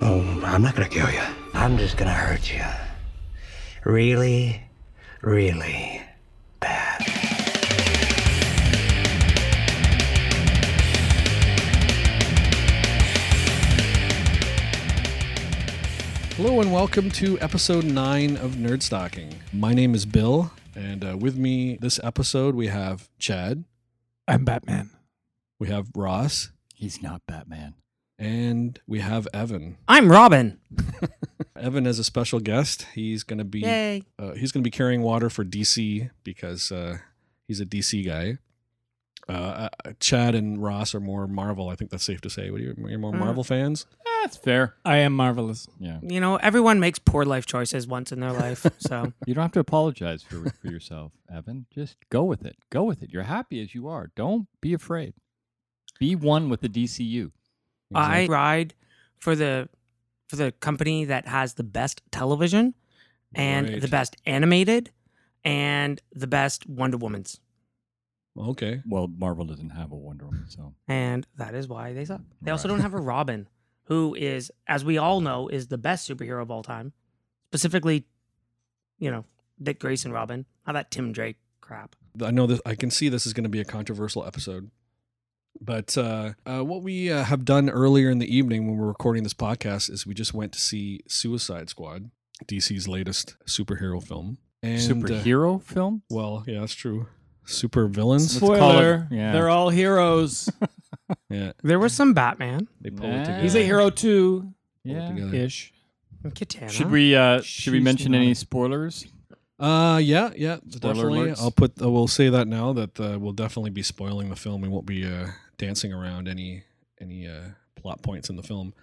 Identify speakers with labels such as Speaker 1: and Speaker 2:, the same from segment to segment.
Speaker 1: Oh, I'm not gonna kill you. I'm just gonna hurt you. Really, really bad.
Speaker 2: Hello and welcome to episode nine of Nerd Stocking. My name is Bill, and uh, with me this episode we have Chad,
Speaker 3: I'm Batman.
Speaker 2: we have Ross,
Speaker 4: He's not Batman.
Speaker 2: and we have Evan.
Speaker 5: I'm Robin.
Speaker 2: Evan is a special guest. He's gonna be
Speaker 5: Yay.
Speaker 2: uh, he's gonna be carrying water for DC because uh, he's a DC guy. Uh, uh, Chad and Ross are more Marvel. I think that's safe to say. What are you, you're more
Speaker 5: Uh.
Speaker 2: Marvel fans?
Speaker 4: That's fair.
Speaker 3: I am marvelous.
Speaker 4: Yeah.
Speaker 5: You know, everyone makes poor life choices once in their life. So
Speaker 4: You don't have to apologize for, for yourself, Evan. Just go with it. Go with it. You're happy as you are. Don't be afraid. Be one with the DCU.
Speaker 5: I ride for the for the company that has the best television and
Speaker 2: Right.
Speaker 5: the best animated and the best Wonder Woman's.
Speaker 2: Okay.
Speaker 4: Well, Marvel doesn't have a Wonder Woman, so
Speaker 5: And that is why they suck. They also
Speaker 4: Right.
Speaker 5: don't have a Robin, who is, as we all know, is the best superhero of all time. Specifically, you know, Dick Grayson Robin. How that Tim Drake crap.
Speaker 2: I know this. I can see this is going to be a controversial episode, but uh, uh, what we uh, have done earlier in the evening when we're recording this podcast is we just went to see Suicide Squad, DC's latest superhero film. And, uh,
Speaker 4: superhero film.
Speaker 2: well, yeah, that's true. Super villains.
Speaker 4: Let's call it-
Speaker 3: Spoiler:
Speaker 4: yeah.
Speaker 3: They're all heroes.
Speaker 2: Yeah,
Speaker 5: There was some Batman
Speaker 2: they pull
Speaker 4: Nah.
Speaker 2: it together.
Speaker 3: He's a hero too,
Speaker 2: Pull it
Speaker 4: Yeah.
Speaker 2: together.
Speaker 3: ish.
Speaker 5: and Katana.
Speaker 4: Should we uh, should we
Speaker 3: She's
Speaker 4: mention
Speaker 3: not-
Speaker 4: any spoilers?
Speaker 2: Uh, yeah, yeah,
Speaker 4: Spoiler
Speaker 2: definitely.
Speaker 4: alerts.
Speaker 2: I'll put. Uh, we'll say that now that uh, we'll definitely be spoiling the film. We won't be uh, dancing around any any uh, plot points in the film.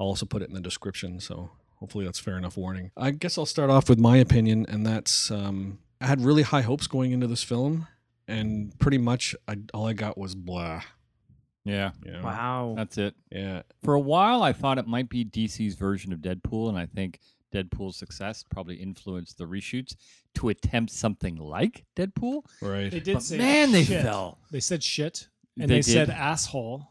Speaker 2: I'll also put it in the description, so hopefully that's fair enough warning. I guess I'll start off with my opinion, and that's um, I had really high hopes going into this film, and pretty much I, all I got was blah.
Speaker 4: Yeah,
Speaker 2: You know?
Speaker 5: Wow.
Speaker 4: that's it.
Speaker 2: Yeah.
Speaker 4: For a while, I thought it might be DC's version of Deadpool, and I think Deadpool's success probably influenced the reshoots to attempt something like Deadpool.
Speaker 2: Right.
Speaker 3: They did
Speaker 4: But
Speaker 3: say,
Speaker 4: man, they
Speaker 3: shit.
Speaker 4: fell.
Speaker 3: They said shit, and
Speaker 4: They
Speaker 3: they,
Speaker 4: did.
Speaker 3: said asshole.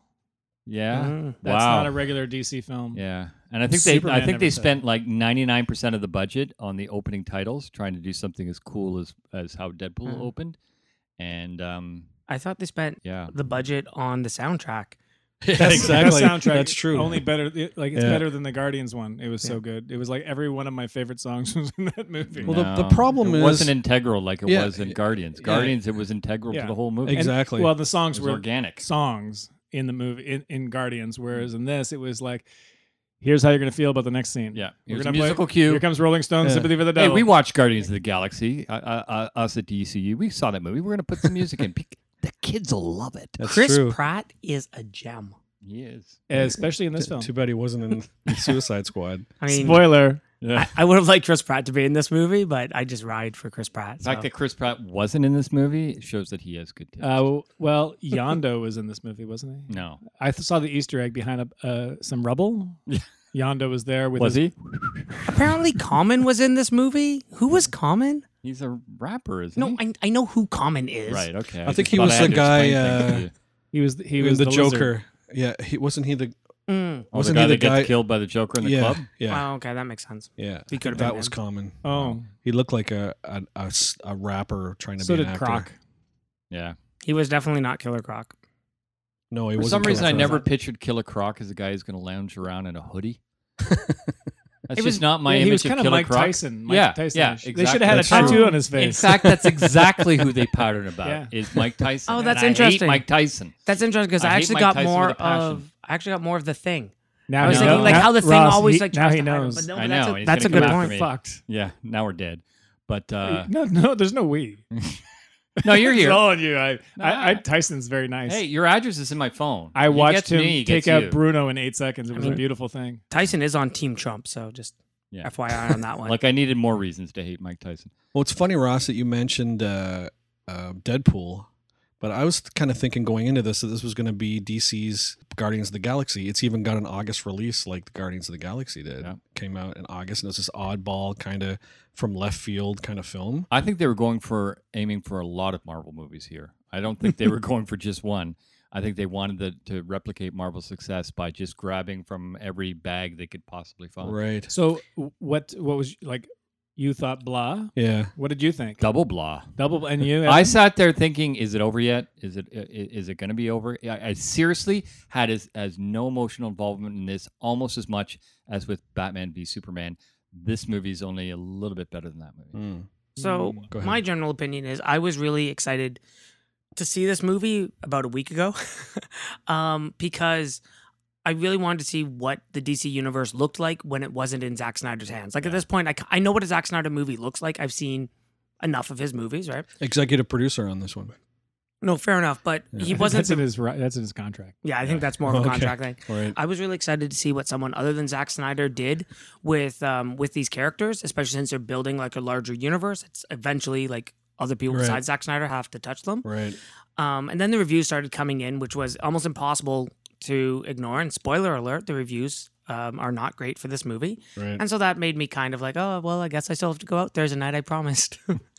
Speaker 4: Yeah,
Speaker 2: Mm-hmm.
Speaker 5: Mm.
Speaker 3: That's
Speaker 4: wow.
Speaker 3: not a regular DC film.
Speaker 4: Yeah, and I think they
Speaker 3: Superman
Speaker 4: I think they
Speaker 3: never said
Speaker 4: spent like ninety nine percent of the budget on the opening titles, trying to do something as cool as as how Deadpool
Speaker 2: Mm-hmm.
Speaker 5: Mm.
Speaker 4: opened, and um,
Speaker 5: I thought they spent
Speaker 4: yeah,
Speaker 5: the budget on the soundtrack.
Speaker 3: That's,
Speaker 2: exactly.
Speaker 3: That soundtrack
Speaker 2: That's true.
Speaker 3: Only better, it- like it's
Speaker 2: Yeah.
Speaker 3: better than the Guardians one. It was so good. It was like every one of my favorite songs was in that movie.
Speaker 2: Well, the- the
Speaker 4: No,
Speaker 2: problem
Speaker 4: it
Speaker 2: is-
Speaker 4: wasn't integral like it
Speaker 2: Yeah,
Speaker 4: was in
Speaker 2: yeah,
Speaker 4: Guardians.
Speaker 2: yeah.
Speaker 4: Guardians, it was integral to
Speaker 3: Yeah.
Speaker 4: the whole movie.
Speaker 3: And-
Speaker 2: Exactly.
Speaker 3: well, the songs
Speaker 4: It
Speaker 3: were
Speaker 4: was organic.
Speaker 3: songs in the movie in, in Guardians, whereas in this it was like, here's how you're gonna feel about the next scene.
Speaker 4: Yeah,
Speaker 3: we're
Speaker 4: it was a
Speaker 3: gonna
Speaker 4: musical
Speaker 3: play,
Speaker 4: cue.
Speaker 3: Here comes Rolling Stones,
Speaker 2: Yeah.
Speaker 3: Sympathy for the
Speaker 4: Hey,
Speaker 3: Devil.
Speaker 4: we watched Guardians of the Galaxy. Uh, uh, uh, us at DCU, we saw that movie. We're gonna put some music in. Pe- The kids will love it.
Speaker 2: that's
Speaker 5: Chris
Speaker 2: true.
Speaker 5: Pratt is a gem.
Speaker 4: Yes.
Speaker 3: especially in this
Speaker 2: T-
Speaker 3: film.
Speaker 2: Too bad he wasn't in Suicide Squad.
Speaker 5: I mean,
Speaker 3: Spoiler.
Speaker 5: I, I would have liked Chris Pratt to be in this movie, but I just ride for Chris Pratt.
Speaker 4: The
Speaker 5: So.
Speaker 4: fact that Chris Pratt wasn't in this movie shows that he has good taste.
Speaker 3: Uh, well, Yondo was in this movie, wasn't he?
Speaker 4: no,
Speaker 3: I th- saw the Easter egg behind a, uh, some rubble. Yondo was there with
Speaker 4: was
Speaker 3: his,
Speaker 4: he?
Speaker 5: Apparently, Common was in this movie. Who was Common?
Speaker 4: He's a rapper, isn't he?
Speaker 5: No, I, I know who Common is.
Speaker 4: Right. Okay.
Speaker 2: I think
Speaker 4: just
Speaker 2: he
Speaker 4: thought
Speaker 2: was
Speaker 4: I had
Speaker 2: the
Speaker 4: to explain
Speaker 2: guy,
Speaker 4: things to
Speaker 2: uh,
Speaker 4: you.
Speaker 3: he was he was
Speaker 2: the,
Speaker 3: the, lizard.
Speaker 2: Joker. Yeah, he wasn't he the
Speaker 5: Mm.
Speaker 4: Oh,
Speaker 2: wasn't
Speaker 4: the guy
Speaker 2: he the
Speaker 4: that
Speaker 2: guy-
Speaker 4: gets killed by the Joker in the
Speaker 2: yeah,
Speaker 4: club?
Speaker 2: Yeah,
Speaker 5: Oh, okay, that makes sense.
Speaker 2: yeah.
Speaker 5: He could've
Speaker 2: that
Speaker 5: been
Speaker 2: was
Speaker 5: him.
Speaker 2: common.
Speaker 3: Oh,
Speaker 2: He looked like a a, a s- a rapper trying to
Speaker 3: so
Speaker 2: be
Speaker 3: did
Speaker 2: an actor.
Speaker 3: Croc.
Speaker 4: Yeah.
Speaker 5: He was definitely not Killer Croc.
Speaker 2: No, he
Speaker 4: For
Speaker 2: wasn't.
Speaker 4: some reason, I
Speaker 2: Killer
Speaker 4: never
Speaker 2: Croc.
Speaker 4: pictured Killer Croc as a guy who's going to lounge around in a hoodie. That's
Speaker 5: It
Speaker 4: just
Speaker 5: was-
Speaker 4: not my
Speaker 3: yeah,
Speaker 4: image
Speaker 3: he was
Speaker 4: of
Speaker 3: kind
Speaker 4: Killer
Speaker 3: of Mike
Speaker 4: Croc.
Speaker 3: Tyson. Mike
Speaker 4: Yeah,
Speaker 3: Tyson.
Speaker 4: yeah,
Speaker 3: They should have had
Speaker 2: exactly.
Speaker 3: a
Speaker 2: That's
Speaker 3: tattoo
Speaker 2: true.
Speaker 3: on his face.
Speaker 4: In fact, that's exactly who they patterned about
Speaker 3: Yeah.
Speaker 4: is Mike Tyson.
Speaker 5: Oh,
Speaker 4: and
Speaker 5: that's
Speaker 4: I hate
Speaker 5: interesting.
Speaker 4: Mike Tyson.
Speaker 5: That's interesting because
Speaker 4: I
Speaker 5: I,
Speaker 4: hate
Speaker 5: actually
Speaker 4: Mike
Speaker 5: got
Speaker 4: Tyson
Speaker 5: more
Speaker 4: with a passion.
Speaker 5: of I actually got more of the thing.
Speaker 3: now
Speaker 5: I was
Speaker 4: he
Speaker 5: thinking
Speaker 4: knows.
Speaker 5: like
Speaker 3: Now-
Speaker 5: how the thing
Speaker 3: Ross,
Speaker 5: always
Speaker 3: he-
Speaker 5: like
Speaker 3: now
Speaker 5: tries
Speaker 3: he
Speaker 5: to hide it,
Speaker 3: knows.
Speaker 5: but no,
Speaker 4: I
Speaker 5: that's
Speaker 4: know,
Speaker 5: a,
Speaker 4: he's
Speaker 5: that's a
Speaker 4: gonna
Speaker 5: good
Speaker 4: come
Speaker 5: point.
Speaker 4: after me.
Speaker 3: Fucked.
Speaker 4: Yeah. Now we're dead. But uh,
Speaker 3: no, no, there's no we.
Speaker 4: no, you're
Speaker 3: It's
Speaker 4: here.
Speaker 3: all on you. I, I, I,
Speaker 4: Nah.
Speaker 3: Tyson's very nice.
Speaker 4: Hey, your address is in my phone.
Speaker 3: I
Speaker 4: You
Speaker 3: watched
Speaker 4: gets
Speaker 3: him
Speaker 4: me, you
Speaker 3: take
Speaker 4: gets
Speaker 3: out
Speaker 4: you.
Speaker 3: Bruno in eight seconds. It was a
Speaker 5: mean-
Speaker 3: beautiful thing.
Speaker 5: Tyson is on Team Trump, so just
Speaker 4: Yeah.
Speaker 5: FYI on that one.
Speaker 4: Like I needed more reasons to hate Mike Tyson.
Speaker 2: Well, it's funny, Ross, that you mentioned uh, uh, Deadpool, but I was kind of thinking going into this that this was going to be DC's Guardians of the Galaxy. It's even got an August release, like the Guardians of the Galaxy did.
Speaker 4: Yeah.
Speaker 2: Came out in August, and it's this oddball kind of from left field kind of film.
Speaker 4: I think they were going for aiming for a lot of Marvel movies here. I don't think they were going for just one. I think they wanted the, to replicate Marvel's success by just grabbing from every bag they could possibly find.
Speaker 2: Right.
Speaker 3: So w- what what was like you thought blah?
Speaker 2: Yeah.
Speaker 3: What did you think?
Speaker 4: Double blah.
Speaker 3: Double and you
Speaker 4: I sat there thinking, is it over yet? Is it i- i- is it going to be over? I, I seriously had as as no emotional involvement in this almost as much as with Batman v Superman. This movie's only a little bit better than that movie.
Speaker 2: Mm.
Speaker 5: So
Speaker 2: Go ahead.
Speaker 5: my general opinion is I was really excited to see this movie about a week ago um, because I really wanted to see what the DC universe looked like when it wasn't in Zack Snyder's hands. Like at this point, I, c- I know what a Zack Snyder movie looks like. I've seen enough of his movies, right?
Speaker 2: Executive producer on this one.
Speaker 5: No, fair enough, but
Speaker 2: Yeah.
Speaker 5: he
Speaker 2: I
Speaker 5: wasn't.
Speaker 3: that's in
Speaker 5: the-
Speaker 3: his ri- that's in his contract.
Speaker 5: yeah, I think that's more of a
Speaker 2: Okay.
Speaker 5: contract thing.
Speaker 2: All
Speaker 3: Uh,
Speaker 2: right.
Speaker 5: I was really excited to see what someone other than Zack Snyder did with um, with these characters, especially since they're building like a larger universe. It's eventually like other people
Speaker 2: Right.
Speaker 5: besides Zack Snyder have to touch them.
Speaker 2: Right.
Speaker 5: Um, and then the reviews started coming in, which was almost impossible to ignore. And spoiler alert, the reviews um, are not great for this movie.
Speaker 2: Right.
Speaker 5: And so that made me kind of like, oh, well, I guess I still have to go out there tonight. I promised.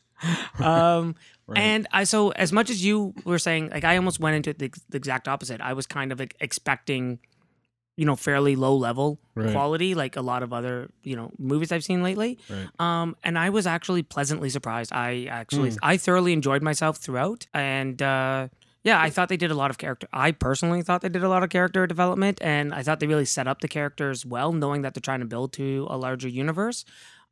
Speaker 5: um,
Speaker 2: Right.
Speaker 5: And I, so as much as you were saying, like, I almost went into it the, ex- the exact opposite. I was kind of like, expecting, you know, fairly low level
Speaker 2: Right.
Speaker 5: quality, like a lot of other, you know, movies I've seen lately.
Speaker 2: Right.
Speaker 5: Um, and I was actually pleasantly surprised. I actually,
Speaker 2: Mm.
Speaker 5: I thoroughly enjoyed myself throughout. And, uh, yeah, I thought they did a lot of character. I personally thought they did a lot of character development, and I thought they really set up the characters well, knowing that they're trying to build to a larger universe.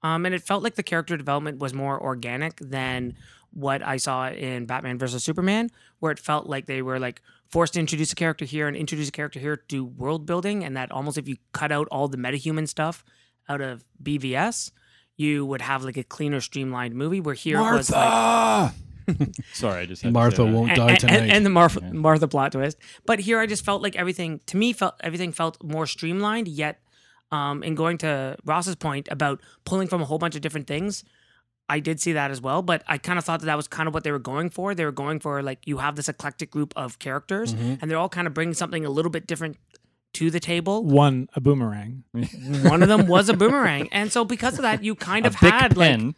Speaker 5: Um, and it felt like the character development was more organic than what I saw in Batman versus Superman, where it felt like they were like forced to introduce a character here and introduce a character here to do world building, and that almost if you cut out all the metahuman stuff out of BVS, you would have like a cleaner, streamlined movie. Where here it was like
Speaker 4: Ah! Sorry, I just had to say
Speaker 2: Martha
Speaker 4: that.
Speaker 2: won't
Speaker 5: and,
Speaker 2: die
Speaker 5: and-
Speaker 2: tonight.
Speaker 5: and- and the Martha,
Speaker 4: Yeah.
Speaker 5: Martha plot twist. But here, I just felt like everything to me felt everything felt more streamlined. Yet, um, in going to Ross's point about pulling from a whole bunch of different things, I did see that as well. But I kind of thought that that was kind of what they were going for. They were going for like you have this eclectic group of characters,
Speaker 4: Mm-hmm.
Speaker 2: Mhm.
Speaker 5: and they're all kind of bringing something a little bit different to the table.
Speaker 3: One a boomerang.
Speaker 5: One of them was a boomerang, and so because of that, you kind
Speaker 4: A
Speaker 5: of
Speaker 4: Bic
Speaker 5: had like
Speaker 4: pen.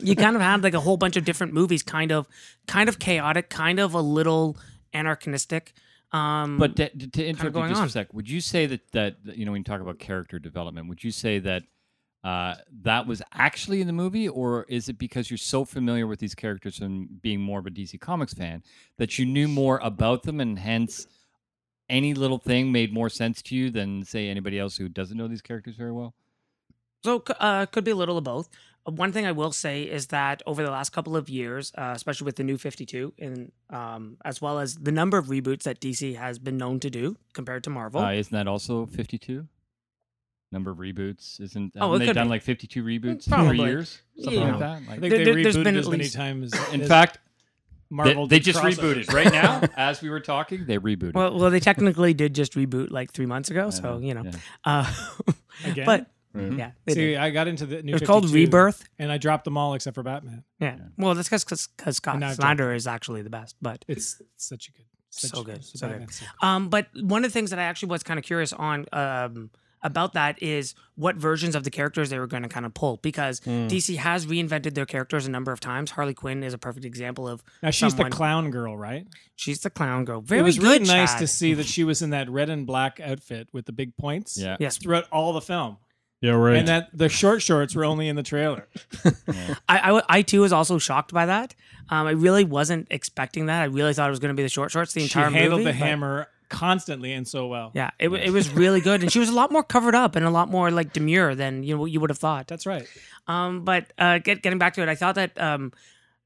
Speaker 5: you kind of had like a whole bunch of different movies, kind of, kind of chaotic, kind of a little anarchistic. Um,
Speaker 4: But to, to- to interrupt you
Speaker 5: going
Speaker 4: just for
Speaker 5: on.
Speaker 4: a sec, would you say that that that, you know when you talk about character development, would you say that uh, that was actually in the movie, or is it because you're so familiar with these characters and being more of a DC Comics fan that you knew more about them, and hence any little thing made more sense to you than say anybody else who doesn't know these characters very well?
Speaker 5: so c- uh, could be a little of both. Uh, One thing I will say is that over the last couple of years, uh, especially with the new 52, and um, as well as the number of reboots that DC has been known to do compared to Marvel,
Speaker 4: Uh, isn't that also 52? Number of reboots isn't
Speaker 5: Oh,
Speaker 4: oh,
Speaker 5: it
Speaker 4: they
Speaker 5: could
Speaker 4: done
Speaker 5: be.
Speaker 4: like 52 reboots
Speaker 5: Probably.
Speaker 4: in three years, something
Speaker 5: Yeah.
Speaker 4: like that. Like,
Speaker 3: I think
Speaker 5: There-
Speaker 3: they
Speaker 5: there- there's
Speaker 3: rebooted
Speaker 5: been
Speaker 3: as
Speaker 5: at
Speaker 3: many
Speaker 5: least-
Speaker 3: times.
Speaker 4: in
Speaker 3: as
Speaker 4: fact, They-
Speaker 3: Marvel
Speaker 4: They,
Speaker 3: did
Speaker 4: just
Speaker 3: crossovers.
Speaker 4: rebooted right now as we were talking. They rebooted.
Speaker 5: well, well, they technically did just reboot like three months ago,
Speaker 4: Yeah,
Speaker 5: so you know,
Speaker 4: yeah.
Speaker 5: uh,
Speaker 3: Again?
Speaker 5: but
Speaker 2: Right.
Speaker 5: yeah, they
Speaker 3: See,
Speaker 5: did.
Speaker 3: I got into the new.
Speaker 5: it's called
Speaker 3: 52,
Speaker 5: Rebirth.
Speaker 3: and I dropped them all except for Batman.
Speaker 5: Yeah, well, that's because because Scott
Speaker 3: And I've done-
Speaker 5: Snyder is actually the best, but
Speaker 3: It's such a good, such
Speaker 5: So good, so good.
Speaker 3: Batman's so
Speaker 5: Um, but one of the things that I actually was kind of curious on um, about that is what versions of the characters they were going to kind of pull because
Speaker 3: Hmm.
Speaker 5: DC has reinvented their characters a number of times. Harley Quinn is a perfect example of
Speaker 3: Now she's
Speaker 5: someone-
Speaker 3: the clown girl, right?
Speaker 5: she's the clown girl. Very
Speaker 3: it was
Speaker 5: good,
Speaker 3: really nice
Speaker 5: Chad.
Speaker 3: to see that she was in that red and black outfit with the big points.
Speaker 4: yeah.
Speaker 5: Yes,
Speaker 3: Throughout all the film,
Speaker 2: Yeah. Right.
Speaker 3: and that the short shorts were only in the trailer.
Speaker 5: I, I w- I too was also shocked by that. Um, I really wasn't expecting that. I really thought it was going to be the short shorts the
Speaker 3: She
Speaker 5: entire
Speaker 3: handled
Speaker 5: movie.
Speaker 3: the
Speaker 5: but-
Speaker 3: hammer constantly and so well.
Speaker 5: Yeah, it, w- it was really good, and she was a lot more covered up and a lot more like demure than you know you would have thought.
Speaker 3: That's right.
Speaker 5: Um, but uh, get, getting back to it, I thought that. Um,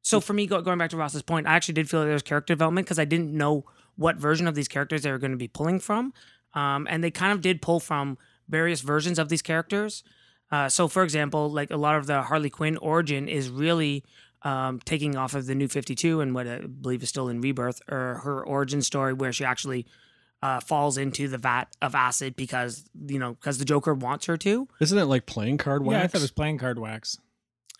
Speaker 5: so for me, go, going back to Ross's point, I actually did feel that there was character development because I didn't know what version of these characters they were going to be pulling from, um, and they kind of did pull from various versions of these characters. Uh, so for example, like a lot of the Harley Quinn origin is really um, taking off of the New Fifty Two and what I believe is still in Rebirth or her origin story where she actually. Uh, falls into the vat of acid because you know because the Joker wants her to.
Speaker 2: Isn't it like playing card
Speaker 3: Yeah, I
Speaker 2: wax?
Speaker 3: thought it was playing card wax.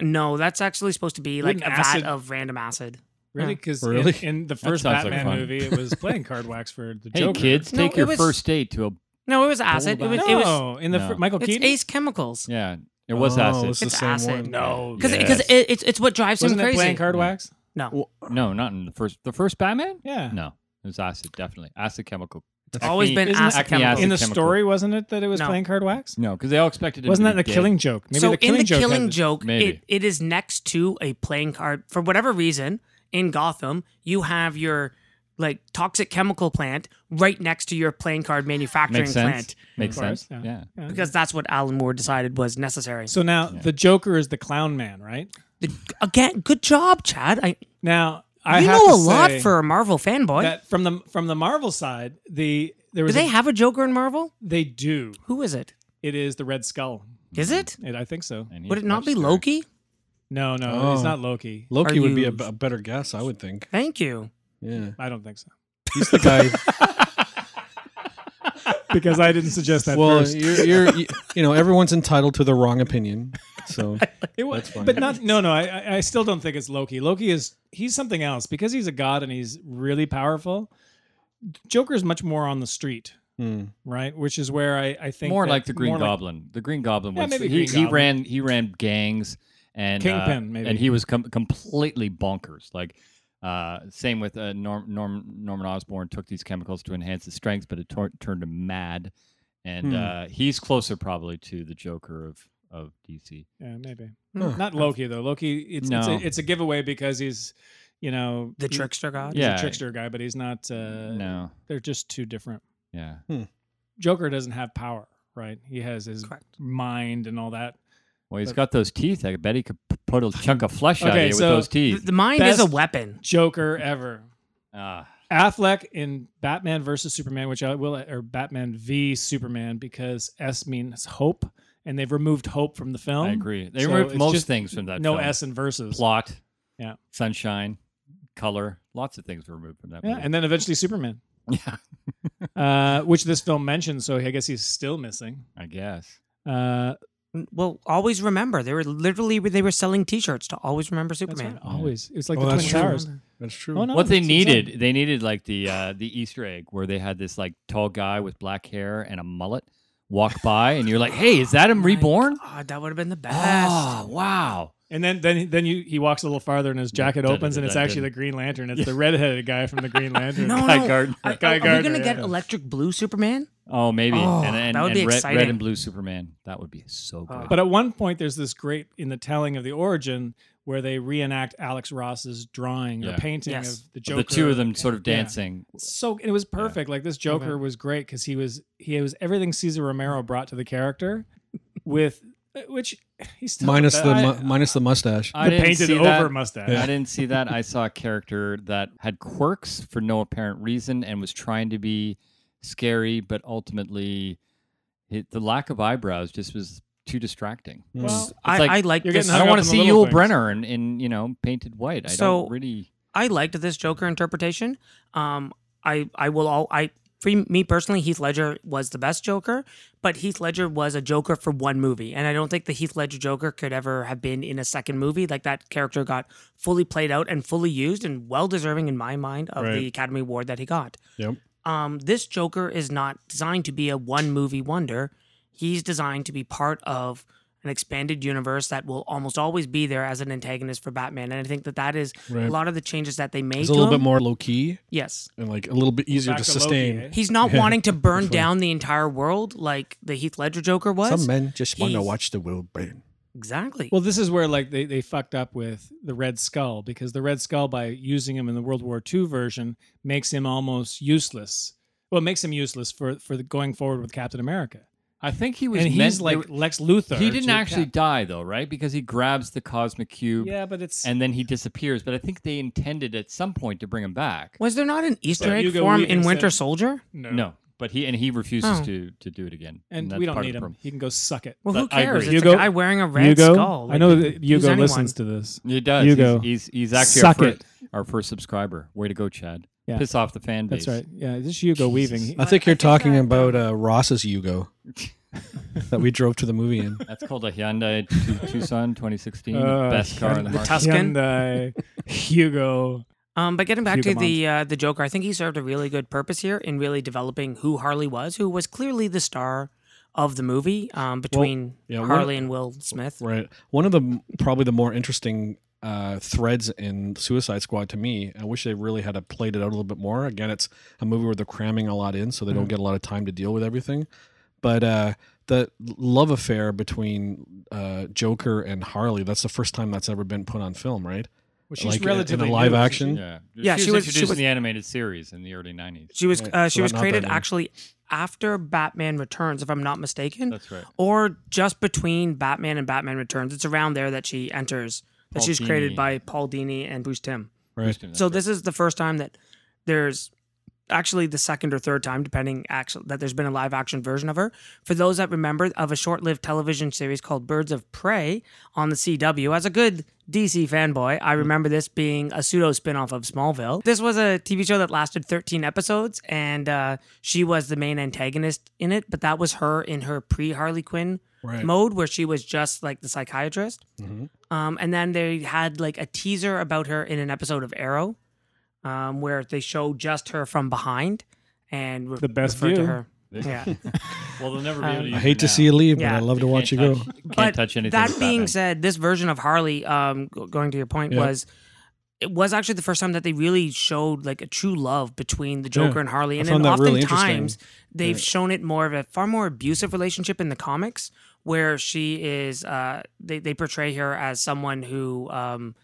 Speaker 5: No, that's actually supposed to be like
Speaker 3: Wouldn't
Speaker 5: a
Speaker 3: acid-
Speaker 5: vat of random acid.
Speaker 3: Really? Because
Speaker 2: Really?
Speaker 3: in, in the first
Speaker 4: sounds like
Speaker 3: Batman
Speaker 4: fun.
Speaker 3: movie, it was playing card wax for the
Speaker 4: Hey
Speaker 3: Joker.
Speaker 4: kids,
Speaker 5: No,
Speaker 4: take
Speaker 5: it
Speaker 4: your
Speaker 5: was-
Speaker 4: first date to a
Speaker 5: No, it was acid. It was,
Speaker 3: No,
Speaker 5: it was
Speaker 3: in the
Speaker 4: No.
Speaker 3: fir- Michael
Speaker 5: it's
Speaker 3: Keaton.
Speaker 5: Ace Chemicals.
Speaker 4: yeah. It was
Speaker 2: Oh,
Speaker 4: acid.
Speaker 2: It's the
Speaker 5: It's
Speaker 2: same
Speaker 5: acid.
Speaker 2: one.
Speaker 3: no,
Speaker 5: Because
Speaker 4: Yes.
Speaker 5: it, it's it's what drives
Speaker 3: wasn't
Speaker 5: him
Speaker 3: it
Speaker 5: crazy.
Speaker 3: playing card
Speaker 4: Yeah.
Speaker 3: wax?
Speaker 5: no,
Speaker 2: Well,
Speaker 4: No, not in the first. The first Batman?
Speaker 3: Yeah.
Speaker 4: No, It was acid, definitely acid chemical.
Speaker 5: It's always been
Speaker 3: Isn't it
Speaker 5: acid
Speaker 4: acne
Speaker 5: chemical.
Speaker 4: acid?
Speaker 3: in the
Speaker 4: chemical.
Speaker 3: story, wasn't it that it was
Speaker 5: No.
Speaker 3: playing card wax?
Speaker 4: No, because they all expected it.
Speaker 3: Wasn't
Speaker 4: to
Speaker 3: that
Speaker 4: be
Speaker 3: in the
Speaker 4: dead.
Speaker 3: Killing Joke? Maybe
Speaker 5: so
Speaker 3: the
Speaker 5: in
Speaker 3: Killing
Speaker 5: the
Speaker 3: Joke. had
Speaker 5: Killing
Speaker 3: this-
Speaker 5: Joke,
Speaker 4: Maybe.
Speaker 5: it, it is next to a playing card. For whatever reason, in Gotham, you have your like toxic chemical plant right next to your playing card manufacturing
Speaker 4: Makes sense.
Speaker 5: plant
Speaker 4: Makes
Speaker 3: Of course,
Speaker 4: sense.
Speaker 3: yeah.
Speaker 4: Yeah.
Speaker 3: Yeah.
Speaker 5: because that's what Alan Moore decided was necessary.
Speaker 3: So now the Joker is the clown man, right?
Speaker 5: The- again, good job, Chad. I
Speaker 3: Now I
Speaker 5: you
Speaker 3: have
Speaker 5: know
Speaker 3: to
Speaker 5: a lot
Speaker 3: say
Speaker 5: for a Marvel fanboy.
Speaker 3: that from the from the Marvel side. The there
Speaker 5: Do
Speaker 3: was
Speaker 5: they
Speaker 3: a-
Speaker 5: have a Joker in Marvel?
Speaker 3: they do.
Speaker 5: Who is it?
Speaker 3: It is the Red Skull.
Speaker 5: Is it?
Speaker 3: It, I think so.
Speaker 4: And
Speaker 5: Would
Speaker 4: he's
Speaker 5: it not
Speaker 4: much
Speaker 5: be
Speaker 4: scarier.
Speaker 5: Loki?
Speaker 3: No, no, it's
Speaker 2: Oh.
Speaker 3: not Loki.
Speaker 2: Loki
Speaker 5: Are
Speaker 2: would be a,
Speaker 5: you-
Speaker 2: b- a better guess, I would think.
Speaker 5: Thank you.
Speaker 2: Yeah,
Speaker 3: I don't think so
Speaker 2: he's the guy.
Speaker 3: because I didn't suggest that
Speaker 2: well,
Speaker 3: first.
Speaker 2: you're, you're you, you know everyone's entitled to their wrong opinion, so
Speaker 3: It was,
Speaker 2: That's fine.
Speaker 3: but not no no. I- I I still don't think it's Loki. Loki is he's something else because he's a god and he's really powerful. Joker's much more on the street,
Speaker 2: hmm.
Speaker 3: right? Which is where I I think
Speaker 4: more
Speaker 3: that-
Speaker 4: like the Green
Speaker 3: more
Speaker 4: Goblin. the Green Goblin
Speaker 3: Yeah,
Speaker 4: was
Speaker 3: maybe
Speaker 4: he,
Speaker 3: Green
Speaker 4: he
Speaker 3: Goblin.
Speaker 4: ran he ran gangs and uh,
Speaker 3: Kingpin, maybe.
Speaker 4: and he was com- completely bonkers. Like uh, same with uh, Norm, Norm Norman Osborn took these chemicals to enhance his strength, but it tor- turned him mad. And
Speaker 2: Hmm.
Speaker 4: uh, he's closer probably to the Joker of of DC.
Speaker 3: Yeah, maybe
Speaker 2: Huh.
Speaker 3: not Loki though. Loki it's it's,
Speaker 4: No.
Speaker 3: a, it's a giveaway because he's you know
Speaker 5: The
Speaker 3: he-
Speaker 5: trickster god.
Speaker 3: He's
Speaker 4: Yeah.
Speaker 3: a trickster guy, but he's not. Uh,
Speaker 4: no,
Speaker 3: they're just too different.
Speaker 4: yeah,
Speaker 3: Joker doesn't have power, right? He has his
Speaker 5: Correct.
Speaker 3: mind and all that.
Speaker 4: well, he's
Speaker 3: But-
Speaker 4: got those teeth. I bet he could p- put a chunk of flesh out of
Speaker 3: Okay,
Speaker 4: you
Speaker 3: so
Speaker 4: with those
Speaker 5: The,
Speaker 4: teeth.
Speaker 5: the mind is a
Speaker 3: Best-
Speaker 5: weapon.
Speaker 3: Joker ever.
Speaker 4: Ah,
Speaker 3: Affleck in Batman versus Superman, which I will, or Batman v Superman, because S means hope, and they've removed hope from the film.
Speaker 4: I agree. They
Speaker 3: so
Speaker 4: removed
Speaker 3: it's
Speaker 4: most
Speaker 3: just
Speaker 4: things from that.
Speaker 3: no
Speaker 4: film.
Speaker 3: S in versus.
Speaker 4: plot,
Speaker 3: Yeah.
Speaker 4: sunshine, color, lots of things were removed from that.
Speaker 3: Yeah,
Speaker 4: movie.
Speaker 3: and then eventually Superman,
Speaker 4: yeah,
Speaker 3: uh, which this film mentions, so I guess he's still missing.
Speaker 4: I guess.
Speaker 3: Uh,
Speaker 5: Well, always remember they were literally they were selling T-shirts to always remember
Speaker 3: that's
Speaker 5: Superman.
Speaker 3: right. Always, it's like
Speaker 2: Oh,
Speaker 3: the
Speaker 2: that's
Speaker 3: Twin
Speaker 2: true.
Speaker 3: Towers.
Speaker 2: that's true.
Speaker 3: Oh, no,
Speaker 4: what they
Speaker 3: it's- it's
Speaker 4: needed, they needed like the uh, the Easter egg where they had this like tall guy with black hair and a mullet walk by, and you're like, "Hey, is that him
Speaker 5: My
Speaker 4: reborn?"
Speaker 5: God, Ah, that would have been the best.
Speaker 4: Oh, wow!
Speaker 3: And then then then you he walks a little farther and his jacket opens and it's actually the Green Lantern. It's the redheaded guy from the Green Lantern.
Speaker 5: No,
Speaker 4: Guy
Speaker 5: Oh, no.
Speaker 4: Gardner.
Speaker 5: Are,
Speaker 3: Guy
Speaker 5: are- are we
Speaker 3: Gardner,
Speaker 5: gonna get
Speaker 3: yeah.
Speaker 5: electric blue Superman?
Speaker 4: Oh, maybe.
Speaker 5: Oh,
Speaker 4: and and,
Speaker 5: that would
Speaker 4: and
Speaker 5: be
Speaker 4: red, red
Speaker 5: exciting.
Speaker 4: and blue Superman. That would be so
Speaker 5: Oh.
Speaker 4: good.
Speaker 3: But at one point, there's this great in the telling of the origin where they reenact Alex Ross's drawing
Speaker 4: Yeah.
Speaker 3: or painting
Speaker 5: Yes.
Speaker 3: of the Joker.
Speaker 4: the two of them sort of
Speaker 3: Yeah.
Speaker 4: dancing.
Speaker 3: So it was perfect. Like this Joker
Speaker 2: Okay.
Speaker 3: was great because he was he was everything Cesar Romero brought to the character, with which he's still
Speaker 2: minus the
Speaker 3: I- uh,
Speaker 2: mu- minus the mustache.
Speaker 4: I
Speaker 3: the
Speaker 4: didn't
Speaker 3: painted
Speaker 4: see
Speaker 3: over
Speaker 4: that.
Speaker 3: mustache.
Speaker 4: I didn't see that. I saw a character that had quirks for no apparent reason and was trying to be scary, but ultimately, it, the lack of eyebrows just was too distracting.
Speaker 2: Hmm.
Speaker 3: Well,
Speaker 4: It's
Speaker 5: I,
Speaker 4: like,
Speaker 5: I liked
Speaker 3: You're
Speaker 5: this.
Speaker 3: getting
Speaker 4: I
Speaker 3: hung
Speaker 4: don't
Speaker 3: up
Speaker 4: want
Speaker 3: on the
Speaker 4: to see
Speaker 3: little
Speaker 4: Yul
Speaker 3: things.
Speaker 4: Brenner in, in you know painted white. I
Speaker 5: So-
Speaker 4: don't really.
Speaker 5: I liked this Joker interpretation. Um, I I will all I for me personally, Heath Ledger was the best Joker, but Heath Ledger was a Joker for one movie, and I don't think the Heath Ledger Joker could ever have been in a second movie. Like that character got fully played out and fully used, and well deserving in my mind of
Speaker 2: Right.
Speaker 5: the Academy Award that he got.
Speaker 2: Yep.
Speaker 5: Um, this Joker is not designed to be a one movie wonder. He's designed to be part of an expanded universe that will almost always be there as an antagonist for Batman, and I think that that is
Speaker 2: Right.
Speaker 5: a lot of the changes that they made.
Speaker 2: It's
Speaker 5: to
Speaker 2: a little
Speaker 5: him.
Speaker 2: bit more low key
Speaker 5: Yes.
Speaker 2: and like a little bit easier
Speaker 3: Back
Speaker 2: to
Speaker 3: to Loki,
Speaker 2: sustain.
Speaker 3: eh?
Speaker 5: He's not wanting to burn
Speaker 2: Definitely.
Speaker 5: down the entire world like the Heath Ledger Joker was.
Speaker 1: Some men just want to
Speaker 5: He's-
Speaker 1: watch the world burn.
Speaker 5: exactly.
Speaker 3: Well, this is where like they, they fucked up with the Red Skull because the Red Skull, by using him in the World War II version, makes him almost useless. Well, it makes him useless for for the going forward with Captain America,
Speaker 4: I think he was.
Speaker 3: and
Speaker 4: meant,
Speaker 3: he's like Lex Luthor.
Speaker 4: he didn't
Speaker 3: to
Speaker 4: actually
Speaker 3: Cap-
Speaker 4: die though, right? Because he grabs the cosmic cube
Speaker 3: yeah, but it's
Speaker 4: and then he disappears. But I think they intended at some point to bring him back.
Speaker 5: was there not an Easter egg
Speaker 3: Hugo
Speaker 5: for him
Speaker 3: Weaving
Speaker 5: in Winter
Speaker 3: said-
Speaker 5: Soldier?
Speaker 3: no,
Speaker 4: No, but he and he refuses
Speaker 5: Oh.
Speaker 4: to to do it again.
Speaker 3: and
Speaker 4: that's
Speaker 3: we don't
Speaker 4: part of
Speaker 3: need
Speaker 4: the
Speaker 3: him.
Speaker 4: problem.
Speaker 3: He can go suck it.
Speaker 5: Well, who
Speaker 4: But I
Speaker 5: cares?
Speaker 4: agree.
Speaker 5: It's
Speaker 3: Hugo-
Speaker 5: a guy wearing a red
Speaker 3: Hugo,
Speaker 5: skull.
Speaker 3: I know
Speaker 5: Like,
Speaker 3: that
Speaker 5: who's
Speaker 3: Hugo
Speaker 5: anyone?
Speaker 3: listens to this.
Speaker 4: He does.
Speaker 3: Hugo,
Speaker 4: He's, he's he's actually
Speaker 3: suck
Speaker 4: our,
Speaker 3: it.
Speaker 4: first, our first subscriber. Way to go, Chad!
Speaker 3: Yeah.
Speaker 4: Piss off the fan base.
Speaker 3: That's right. Yeah, this is Hugo Weaving. He-
Speaker 2: I
Speaker 5: I-
Speaker 2: think
Speaker 5: I
Speaker 2: you're
Speaker 5: think
Speaker 2: talking
Speaker 5: that,
Speaker 2: about uh, Ross's Yugo that we drove to the movie in.
Speaker 4: That's called a Hyundai Tu- Tucson 2016,
Speaker 3: uh,
Speaker 4: best car in the
Speaker 3: Hyundai-
Speaker 4: market.
Speaker 5: Tuscan.
Speaker 3: Hyundai, uh, Hugo.
Speaker 5: Um, but getting back
Speaker 3: Hugo
Speaker 5: to the uh, the Joker, I think he served a really good purpose here in really developing who Harley was, who was clearly the star of the movie um, between
Speaker 2: yeah, one-
Speaker 5: Harley and Will Smith.
Speaker 2: Right. One of the probably the more interesting uh, threads in Suicide Squad to me. I wish they really had uh, played it out a little bit more. Again, it's a movie where they're cramming a lot in, so they
Speaker 5: Mm-hmm.
Speaker 2: don't get a lot of time to deal with everything. But uh, the love affair between uh, Joker and Harley—that's the first time that's ever been put on film, right?
Speaker 3: Well,
Speaker 2: Like,
Speaker 3: she's
Speaker 2: in- in a
Speaker 3: relatively
Speaker 2: live
Speaker 3: new, isn't
Speaker 2: action?
Speaker 3: she?
Speaker 4: Yeah,
Speaker 5: Yeah,
Speaker 4: She
Speaker 5: she
Speaker 4: was
Speaker 5: was- she
Speaker 4: introduced in
Speaker 5: was-
Speaker 4: the animated series in the early '90s.
Speaker 5: She was
Speaker 2: Right,
Speaker 5: uh,
Speaker 2: so
Speaker 5: she was
Speaker 2: not that
Speaker 5: created
Speaker 2: new.
Speaker 5: actually after Batman Returns, if I'm not mistaken,
Speaker 4: That's right.
Speaker 5: or just between Batman and Batman Returns. It's around there that she enters. That
Speaker 4: Paul
Speaker 5: she's created
Speaker 4: Dini.
Speaker 5: by Paul Dini and Bruce Tim.
Speaker 2: Right.
Speaker 4: Houston, that's
Speaker 5: so
Speaker 4: right.
Speaker 5: this is the first time that there's actually the second or third time, depending, actually that there's been a live action version of her. For those that remember, of a short-lived television series called Birds of Prey on the CW. As a good DC fanboy,
Speaker 4: Mm-hmm.
Speaker 5: I remember this being a pseudo spin-off of Smallville. This was a TV show that lasted 13 episodes, and uh, she was the main antagonist in it. But that was her in her pre-Harley Quinn
Speaker 2: Right.
Speaker 5: mode, where she was just like the psychiatrist.
Speaker 2: Mhm.
Speaker 5: Um, and then they had like a teaser about her in an episode of Arrow, um, where they show just her from behind and re-
Speaker 3: The best
Speaker 5: referred
Speaker 3: view.
Speaker 5: to her. Yeah.
Speaker 4: well, they'll never be able to.
Speaker 5: I
Speaker 4: Use
Speaker 2: I hate to see you leave, but
Speaker 5: Yeah.
Speaker 2: I love to
Speaker 4: Can't
Speaker 2: watch you go.
Speaker 4: touch, Can't
Speaker 5: But
Speaker 4: touch anything.
Speaker 5: That
Speaker 4: with
Speaker 5: being
Speaker 4: Batman.
Speaker 5: said, this version of Harley, um, go- going to your point,
Speaker 2: Yeah.
Speaker 5: was it was actually the first time that they really showed like a true love between the Joker
Speaker 2: Yeah.
Speaker 5: and Harley,
Speaker 2: I
Speaker 5: and
Speaker 2: found
Speaker 5: then
Speaker 2: that really
Speaker 5: oftentimes
Speaker 2: interesting.
Speaker 5: they've
Speaker 2: Yeah.
Speaker 5: shown it more of a far more abusive relationship in the comics, where she is uh, they they portray her as someone who um,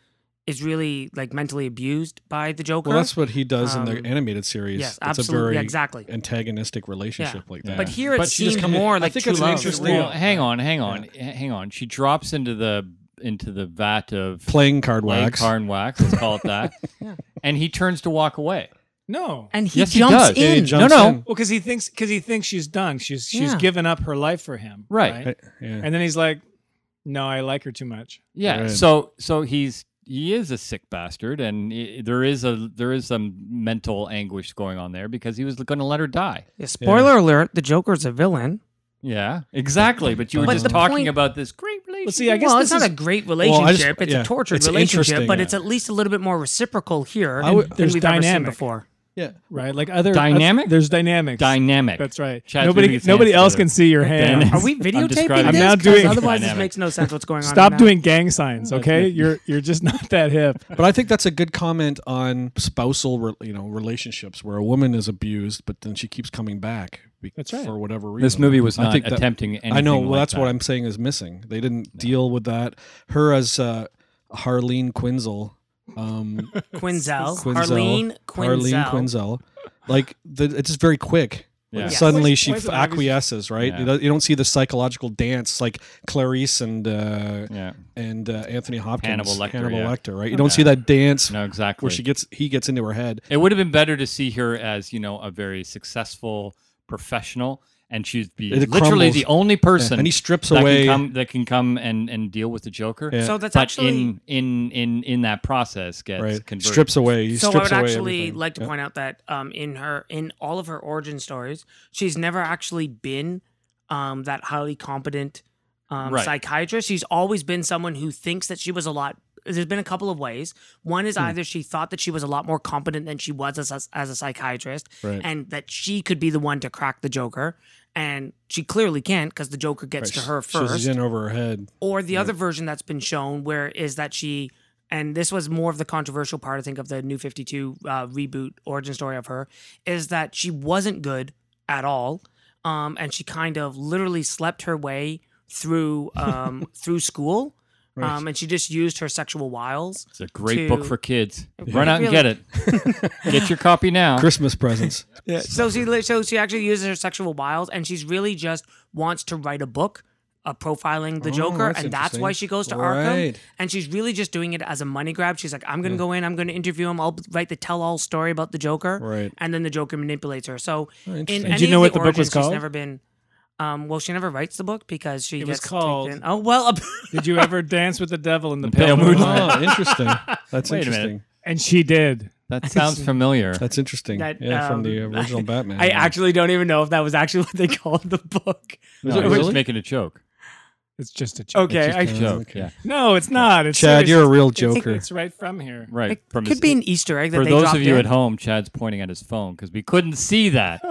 Speaker 5: is really like mentally abused by the Joker.
Speaker 2: Well, that's what he does in
Speaker 5: Um,
Speaker 2: the animated series.
Speaker 5: yes,
Speaker 2: it's
Speaker 5: absolutely,
Speaker 2: a very
Speaker 5: yeah, exactly.
Speaker 2: antagonistic relationship like that.
Speaker 5: But here it
Speaker 2: But she just
Speaker 5: seemed
Speaker 2: come-
Speaker 5: more
Speaker 2: I
Speaker 5: like
Speaker 2: think
Speaker 5: true
Speaker 2: it's an
Speaker 5: love.
Speaker 2: interesting-
Speaker 4: well,
Speaker 2: Yeah.
Speaker 4: hang on, hang on, h- hang on. She drops into the into the vat of
Speaker 2: playing card
Speaker 4: plague
Speaker 2: wax.
Speaker 4: Karn wax. Let's call it that. And he turns to walk away.
Speaker 3: No.
Speaker 5: and he
Speaker 4: Yes, he
Speaker 5: jumps
Speaker 4: does. Yeah,
Speaker 5: in.
Speaker 2: he jumps
Speaker 4: no.
Speaker 2: in.
Speaker 3: Well, because he thinks because he thinks she's done. She's she's
Speaker 5: Yeah.
Speaker 3: given up her life for him.
Speaker 4: Right.
Speaker 2: Uh, yeah.
Speaker 3: And then he's like, "No, I like her too much."
Speaker 4: Yeah.
Speaker 2: Right.
Speaker 4: So so he's he is a sick bastard, and i there is a there is some mental anguish going on there because he was going to let her die.
Speaker 5: Yeah, spoiler alert: the Joker's a villain.
Speaker 4: Yeah, exactly. But you were
Speaker 5: But
Speaker 4: just
Speaker 5: the
Speaker 4: talking
Speaker 5: point-
Speaker 4: about this great relationship.
Speaker 3: Well, see, I guess
Speaker 5: well,
Speaker 3: this
Speaker 5: it's not
Speaker 3: is
Speaker 5: a great
Speaker 2: Well, I just-
Speaker 5: relationship. it's
Speaker 2: yeah,
Speaker 5: a tortured
Speaker 2: it's interesting.
Speaker 5: relationship, but
Speaker 2: Yeah.
Speaker 5: it's at least a little bit more reciprocal here
Speaker 2: I would-
Speaker 5: than
Speaker 3: there's
Speaker 5: we've ever seen
Speaker 3: dynamic.
Speaker 5: before.
Speaker 2: yeah.
Speaker 3: right. Like other
Speaker 4: Dynamic?
Speaker 3: There's dynamics.
Speaker 4: dynamic.
Speaker 3: That's right.
Speaker 4: Chad's moving
Speaker 3: nobody
Speaker 4: his
Speaker 3: nobody
Speaker 4: hands
Speaker 3: else
Speaker 4: together.
Speaker 3: can see your
Speaker 4: Dynamic.
Speaker 3: hand.
Speaker 5: Are we
Speaker 4: I'm
Speaker 5: videotaping
Speaker 4: describing-
Speaker 3: I'm
Speaker 5: this?
Speaker 3: now
Speaker 5: 'Cause
Speaker 3: doing-
Speaker 5: Otherwise, this
Speaker 4: Dynamic.
Speaker 5: makes no sense. What's going on?
Speaker 3: Stop
Speaker 5: right now.
Speaker 3: doing gang signs, okay? You're you're just not that hip.
Speaker 2: But I think that's a good comment on spousal, re- you know, relationships where a woman is abused, but then she keeps coming back. be-
Speaker 3: That's right.
Speaker 2: For whatever reason,
Speaker 4: This movie was
Speaker 2: I
Speaker 4: not
Speaker 2: think that-
Speaker 4: attempting anything.
Speaker 2: I know.
Speaker 4: like
Speaker 2: Well, that's
Speaker 4: that.
Speaker 2: what I'm saying is missing. They didn't deal with that. Her as uh, Harlene Quinzel. Um,
Speaker 5: Quinzel,
Speaker 2: Quinzel.
Speaker 5: Harlene, Quinzel.
Speaker 2: Harlene Quinzel. Like the, it's just very quick.
Speaker 4: Yeah.
Speaker 2: Like,
Speaker 5: Yes.
Speaker 2: Suddenly
Speaker 3: Where's-
Speaker 2: she
Speaker 3: where's
Speaker 2: f-
Speaker 3: the language?
Speaker 2: acquiesces, right? You
Speaker 4: Yeah.
Speaker 2: don't- You don't see the psychological dance like Clarice and uh,
Speaker 4: Yeah.
Speaker 2: and uh, Anthony Hopkins,
Speaker 4: Hannibal Lecter,
Speaker 2: Hannibal
Speaker 4: yeah.
Speaker 2: Lecter, right? You don't see that dance
Speaker 4: No, exactly.
Speaker 2: where she gets he gets into her head.
Speaker 4: It would have been better to see her as you know a very successful professional, and she'd be
Speaker 2: It
Speaker 4: literally
Speaker 2: crumbles.
Speaker 4: the only person
Speaker 2: and he strips
Speaker 4: that
Speaker 2: away.
Speaker 4: can come that can come and and deal with the Joker.
Speaker 2: Yeah.
Speaker 5: So that's
Speaker 4: but
Speaker 5: actually.
Speaker 4: in in in in that process gets
Speaker 2: right,
Speaker 4: converted.
Speaker 2: strips away. He
Speaker 5: so I
Speaker 2: strips
Speaker 5: would
Speaker 2: away
Speaker 5: actually
Speaker 2: everything.
Speaker 5: like to
Speaker 2: Yeah.
Speaker 5: point out that um, in her in all of her origin stories, she's never actually been um, that highly competent um,
Speaker 4: Right.
Speaker 5: psychiatrist. She's always been someone who thinks that she was a lot. There's been a couple of ways. One
Speaker 2: Hmm.
Speaker 5: is either she thought that she was a lot more competent than she was as, as a psychiatrist,
Speaker 2: Right.
Speaker 5: and that she could be the one to crack the Joker, and she clearly can't because the Joker gets to
Speaker 2: Right,
Speaker 5: her
Speaker 2: she's-
Speaker 5: first
Speaker 2: She's in over her head.
Speaker 5: or the other version that's been shown where is that she and this was more of the controversial part i think of the new 52 uh, reboot origin story of her is that she wasn't good at all um, and she kind of literally slept her way through um, through school um, and she just used her sexual wiles
Speaker 4: It's a great book
Speaker 5: to-
Speaker 4: for kids. Run out and
Speaker 5: Really-
Speaker 4: get it. get your copy now.
Speaker 2: Christmas presents.
Speaker 5: so she li- so she actually uses her sexual wiles and she's really just wants to write a book uh, profiling the
Speaker 2: Oh,
Speaker 5: Joker,
Speaker 2: that's
Speaker 5: and that's why
Speaker 2: interesting.
Speaker 5: she goes to
Speaker 2: Right.
Speaker 5: Arkham. And she's really just doing it as a money grab. She's like,
Speaker 3: Hmm.
Speaker 5: I'm going to go in, I'm going to interview him, I'll write the tell-all story about the Joker,
Speaker 2: Right.
Speaker 5: and then the Joker manipulates her. So,
Speaker 2: Oh,
Speaker 5: in
Speaker 2: interesting.
Speaker 5: any
Speaker 3: Do you know
Speaker 5: of
Speaker 3: what
Speaker 5: the
Speaker 3: the book was
Speaker 5: origins,
Speaker 3: called?
Speaker 5: She's never been. Um, well, she never writes the book because she
Speaker 3: It was
Speaker 5: gets
Speaker 3: called-
Speaker 5: taken- Oh well,
Speaker 3: Did you ever dance with the devil in the pale
Speaker 4: Pale
Speaker 3: moonlight?
Speaker 2: Oh, interesting. That's
Speaker 4: Wait a minute.
Speaker 2: interesting.
Speaker 3: And she did.
Speaker 4: That sounds familiar.
Speaker 2: That's interesting.
Speaker 5: That,
Speaker 2: yeah, from
Speaker 5: um,
Speaker 2: the original Batman.
Speaker 5: I
Speaker 2: yeah.
Speaker 5: actually don't even know if that was actually what they called the book.
Speaker 4: No,
Speaker 2: it
Speaker 4: I was
Speaker 2: really?
Speaker 4: just making a joke.
Speaker 3: It's just a joke.
Speaker 5: Okay, I,
Speaker 2: just, uh,
Speaker 4: Joke.
Speaker 2: okay.
Speaker 4: Yeah.
Speaker 3: No, it's not. It's
Speaker 2: Chad,
Speaker 3: serious.
Speaker 2: you're a real
Speaker 3: It's-
Speaker 2: joker.
Speaker 3: It's right from here.
Speaker 4: Right.
Speaker 5: it
Speaker 4: from his- e
Speaker 5: could be an Easter egg that
Speaker 4: for
Speaker 5: they
Speaker 4: those
Speaker 5: dropped
Speaker 4: of you
Speaker 5: in.
Speaker 4: at home, Chad's pointing at his phone because we couldn't see that.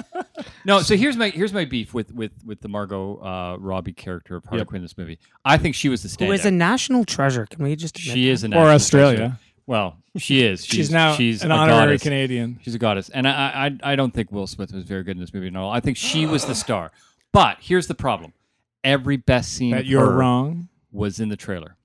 Speaker 4: No, so here's my here's my beef with with with the Margot uh, Robbie character of Harley
Speaker 2: Yep.
Speaker 4: Quinn in this movie. I think she was the standout.
Speaker 5: Who is a national treasure? Can we just admit
Speaker 4: she
Speaker 5: that?
Speaker 4: is a
Speaker 3: Or
Speaker 4: national
Speaker 3: Australia.
Speaker 4: treasure. Well, she is. She's,
Speaker 3: She's, now
Speaker 4: she's
Speaker 3: an
Speaker 4: a
Speaker 3: honorary
Speaker 4: goddess.
Speaker 3: Canadian.
Speaker 4: She's a goddess, and I, I I don't think Will Smith was very good in this movie at all. I think she was the star. But here's the problem: every best scene
Speaker 3: That
Speaker 4: of
Speaker 3: you're
Speaker 4: her
Speaker 3: wrong.
Speaker 4: was in the trailer.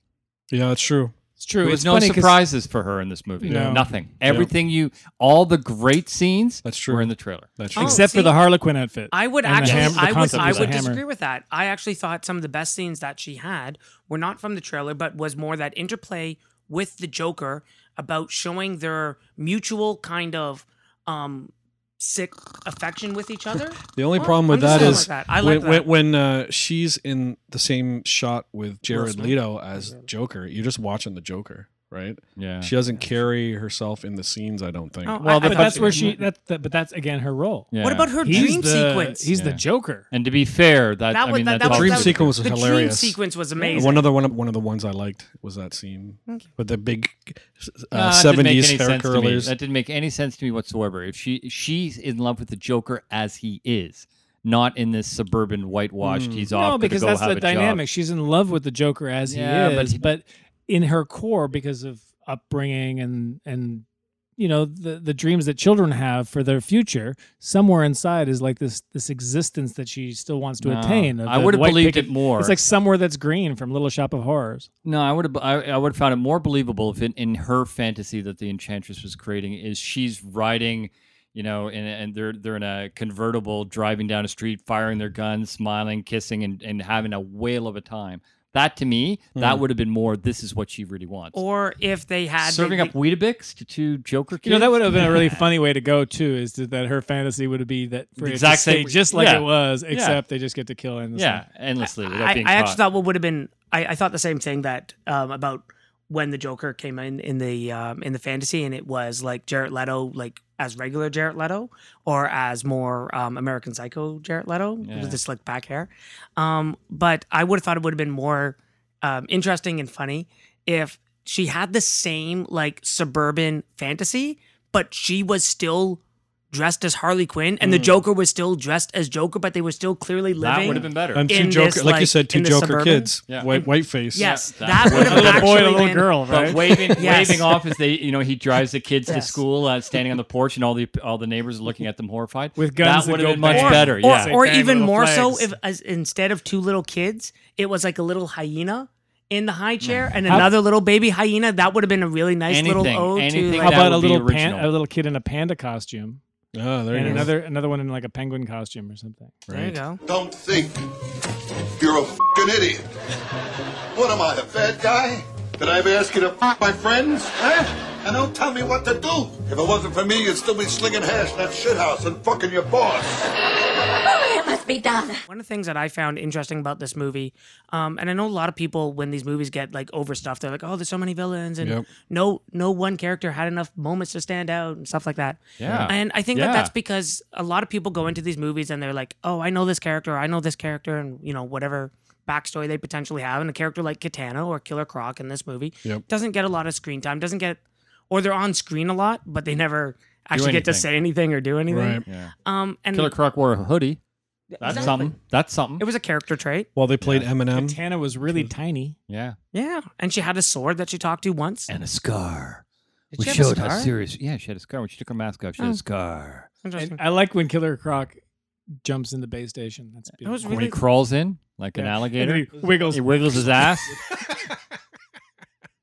Speaker 2: Yeah, that's true.
Speaker 3: It's true.
Speaker 4: There
Speaker 3: it's
Speaker 4: was no
Speaker 3: funny 'cause
Speaker 4: surprises for her in this movie.
Speaker 3: No.
Speaker 4: Nothing. Everything you, all the great scenes
Speaker 2: That's true.
Speaker 4: were in the trailer.
Speaker 2: That's
Speaker 5: Oh,
Speaker 2: true.
Speaker 3: Except for
Speaker 5: see?
Speaker 3: the Harlequin outfit.
Speaker 5: I would
Speaker 3: And the
Speaker 5: actually,
Speaker 3: ham- the
Speaker 5: I would,
Speaker 3: concept
Speaker 5: I
Speaker 3: design.
Speaker 5: would
Speaker 3: Hammer.
Speaker 5: disagree with that. I actually thought some of the best scenes that she had were not from the trailer, but was more that interplay with the Joker about showing their mutual kind of um sick affection with each other.
Speaker 2: The only
Speaker 5: Well,
Speaker 2: problem with
Speaker 5: Oh, I'm just
Speaker 2: that
Speaker 5: saying
Speaker 2: is
Speaker 5: like that. I
Speaker 2: when,
Speaker 5: like that.
Speaker 2: when, when uh, she's in the same shot with Jared
Speaker 5: Smith.
Speaker 2: Leto as Joker, you're just watching the Joker, right?
Speaker 4: Yeah.
Speaker 2: She doesn't carry herself in the scenes, I don't think.
Speaker 5: Oh,
Speaker 3: well,
Speaker 5: I-
Speaker 3: but
Speaker 5: I-
Speaker 3: that's where she. That, that, but that's again her role.
Speaker 4: yeah.
Speaker 5: What about her
Speaker 3: He's
Speaker 5: dream
Speaker 3: the,
Speaker 5: sequence?
Speaker 3: He's the
Speaker 4: Yeah.
Speaker 3: Joker.
Speaker 4: And to be fair, that,
Speaker 5: That
Speaker 4: I
Speaker 5: was-
Speaker 4: mean,
Speaker 5: that-
Speaker 4: that's
Speaker 5: that
Speaker 2: the
Speaker 5: was-
Speaker 4: all
Speaker 2: dream
Speaker 5: that was-
Speaker 2: sequence was
Speaker 5: the dream
Speaker 2: hilarious.
Speaker 5: sequence was amazing.
Speaker 2: One other one, of- one of the ones I liked was that scene
Speaker 5: Thank you.
Speaker 2: with the big
Speaker 4: No,
Speaker 2: uh,
Speaker 4: that didn't make
Speaker 2: 70s
Speaker 4: any
Speaker 2: hair
Speaker 4: sense to me.
Speaker 2: curlers.
Speaker 4: That didn't make any sense to me whatsoever. If she she's in love with the Joker as he is, not in this suburban whitewashed.
Speaker 2: Mm.
Speaker 4: He's off
Speaker 3: No,
Speaker 4: gonna
Speaker 3: because
Speaker 4: go
Speaker 3: that's
Speaker 4: have
Speaker 3: the
Speaker 4: a job.
Speaker 3: dynamic. She's in love with the Joker as
Speaker 4: Yeah,
Speaker 3: he
Speaker 4: but
Speaker 3: is,
Speaker 4: he-
Speaker 3: but in her core, because of upbringing and and you know the the dreams that children have for their future, somewhere inside is like this this existence that she still wants to
Speaker 4: No,
Speaker 3: attain. of
Speaker 4: I
Speaker 3: the
Speaker 4: would have
Speaker 3: white
Speaker 4: believed
Speaker 3: picket-
Speaker 4: it more.
Speaker 3: It's like somewhere that's green from Little Shop of Horrors.
Speaker 4: no, I would have. I, I would have found it more believable if in, in her fantasy that the Enchantress was creating is she's riding. You know, and, and they're they're in a convertible, driving down a street, firing their guns, smiling, kissing, and, and having a whale of a time. That to me,
Speaker 3: Hmm.
Speaker 4: that would have been more. This is what she really wants.
Speaker 5: or if they had
Speaker 4: Serving
Speaker 5: the,
Speaker 4: up Weetabix to two Joker kids.
Speaker 3: You know that would have been a really funny way to go too. Is to, that her fantasy would be that for
Speaker 4: The
Speaker 3: it to
Speaker 4: exact same-
Speaker 3: stay just like
Speaker 4: yeah.
Speaker 3: it was, except they just get to kill in
Speaker 4: Yeah, endlessly without
Speaker 5: I,
Speaker 4: being
Speaker 5: I
Speaker 4: caught.
Speaker 5: actually thought what would have been I, I thought the same thing that um, about when the Joker came in in the um, in the fantasy and it was like Jared Leto like as regular Jared Leto or as more um, American Psycho Jared Leto
Speaker 4: Yeah.
Speaker 5: with the slick back hair. Um, but I would have thought it would have been more um, interesting and funny if she had the same like suburban fantasy, but she was still dressed as Harley Quinn and the Joker was still dressed as Joker, but they were still clearly living.
Speaker 4: Mm. that would have been better.
Speaker 2: and two
Speaker 5: in
Speaker 2: Joker,
Speaker 5: this,
Speaker 2: like, you
Speaker 5: like,
Speaker 2: said, two
Speaker 5: in the
Speaker 2: Joker
Speaker 5: suburban?
Speaker 2: kids,
Speaker 4: Yeah.
Speaker 2: white white face.
Speaker 5: Yes,
Speaker 4: Yeah,
Speaker 5: that, would
Speaker 3: a
Speaker 5: have
Speaker 3: little
Speaker 5: actually
Speaker 3: boy, and a little
Speaker 5: been,
Speaker 3: girl,
Speaker 4: but
Speaker 3: right?
Speaker 4: waving,
Speaker 5: Yes.
Speaker 4: waving off as they, you know, he drives the kids to
Speaker 5: Yes.
Speaker 4: school, uh, standing on the porch, and all the all the neighbors are looking at them horrified.
Speaker 3: With guns
Speaker 4: that
Speaker 3: that
Speaker 4: would have
Speaker 3: go
Speaker 4: been much
Speaker 3: bang.
Speaker 4: better.
Speaker 5: Or,
Speaker 4: yeah,
Speaker 5: or
Speaker 3: Bang with
Speaker 5: even
Speaker 3: little
Speaker 5: more so,
Speaker 3: flags.
Speaker 5: if as, instead of two little kids, it was like a little hyena in the high chair and
Speaker 3: Mm. How-
Speaker 5: another little baby hyena. That would have been a really nice
Speaker 4: Anything,
Speaker 5: little ode
Speaker 4: anything
Speaker 5: to.
Speaker 3: How
Speaker 5: Like,
Speaker 4: that
Speaker 3: about
Speaker 4: would
Speaker 3: a
Speaker 4: be
Speaker 3: little pan,
Speaker 4: original.
Speaker 3: a little kid in a panda costume,
Speaker 2: Oh, there
Speaker 3: and
Speaker 2: you go.
Speaker 3: another another one in like a penguin costume or something.
Speaker 5: there you go.
Speaker 6: Don't think. You're a fing idiot. What am I, a bad guy? Did I ever ask you to f my friends? Huh? And don't tell me what to do. If it wasn't for me, you'd still be slinging hash in that shithouse and fucking your boss.
Speaker 7: Oh, it must be done.
Speaker 5: One of the things that I found interesting about this movie, um, and I know a lot of people when these movies get like overstuffed, they're like, "Oh, there's so many villains, and
Speaker 2: Yep.
Speaker 5: no, no one character had enough moments to stand out and stuff like that."
Speaker 4: Yeah.
Speaker 5: and I think
Speaker 4: Yeah.
Speaker 5: that that's because a lot of people go into these movies and they're like, "Oh, I know this character, I know this character," and you know whatever backstory they potentially have, and a character like Katana or Killer Croc in this movie
Speaker 2: Yep.
Speaker 5: doesn't get a lot of screen time, doesn't get, or they're on screen a lot, but they never actually get to
Speaker 4: anything.
Speaker 5: say anything or do anything.
Speaker 2: Right.
Speaker 4: Yeah.
Speaker 5: Um, and
Speaker 4: Killer Croc wore a hoodie. That's
Speaker 5: Exactly.
Speaker 4: something. That's something.
Speaker 5: It was a character trait.
Speaker 2: Well, they played Eminem.
Speaker 3: Katana was really tiny.
Speaker 4: yeah,
Speaker 5: Yeah, and she had a sword that she talked to once.
Speaker 4: and a scar.
Speaker 5: Did
Speaker 4: We
Speaker 5: she have a
Speaker 4: showed how
Speaker 5: scar?
Speaker 4: serious. Yeah, she had a scar when she took her mask off. She had
Speaker 5: Oh.
Speaker 4: a scar.
Speaker 5: Interesting.
Speaker 3: I like when Killer Croc jumps in the base station. That's
Speaker 5: That
Speaker 3: beautiful.
Speaker 5: was
Speaker 4: When he
Speaker 5: really
Speaker 4: crawls in like an
Speaker 3: Yeah.
Speaker 4: alligator,
Speaker 3: And then he wiggles.
Speaker 4: He wiggles his ass.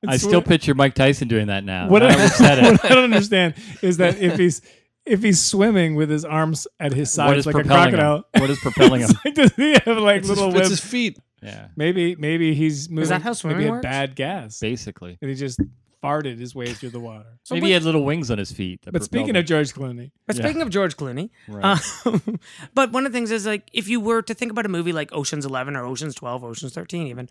Speaker 4: I still picture Mike Tyson doing that now.
Speaker 3: What,
Speaker 4: Now
Speaker 3: I,
Speaker 4: that we've said it.
Speaker 3: what I don't understand is that if he's if he's swimming with his arms at his
Speaker 4: What
Speaker 3: sides
Speaker 4: is
Speaker 3: like a
Speaker 4: propelling him?
Speaker 3: crocodile,
Speaker 4: What is propelling him?
Speaker 3: it's like, does he have like
Speaker 2: It's his-
Speaker 3: little
Speaker 2: it's
Speaker 3: webs?
Speaker 2: his feet.
Speaker 4: Yeah,
Speaker 3: Maybe maybe he's moving.
Speaker 5: that how
Speaker 3: maybe
Speaker 5: swimming
Speaker 3: had
Speaker 5: works?
Speaker 3: bad gas,
Speaker 4: basically.
Speaker 3: and he just farted his way through the water.
Speaker 5: So
Speaker 4: Maybe
Speaker 5: what-
Speaker 4: he had little wings on his feet. that
Speaker 3: But
Speaker 4: propelled
Speaker 3: speaking
Speaker 4: him.
Speaker 3: of George Clooney,
Speaker 5: But
Speaker 4: Yeah.
Speaker 5: speaking of George Clooney,
Speaker 4: Right.
Speaker 5: um, but one of the things is like if you were to think about a movie like Ocean's Eleven or Ocean's Twelve, Ocean's Thirteen, even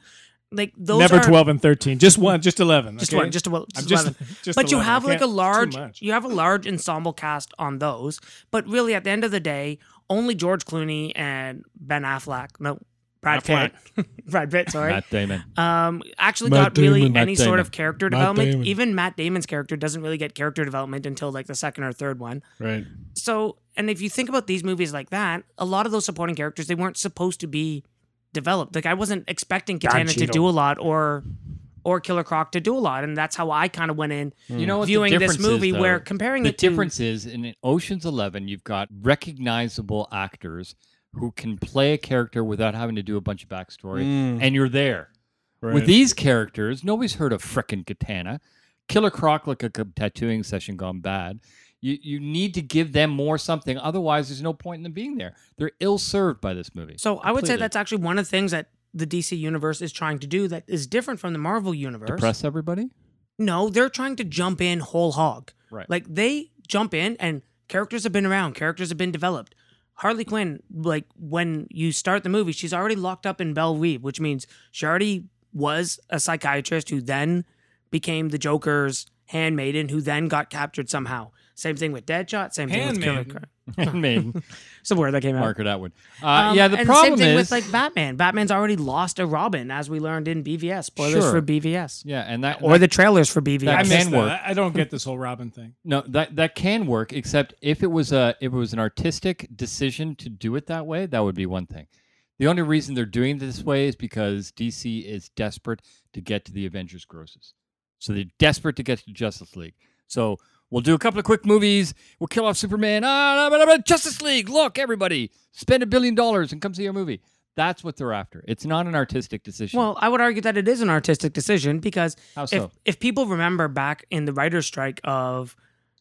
Speaker 5: like those
Speaker 3: never
Speaker 5: are,
Speaker 3: twelve and thirteen, just one, just eleven,
Speaker 5: just
Speaker 3: okay?
Speaker 5: one, just, well,
Speaker 3: I'm
Speaker 5: just
Speaker 3: just-
Speaker 5: eleven.
Speaker 3: just
Speaker 5: but you
Speaker 3: 11. I
Speaker 5: have like a
Speaker 3: can't- it's too
Speaker 5: large,
Speaker 3: much.
Speaker 5: you have a large ensemble cast on those. But really, at the end of the day, only George Clooney and Ben Affleck, no, Brad
Speaker 3: Affleck.
Speaker 5: Pitt, Brad Pitt, sorry,
Speaker 4: Matt Damon.
Speaker 5: um, actually
Speaker 2: Matt
Speaker 5: got really
Speaker 2: Damon, Matt
Speaker 5: any sort
Speaker 2: Damon.
Speaker 5: of character
Speaker 2: Matt
Speaker 5: development.
Speaker 2: Damon.
Speaker 5: Even Matt Damon's character doesn't really get character development until like the second or third one.
Speaker 2: Right.
Speaker 5: So and if you think about these movies like that, a lot of those supporting characters they weren't supposed to be developed. Like I wasn't expecting Katana to
Speaker 8: Cheadle.
Speaker 5: do a lot or or Killer Croc to do a lot, and that's how I kind of went in.
Speaker 4: You know what the
Speaker 5: Mm. viewing this
Speaker 4: difference is,
Speaker 5: movie,
Speaker 4: though?
Speaker 5: we're comparing
Speaker 4: the
Speaker 5: it to-
Speaker 4: difference is in Ocean's Eleven, you've got recognizable actors who can play a character without having to do a bunch of backstory,
Speaker 5: Mm.
Speaker 4: and you're there. With
Speaker 2: Right.
Speaker 4: these characters, nobody's heard of frickin' Katana. Killer Croc like a c- tattooing session gone bad. You you need to give them more something, otherwise there's no point in them being there. They're ill served by this movie.
Speaker 5: So I would say
Speaker 4: Completely.
Speaker 5: that's actually one of the things that the DC universe is trying to do that is different from the Marvel universe.
Speaker 4: depress everybody.
Speaker 5: No, they're trying to jump in whole hog.
Speaker 4: Right.
Speaker 5: Like they jump in and characters have been around, characters have been developed. Harley Quinn, like when you start the movie, she's already locked up in Belle Reeve, which means she already was a psychiatrist who then became the Joker's handmaiden, who then got captured somehow. Same thing with Deadshot, same thing with Killer
Speaker 3: Handmaiden.
Speaker 5: Croc.
Speaker 4: Handmaiden,
Speaker 5: It's the word that came out.
Speaker 4: Margaret Atwood. Uh,
Speaker 5: Um,
Speaker 4: yeah, the
Speaker 5: and
Speaker 4: problem
Speaker 5: same thing
Speaker 4: is
Speaker 5: with like Batman. Batman's already lost a Robin, as we learned in BVS. Spoilers
Speaker 4: Sure.
Speaker 5: for BVS
Speaker 4: yeah, and that
Speaker 5: or the trailers for BVS.
Speaker 4: That
Speaker 3: I
Speaker 4: can
Speaker 3: missed that.
Speaker 4: work.
Speaker 3: I- I don't get this whole Robin thing.
Speaker 4: No, that that can work, except if it was a if it was an artistic decision to do it that way, that would be one thing. The only reason they're doing it this way is because DC is desperate to get to the Avengers grosses. So they're desperate to get to Justice League. So we'll do a couple of quick movies. We'll kill off Superman. Ah, blah, blah, blah, Justice League. Look, everybody, spend a billion dollars and come see our movie. That's what they're after. It's not an artistic decision.
Speaker 5: Well, I would argue that it is an artistic decision because
Speaker 4: How
Speaker 5: if,
Speaker 4: so?
Speaker 5: if people remember back in the writer's strike of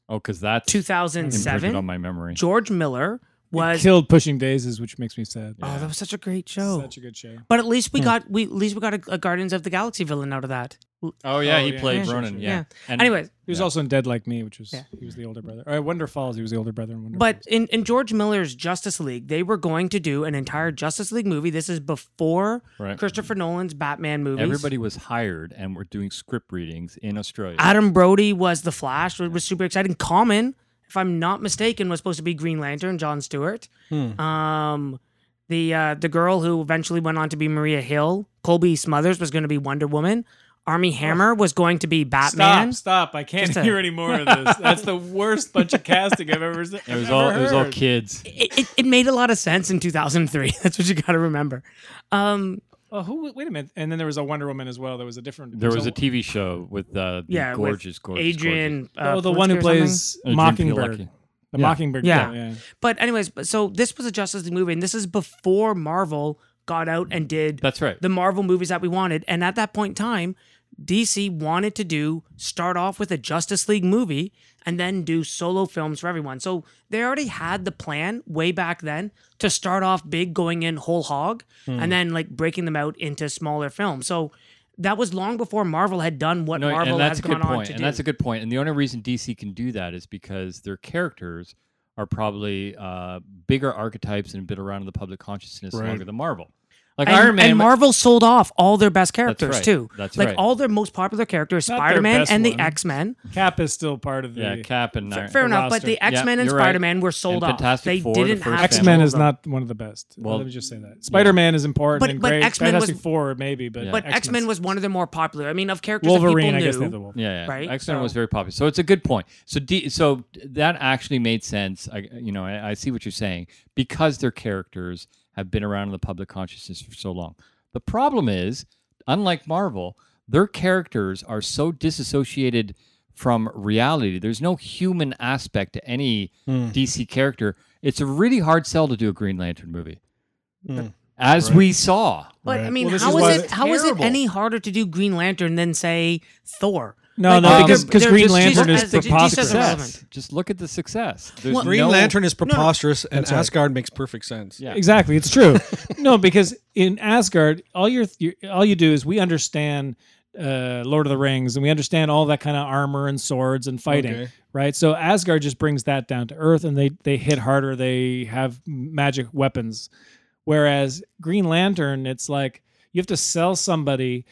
Speaker 4: oh, because that's imprinted on
Speaker 5: 2007,
Speaker 4: my memory.
Speaker 5: George Miller was
Speaker 3: Killed Pushing Daisies, which makes me sad.
Speaker 5: oh that was such a great show.
Speaker 3: Such a good show.
Speaker 5: but at least
Speaker 4: Hmm.
Speaker 5: we got we at least we got a, a Guardians of the Galaxy villain out of that.
Speaker 4: Oh yeah,
Speaker 3: Oh,
Speaker 4: he
Speaker 3: yeah,
Speaker 4: played
Speaker 5: yeah, sure,
Speaker 4: Ronan.
Speaker 3: sure.
Speaker 4: Yeah.
Speaker 5: Yeah.
Speaker 4: And-
Speaker 5: Anyways,
Speaker 3: He was also in Dead Like Me, which was
Speaker 5: Yeah.
Speaker 3: he was the older brother. All right, Wonder Falls, he was the older brother in Wonder
Speaker 5: But in, in George Miller's Justice League, they were going to do an entire Justice League movie. This is before
Speaker 4: Right.
Speaker 5: Christopher Nolan's Batman movies.
Speaker 4: Everybody was hired and were doing script readings in Australia.
Speaker 5: Adam Brody was the Flash, which was super exciting. Common, if I'm not mistaken, was supposed to be Green Lantern, John Stewart.
Speaker 4: Hmm.
Speaker 5: Um, the uh, the girl who eventually went on to be Maria Hill, Colby Smothers was going to be Wonder Woman. Army Hammer was going to be Batman.
Speaker 3: Stop! Stop! I can't
Speaker 5: Just a-
Speaker 3: hear any more of this. That's the worst bunch of casting I've ever seen.
Speaker 4: it was all it was all kids.
Speaker 5: It, it, it made a lot of sense in 2003. That's what you got to remember. Um,
Speaker 3: Oh, who? Wait a minute. And then there was a Wonder Woman as well. There was a different.
Speaker 4: There was
Speaker 3: so-
Speaker 4: a TV show with uh, the
Speaker 5: yeah, with
Speaker 4: gorgeous, gorgeous
Speaker 5: Adrian. uh,
Speaker 3: Oh, the one who
Speaker 5: Pulitzer or something.
Speaker 3: plays
Speaker 4: gorgeous. Adrian
Speaker 3: Mockingbird.
Speaker 4: Oh, Pielecki.
Speaker 3: The Mockingbird.
Speaker 5: Yeah.
Speaker 3: girl, yeah.
Speaker 5: But anyways, but- so this was a Justice League movie, and this is before Marvel got out and did
Speaker 4: That's right.
Speaker 5: the Marvel movies that we wanted. And at that point in time, DC wanted to do start off with a Justice League movie and then do solo films for everyone. So they already had the plan way back then to start off big, going in whole hog,
Speaker 4: Hmm.
Speaker 5: and then like breaking them out into smaller films. So that was long before Marvel had done what
Speaker 4: No,
Speaker 5: Marvel
Speaker 4: and that's
Speaker 5: has
Speaker 4: a good
Speaker 5: gone on
Speaker 4: point.
Speaker 5: to
Speaker 4: And
Speaker 5: do.
Speaker 4: that's a good point. And the only reason DC can do that is because their characters are probably uh, bigger archetypes and been around in the public consciousness
Speaker 2: Right.
Speaker 4: longer than Marvel. Like
Speaker 5: and,
Speaker 4: Iron Man.
Speaker 5: and Marvel sold off all their best characters
Speaker 4: right.
Speaker 5: too.
Speaker 4: That's
Speaker 5: like
Speaker 4: right.
Speaker 5: all their most popular characters,
Speaker 3: Not their
Speaker 5: Spider Man
Speaker 3: best
Speaker 5: and the
Speaker 3: one.
Speaker 5: X Men.
Speaker 3: Cap is still part of the.
Speaker 4: yeah, Cap and Iron.
Speaker 5: Fair enough, but
Speaker 3: roster.
Speaker 5: the
Speaker 3: Yeah,
Speaker 5: X Men and
Speaker 4: you're right.
Speaker 5: Spider Man were sold
Speaker 4: And
Speaker 5: off.
Speaker 4: Fantastic
Speaker 5: they
Speaker 4: Four, the
Speaker 5: didn't
Speaker 4: first
Speaker 5: have
Speaker 3: X Men
Speaker 5: to
Speaker 3: is
Speaker 5: sell them.
Speaker 3: not one of the best.
Speaker 4: Well-
Speaker 3: let me just say that. Spider Man is important.
Speaker 5: But-
Speaker 3: and
Speaker 5: but
Speaker 3: great.
Speaker 5: X-Men was-
Speaker 3: Fantastic Four maybe, but
Speaker 4: Yeah.
Speaker 5: But X Men
Speaker 3: X-Men's-
Speaker 5: was one of the more popular. I mean, of characters
Speaker 3: Wolverine. I
Speaker 5: that
Speaker 3: guess
Speaker 5: people
Speaker 3: they have the
Speaker 5: knew.
Speaker 3: Wolf.
Speaker 4: Yeah, yeah.
Speaker 5: right?
Speaker 4: X Men was
Speaker 5: So-
Speaker 4: very popular, so it's a good point. So, D, so that actually made sense. I, you know, I, I see what you're saying because their characters have been around in the public consciousness for so long. The problem is, unlike Marvel, their characters are so disassociated from reality. There's no human aspect to any
Speaker 3: Hmm.
Speaker 4: DC character. It's a really hard sell to do a Green Lantern movie,
Speaker 3: Hmm.
Speaker 4: as we saw.
Speaker 5: But I
Speaker 2: Right.
Speaker 5: mean,
Speaker 3: Well, this
Speaker 5: how
Speaker 3: is
Speaker 5: is
Speaker 3: why
Speaker 5: it?
Speaker 3: it's
Speaker 5: How is it
Speaker 3: terrible.
Speaker 5: any harder to do Green Lantern than say Thor?
Speaker 3: No,
Speaker 5: Like,
Speaker 3: no,
Speaker 5: they're-
Speaker 3: because because
Speaker 5: they're
Speaker 3: Green
Speaker 5: just-
Speaker 3: Lantern
Speaker 5: she's-
Speaker 3: is
Speaker 5: as- she's just
Speaker 3: preposterous.
Speaker 5: irrelevant.
Speaker 4: Success. Just look at the success. There's
Speaker 5: Well,
Speaker 2: Green
Speaker 4: no-
Speaker 2: Lantern is preposterous, and
Speaker 3: right.
Speaker 2: Asgard makes perfect sense.
Speaker 4: Yeah.
Speaker 3: Exactly, it's true. no, because in Asgard, all you're, you all you do is we understand uh, Lord of the Rings, and we understand all that kind of armor and swords and fighting,
Speaker 2: Okay.
Speaker 3: right? So Asgard just brings that down to earth, and they they hit harder. They have magic weapons, whereas Green Lantern, it's like you have to sell somebody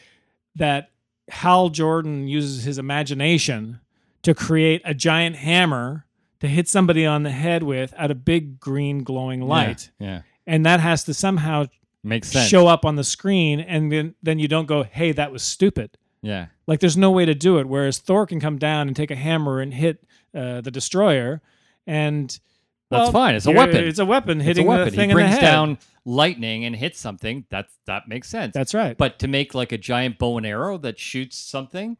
Speaker 3: that Hal Jordan uses his imagination to create a giant hammer to hit somebody on the head with out of big green glowing light
Speaker 4: Yeah. yeah.
Speaker 3: and that has to somehow
Speaker 4: Makes sense.
Speaker 3: show up on the screen and then then you don't go hey that was stupid
Speaker 4: Yeah.
Speaker 3: like there's no way to do it whereas thor can come down and take a hammer and hit uh, the destroyer and
Speaker 4: That's
Speaker 3: Well,
Speaker 4: fine. It's a
Speaker 3: you're-
Speaker 4: weapon.
Speaker 3: It's a weapon hitting
Speaker 4: it's a weapon.
Speaker 3: the thing
Speaker 4: he brings
Speaker 3: in the head.
Speaker 4: down lightning and hits something. That's that makes sense.
Speaker 3: That's right.
Speaker 4: But to make like a giant bow and arrow that shoots something,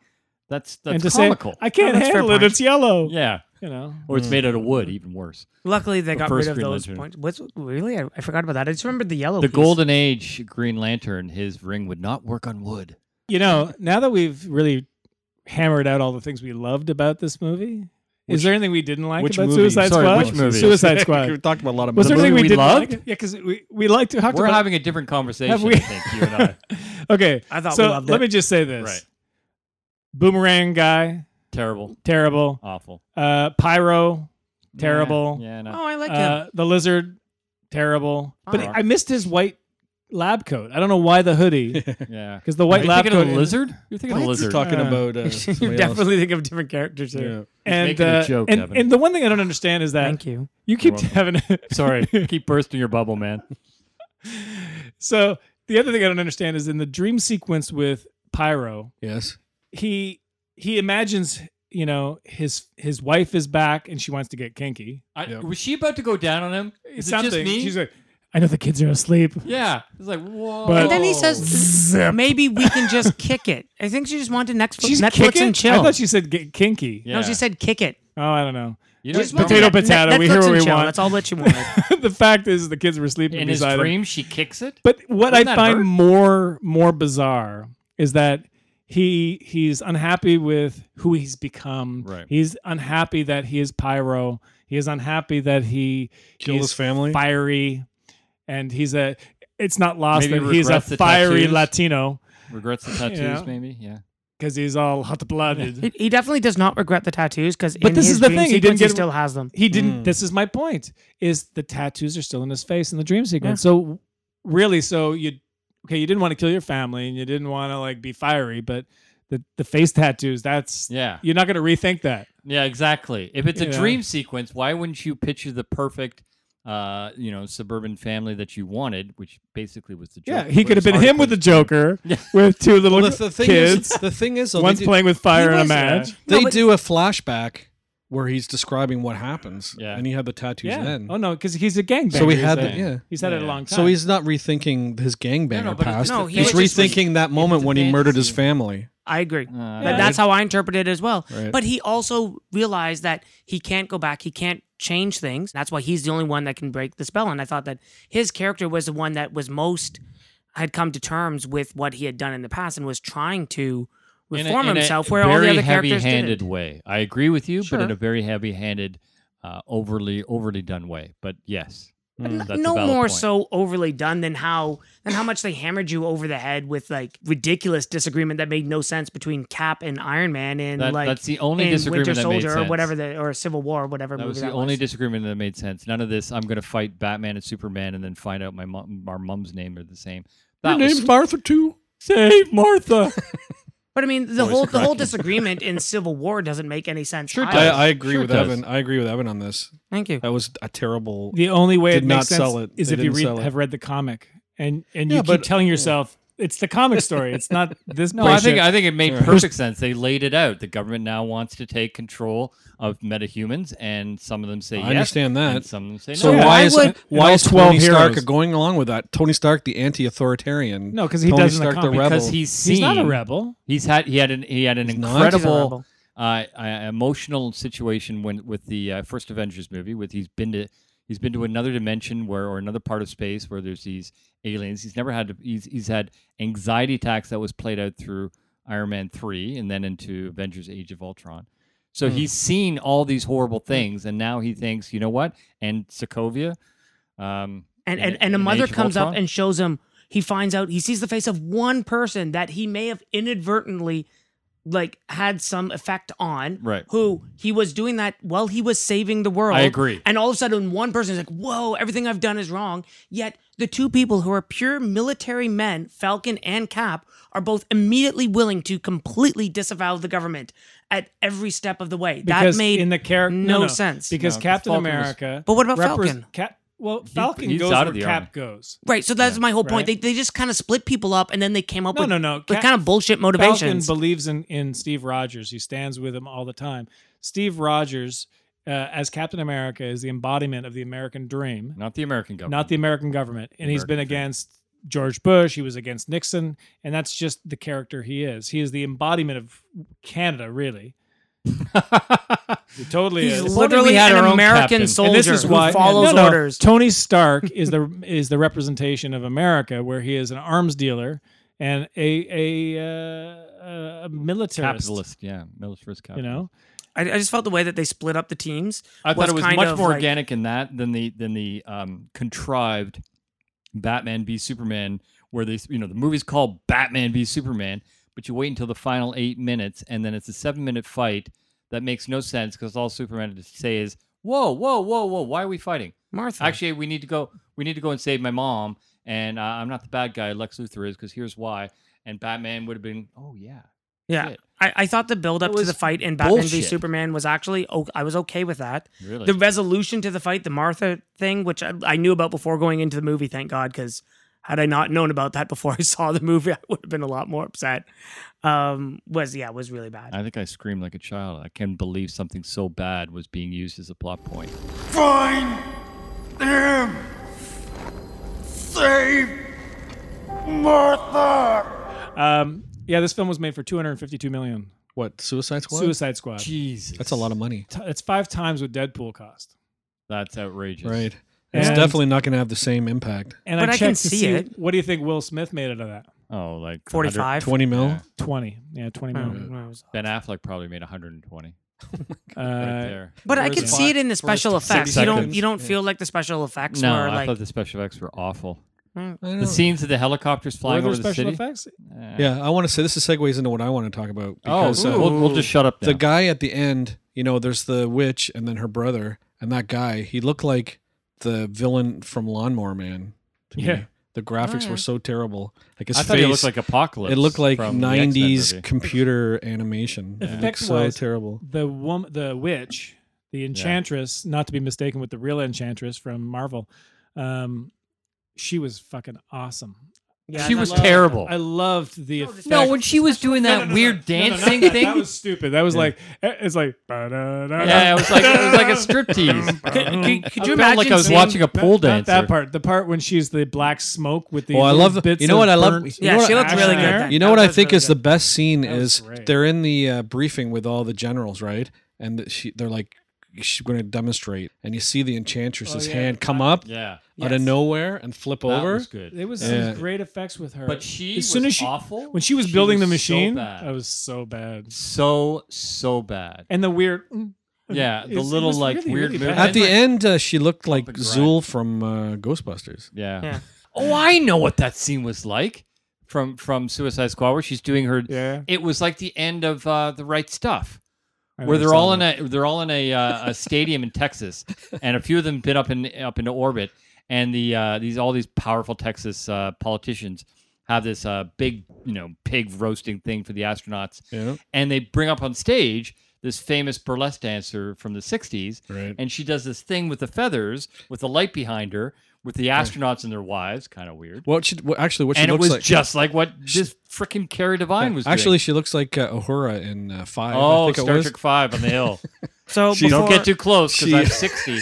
Speaker 4: that's
Speaker 3: and
Speaker 4: that's
Speaker 3: to
Speaker 4: comical.
Speaker 3: say I Hmm. can't
Speaker 5: that's fair
Speaker 3: handle it.
Speaker 5: point.
Speaker 3: It's yellow.
Speaker 4: yeah,
Speaker 3: You know.
Speaker 4: or it's made out of wood, even worse.
Speaker 5: Luckily, they
Speaker 4: The
Speaker 5: got
Speaker 4: first
Speaker 5: rid of
Speaker 4: Green
Speaker 5: those
Speaker 4: Lantern.
Speaker 5: points. What's really? I, I forgot about that. I just remembered the yellow.
Speaker 3: Oh,
Speaker 4: The
Speaker 5: piece.
Speaker 4: Golden Age Green Lantern, his ring would not work on wood.
Speaker 3: You know. Now that we've really hammered out all the things we loved about this movie, is there anything we didn't like
Speaker 2: which
Speaker 3: about
Speaker 2: movie?
Speaker 3: Suicide
Speaker 4: Sorry,
Speaker 3: Squad?
Speaker 4: which movie?
Speaker 3: Suicide
Speaker 2: we
Speaker 3: Squad.
Speaker 2: talked about a lot of
Speaker 3: Was there
Speaker 4: movie
Speaker 3: anything we,
Speaker 4: we
Speaker 3: didn't
Speaker 4: loved?
Speaker 3: Like? Yeah, because we we liked to talk
Speaker 4: We're
Speaker 3: about.
Speaker 4: having a different conversation.
Speaker 3: Have we-
Speaker 4: I think you and I.
Speaker 3: okay,
Speaker 5: I thought
Speaker 3: so
Speaker 5: we loved
Speaker 3: let
Speaker 5: it.
Speaker 3: me just say this:
Speaker 4: Right.
Speaker 3: Boomerang guy,
Speaker 4: Terrible,
Speaker 3: terrible.
Speaker 4: awful,
Speaker 3: Uh, Pyro, terrible.
Speaker 4: Yeah, yeah, no.
Speaker 5: Oh, I like him.
Speaker 3: Uh, the lizard, terrible. But
Speaker 5: Oh.
Speaker 3: I missed his white lab coat. I don't know why the hoodie,
Speaker 4: yeah.
Speaker 3: because the
Speaker 4: Are
Speaker 3: Oh. white
Speaker 4: you
Speaker 3: lab
Speaker 4: thinking
Speaker 3: coat.
Speaker 4: of a lizard? You're thinking of a
Speaker 2: You're
Speaker 4: lizard.
Speaker 2: talking
Speaker 3: Uh,
Speaker 2: about uh,
Speaker 5: you
Speaker 2: somebody
Speaker 5: definitely think of different characters
Speaker 2: else.
Speaker 5: here.
Speaker 2: Yeah.
Speaker 3: And
Speaker 4: making a
Speaker 3: uh,
Speaker 4: joke,
Speaker 3: and,
Speaker 4: Evan.
Speaker 3: and the one thing I don't understand is that
Speaker 5: Thank you.
Speaker 3: you keep having.
Speaker 4: Sorry, keep bursting your bubble, man.
Speaker 3: so the other thing I don't understand is in the dream sequence with Pyro,
Speaker 2: Yes.
Speaker 3: he he imagines you know his his wife is back and she wants to get kinky.
Speaker 4: I,
Speaker 2: Yep.
Speaker 4: Was she about to go down on him? Is
Speaker 3: Something.
Speaker 4: it just me?
Speaker 3: She's like, I know the kids are asleep.
Speaker 4: yeah. It's like whoa.
Speaker 3: But-
Speaker 5: And then he
Speaker 3: Oh.
Speaker 5: says,
Speaker 3: Zip.
Speaker 5: "Maybe we can just kick it." I think she just wanted Netflix,
Speaker 3: She's
Speaker 5: Netflix
Speaker 3: kicking.
Speaker 5: and chill.
Speaker 3: I thought she said get kinky.
Speaker 4: Yeah.
Speaker 5: No, she said kick it.
Speaker 3: Oh, I don't know.
Speaker 4: You
Speaker 5: Just
Speaker 4: know,
Speaker 3: potato,
Speaker 5: wanted Net-
Speaker 3: potato, we
Speaker 5: Netflix
Speaker 3: hear what
Speaker 5: and
Speaker 3: we
Speaker 5: chill.
Speaker 3: want.
Speaker 5: That's all that she wanted.
Speaker 3: the fact is the kids were sleeping
Speaker 4: in his
Speaker 3: beside him.
Speaker 4: dream, she kicks it.
Speaker 3: But what
Speaker 4: Wouldn't
Speaker 3: I
Speaker 4: that
Speaker 3: find
Speaker 4: hurt?
Speaker 3: more more bizarre is that he he's unhappy with who he's become.
Speaker 4: Right.
Speaker 3: He's unhappy that he is pyro. He is unhappy that he
Speaker 2: Kill
Speaker 3: he's
Speaker 2: his family.
Speaker 3: fiery, and he's a. It's not lost
Speaker 4: Maybe
Speaker 3: that he's a
Speaker 4: regrets the
Speaker 3: fiery
Speaker 4: tattoos.
Speaker 3: Latino
Speaker 4: Regrets the tattoos,
Speaker 3: Yeah.
Speaker 4: maybe. Yeah.
Speaker 3: because he's all hot blooded.
Speaker 5: He, he definitely does not regret the tattoos because
Speaker 3: But
Speaker 5: in
Speaker 3: this
Speaker 5: his
Speaker 3: is the
Speaker 5: dream
Speaker 3: thing, he didn't
Speaker 5: sequence,
Speaker 3: get-
Speaker 5: still has them.
Speaker 3: he
Speaker 2: Mm.
Speaker 3: didn't. This is my point: is the tattoos are still in his face in the dream sequence. So really, so you okay? You didn't want to kill your family, and you didn't want to like be fiery, but the the face tattoos. That's
Speaker 4: Yeah.
Speaker 3: You're not going to rethink that.
Speaker 4: Yeah. Exactly. If it's a
Speaker 3: Yeah.
Speaker 4: dream sequence, why wouldn't you picture the perfect, uh, you know, suburban family that you wanted, which basically was the
Speaker 3: Yeah,
Speaker 4: Joker.
Speaker 3: he could have been him with the Joker,
Speaker 4: Yeah.
Speaker 3: with two little
Speaker 2: Well, the, the thing
Speaker 3: kids.
Speaker 2: is, the thing is, though, they
Speaker 3: one's
Speaker 2: do-
Speaker 3: playing with fire
Speaker 2: He
Speaker 3: and a
Speaker 2: was, yeah.
Speaker 3: match.
Speaker 2: They
Speaker 5: No, but-
Speaker 2: do a flashback where he's describing what happens.
Speaker 4: Yeah.
Speaker 2: And he had the tattoos
Speaker 3: Yeah.
Speaker 2: then.
Speaker 3: Oh no, because he's a gangbanger.
Speaker 2: so he
Speaker 3: he's
Speaker 2: had
Speaker 3: a-
Speaker 2: the, yeah.
Speaker 3: He's had it a
Speaker 4: Yeah.
Speaker 3: long time.
Speaker 2: So he's not rethinking his gangbanger
Speaker 4: No, no, but it's-
Speaker 2: past.
Speaker 5: no, he
Speaker 2: he's
Speaker 5: was just-
Speaker 2: rethinking that moment
Speaker 4: a
Speaker 2: when he murdered his
Speaker 4: fantasy.
Speaker 2: family.
Speaker 5: I agree.
Speaker 4: Uh,
Speaker 5: But
Speaker 3: Yeah.
Speaker 5: that's how I interpret it as well.
Speaker 2: Right.
Speaker 5: But he also realized that he can't go back. He can't change things. That's why he's the only one that can break the spell. And I thought that his character was the one that was most had come to terms with what he had done in the past and was trying to
Speaker 4: in a-
Speaker 5: reform
Speaker 4: in a
Speaker 5: himself, where all the
Speaker 4: very
Speaker 5: other characters
Speaker 4: heavy-handed
Speaker 5: did.
Speaker 4: way. I agree with you, but in
Speaker 5: Sure.
Speaker 4: a very heavy-handed, uh, overly overly done way. But yes, mm,
Speaker 5: N-
Speaker 4: that's a
Speaker 5: no
Speaker 4: valid
Speaker 5: more
Speaker 4: point.
Speaker 5: so overly done than how than how much they hammered you over the head with like ridiculous disagreement that made no sense between Cap and Iron Man and
Speaker 4: That-
Speaker 5: like
Speaker 4: that's the only
Speaker 5: in
Speaker 4: disagreement
Speaker 5: Winter
Speaker 4: that
Speaker 5: Soldier
Speaker 4: made
Speaker 5: or
Speaker 4: sense.
Speaker 5: whatever the or Civil War or whatever
Speaker 4: That
Speaker 5: movie
Speaker 4: was the
Speaker 5: that
Speaker 4: only
Speaker 5: was.
Speaker 4: disagreement that made sense. None of this. I'm going to fight Batman and Superman, and then find out my mom, our mom's name are the same. That was
Speaker 2: Martha too.
Speaker 3: save Martha.
Speaker 5: But I mean, the
Speaker 4: Voice
Speaker 5: whole the whole
Speaker 4: cracking.
Speaker 5: disagreement in Civil War doesn't make any sense.
Speaker 4: Sure
Speaker 5: either.
Speaker 2: I,
Speaker 4: does.
Speaker 2: I agree
Speaker 4: Sure
Speaker 2: with
Speaker 4: does.
Speaker 2: Evan. I agree with Evan on this.
Speaker 5: Thank you.
Speaker 2: That was a terrible.
Speaker 3: the only way
Speaker 2: Did
Speaker 3: it
Speaker 2: not
Speaker 3: makes sense
Speaker 2: sell it.
Speaker 3: is
Speaker 2: They
Speaker 3: if you
Speaker 2: didn't
Speaker 3: read,
Speaker 2: sell it.
Speaker 3: have read the comic and and
Speaker 2: Yeah,
Speaker 3: you keep
Speaker 2: but-
Speaker 3: telling yourself it's the comic story. It's not this.
Speaker 4: No, I think
Speaker 3: bullshit.
Speaker 4: I think it made
Speaker 2: Yeah.
Speaker 4: perfect sense. They laid it out. The government now wants to take control of metahumans, and some of them say
Speaker 2: I
Speaker 4: yes,
Speaker 2: understand that.
Speaker 4: and some of them say
Speaker 2: So
Speaker 4: no.
Speaker 3: Yeah,
Speaker 2: why
Speaker 3: I
Speaker 2: is
Speaker 3: would-
Speaker 2: why
Speaker 3: all
Speaker 2: is
Speaker 3: 12
Speaker 2: Tony Stark
Speaker 3: heroes.
Speaker 2: going along with that? Tony Stark, the anti-authoritarian.
Speaker 3: No, 'cause he
Speaker 2: Tony
Speaker 3: does in the
Speaker 2: Stark, the,
Speaker 3: comic.
Speaker 2: rebel.
Speaker 4: Because he's seen,
Speaker 3: he's not a rebel.
Speaker 4: He's had he had an he had an
Speaker 2: He's not?
Speaker 5: He's a
Speaker 4: incredible
Speaker 5: rebel.
Speaker 4: uh, uh, emotional situation when with the uh, first Avengers movie. With he's been to he's been to another dimension where or another part of space where there's these aliens. He's never had to, he's he's had anxiety attacks that was played out through Iron Man three and then into Avengers Age of Ultron. So
Speaker 3: Hmm.
Speaker 4: he's seen all these horrible things, and now he thinks, you know what? And Sokovia, um, in-
Speaker 5: And and, and a
Speaker 4: in
Speaker 5: mother
Speaker 4: Age of
Speaker 5: comes up
Speaker 4: Ultron?
Speaker 5: and shows him. He finds out he sees the face of one person that he may have inadvertently like had some effect on.
Speaker 4: Right.
Speaker 5: Who he was doing that while he was saving the world.
Speaker 4: I agree.
Speaker 5: And all of a sudden, one person is like, "Whoa, everything I've done is wrong." Yet the two people who are pure military men, Falcon and Cap, are both immediately willing to completely disavow the government at every step of the way.
Speaker 3: Because
Speaker 5: that made
Speaker 3: in the character
Speaker 5: no, sense.
Speaker 3: because
Speaker 4: No, 'cause
Speaker 3: Captain
Speaker 4: Falcon was-
Speaker 3: America.
Speaker 5: But what about
Speaker 3: repres-
Speaker 5: Falcon?
Speaker 3: Cap- well, Falcon
Speaker 4: he's
Speaker 3: goes
Speaker 4: out
Speaker 3: where
Speaker 4: of the
Speaker 3: Cap
Speaker 4: army.
Speaker 3: goes.
Speaker 5: Right, so that's my whole
Speaker 3: right?
Speaker 5: point. They, they just kind of split people up, and then they came up
Speaker 3: No,
Speaker 5: with
Speaker 3: no, no.
Speaker 5: with
Speaker 3: Cap-
Speaker 5: kind of bullshit
Speaker 3: Falcon
Speaker 5: motivations.
Speaker 3: believes in in Steve Rogers. He stands with him all the time. Steve Rogers uh, as Captain America is the embodiment of the American dream,
Speaker 4: Not the American government.
Speaker 3: not the American government. And he's been
Speaker 4: American dream.
Speaker 3: against George Bush, he was against Nixon, and that's just the character he is. He is the embodiment of Canada, really. He totally
Speaker 5: He's
Speaker 3: is.
Speaker 4: Literally
Speaker 5: literally
Speaker 4: had
Speaker 5: an
Speaker 4: our own captain.
Speaker 5: American
Speaker 4: And
Speaker 5: soldier
Speaker 3: And this is
Speaker 5: who
Speaker 3: why
Speaker 5: follows
Speaker 3: no, no,
Speaker 5: orders.
Speaker 3: Tony Stark is the is the representation of America, where he is an arms dealer and a a, uh, a militarist.
Speaker 4: capitalist. Yeah, militarist
Speaker 3: You
Speaker 4: capitalist.
Speaker 3: know,
Speaker 5: I, I just felt the way that they split up the teams.
Speaker 4: I thought it was
Speaker 5: kind
Speaker 4: much
Speaker 5: of
Speaker 4: more
Speaker 5: like-
Speaker 4: organic in that than the than the um, contrived Batman v Superman, where they you know the movie's called Batman v Superman, but you wait until the final eight minutes, and then it's a seven minute fight that makes no sense because all Superman has to say is "Whoa, whoa, whoa, whoa! Why are we fighting?"
Speaker 5: Martha.
Speaker 4: Actually, we need to go. We need to go and save my mom, and uh, I'm not the bad guy. Lex Luthor is because here's why. And Batman would have been, oh yeah,
Speaker 5: yeah.
Speaker 4: shit.
Speaker 5: I, I thought the build up
Speaker 4: It
Speaker 5: to
Speaker 4: was
Speaker 5: the fight in Batman v
Speaker 4: bullshit.
Speaker 5: Superman was actually o I I was okay with that.
Speaker 4: really.
Speaker 5: The resolution to the fight, the Martha thing, which I, I knew about before going into the movie, thank God, because had I not known about that before I saw the movie, I would have been a lot more upset. Um, was yeah, was really bad.
Speaker 4: I think I screamed like a child. I can't believe something so bad was being used as a plot point.
Speaker 6: Find him! Save Martha!
Speaker 3: um, yeah, this film was made for 252 million.
Speaker 2: What Suicide Squad?
Speaker 3: Suicide Squad.
Speaker 4: Jesus,
Speaker 2: That's a lot of money,
Speaker 3: T- It's five times what Deadpool cost.
Speaker 4: That's outrageous.
Speaker 2: right? It's
Speaker 3: And-
Speaker 2: definitely not going to have the same impact.
Speaker 3: And
Speaker 5: But
Speaker 3: I
Speaker 5: I
Speaker 3: checked
Speaker 5: can
Speaker 3: to
Speaker 5: see
Speaker 3: see
Speaker 5: it.
Speaker 3: what do you think Will Smith made out of that?
Speaker 4: Oh, like 100
Speaker 5: Forty five.
Speaker 2: Twenty mil.
Speaker 4: Yeah.
Speaker 3: 20. Yeah, 20
Speaker 4: Oh,
Speaker 3: million.
Speaker 4: Ben Affleck probably made 120 right
Speaker 3: Uh,
Speaker 4: there.
Speaker 5: But I
Speaker 2: Where's
Speaker 5: could
Speaker 2: the
Speaker 5: see
Speaker 2: fi-
Speaker 5: it in the
Speaker 2: where's
Speaker 5: special
Speaker 2: the
Speaker 5: effects. You don't
Speaker 4: seconds?
Speaker 5: you don't
Speaker 2: Yeah.
Speaker 5: feel like the special effects
Speaker 4: No,
Speaker 5: were
Speaker 4: I
Speaker 5: like
Speaker 4: thought the special effects were awful.
Speaker 5: Mm.
Speaker 2: I don't
Speaker 4: The
Speaker 2: know.
Speaker 4: scenes of the helicopters
Speaker 3: Uh, were
Speaker 4: flying
Speaker 3: there
Speaker 4: over the
Speaker 3: special
Speaker 4: city.
Speaker 3: effects?
Speaker 4: Eh.
Speaker 2: Yeah, I want to say this is segues into what I want to talk about.
Speaker 4: Oh,
Speaker 2: Because,
Speaker 4: so
Speaker 2: uh,
Speaker 4: we'll, we'll just shut up.
Speaker 2: the
Speaker 4: now.
Speaker 2: guy at the end, you know, there's the witch and then her brother, and that guy, he looked like the villain from Lawnmower Man. to me.
Speaker 3: Yeah.
Speaker 2: The graphics
Speaker 5: yeah.
Speaker 2: were so terrible. Like his
Speaker 4: I thought
Speaker 2: face,
Speaker 4: he looked like Apocalypse.
Speaker 2: it looked like
Speaker 4: from the X-Men
Speaker 2: 90s
Speaker 4: movie.
Speaker 2: computer animation. It looked so
Speaker 3: Effect-wise,
Speaker 2: terrible.
Speaker 3: The woman, the witch, the enchantress, not to be mistaken with the real enchantress from Marvel. Um, she was fucking awesome.
Speaker 5: Yeah,
Speaker 4: she
Speaker 5: I
Speaker 4: was
Speaker 5: loved-
Speaker 4: terrible.
Speaker 3: I loved the effect.
Speaker 4: No, when she was doing that weird dancing
Speaker 3: that,
Speaker 4: thing.
Speaker 3: That was stupid. That was like eh, it's like
Speaker 4: yeah, it was like it was like a striptease.
Speaker 5: Could, could- could you
Speaker 4: I
Speaker 5: imagine
Speaker 4: felt like I was
Speaker 5: seeing-
Speaker 4: watching a pool
Speaker 3: Not
Speaker 4: dance.
Speaker 3: that part. The part when she's the black smoke with the.
Speaker 2: Well, Oh, I
Speaker 3: little
Speaker 2: love the-
Speaker 3: bits
Speaker 2: you know
Speaker 3: of
Speaker 2: what I love-
Speaker 3: burnt-
Speaker 2: you
Speaker 5: Yeah,
Speaker 2: know
Speaker 5: she
Speaker 2: what
Speaker 5: looked
Speaker 3: I-
Speaker 5: really good.
Speaker 3: Action
Speaker 5: then.
Speaker 2: You know
Speaker 5: That
Speaker 2: what I
Speaker 5: was
Speaker 2: think
Speaker 5: really
Speaker 2: is
Speaker 5: good.
Speaker 2: the best scene
Speaker 3: That was
Speaker 2: is
Speaker 3: great.
Speaker 2: they're in the uh, briefing with all the generals, right? And the, she, they're like, she's going to demonstrate, and you see the enchantress's
Speaker 3: yeah,
Speaker 2: hand
Speaker 3: the
Speaker 2: come
Speaker 3: top-
Speaker 2: up
Speaker 4: Oh, Yeah,
Speaker 2: out of nowhere and flip
Speaker 4: that
Speaker 2: over.
Speaker 4: was good.
Speaker 3: It was
Speaker 2: Yeah.
Speaker 3: some great effects with her.
Speaker 4: But she
Speaker 3: as soon
Speaker 4: was
Speaker 3: as she,
Speaker 4: awful.
Speaker 3: when she was building the
Speaker 4: so
Speaker 3: machine,
Speaker 4: bad.
Speaker 3: that was so bad.
Speaker 4: so so bad.
Speaker 3: And the weird. mm,
Speaker 4: Yeah,
Speaker 3: it
Speaker 4: the
Speaker 3: was- it
Speaker 4: little
Speaker 3: was
Speaker 4: like
Speaker 3: really,
Speaker 4: weird
Speaker 3: really
Speaker 4: movement.
Speaker 3: bad.
Speaker 2: At the end, uh, she looked like
Speaker 4: Bump and grind.
Speaker 2: Zool from uh, Ghostbusters.
Speaker 4: yeah.
Speaker 5: Yeah.
Speaker 4: Oh, I know what that scene was like from from Suicide Squad, where she's doing her.
Speaker 3: Yeah.
Speaker 4: It was like the end of uh, the right stuff,
Speaker 3: I
Speaker 4: where
Speaker 3: never
Speaker 4: they're
Speaker 3: saw
Speaker 4: all in
Speaker 3: that.
Speaker 4: a they're all in a uh, a stadium in Texas, and a few of them been up in up into orbit, and the uh, these all these powerful Texas uh, politicians have this uh, big you know pig roasting thing for the astronauts,
Speaker 2: Yeah.
Speaker 4: and they bring up on stage this famous burlesque dancer from the 60s
Speaker 2: Right.
Speaker 4: and she does this thing with the feathers with the light behind her with the astronauts and their wives kind of weird
Speaker 2: What she what, actually what she
Speaker 4: and it
Speaker 2: looks
Speaker 4: was
Speaker 2: like?
Speaker 4: just like what this freaking Carrie Devine was doing.
Speaker 2: actually, she looks like uh, Uhura in uh, Five. I
Speaker 4: oh
Speaker 2: think it
Speaker 4: Star
Speaker 2: was.
Speaker 4: Trek Five on the hill.
Speaker 5: So
Speaker 4: she don't
Speaker 5: before-
Speaker 4: get too close because
Speaker 2: she-
Speaker 4: I'm sixty.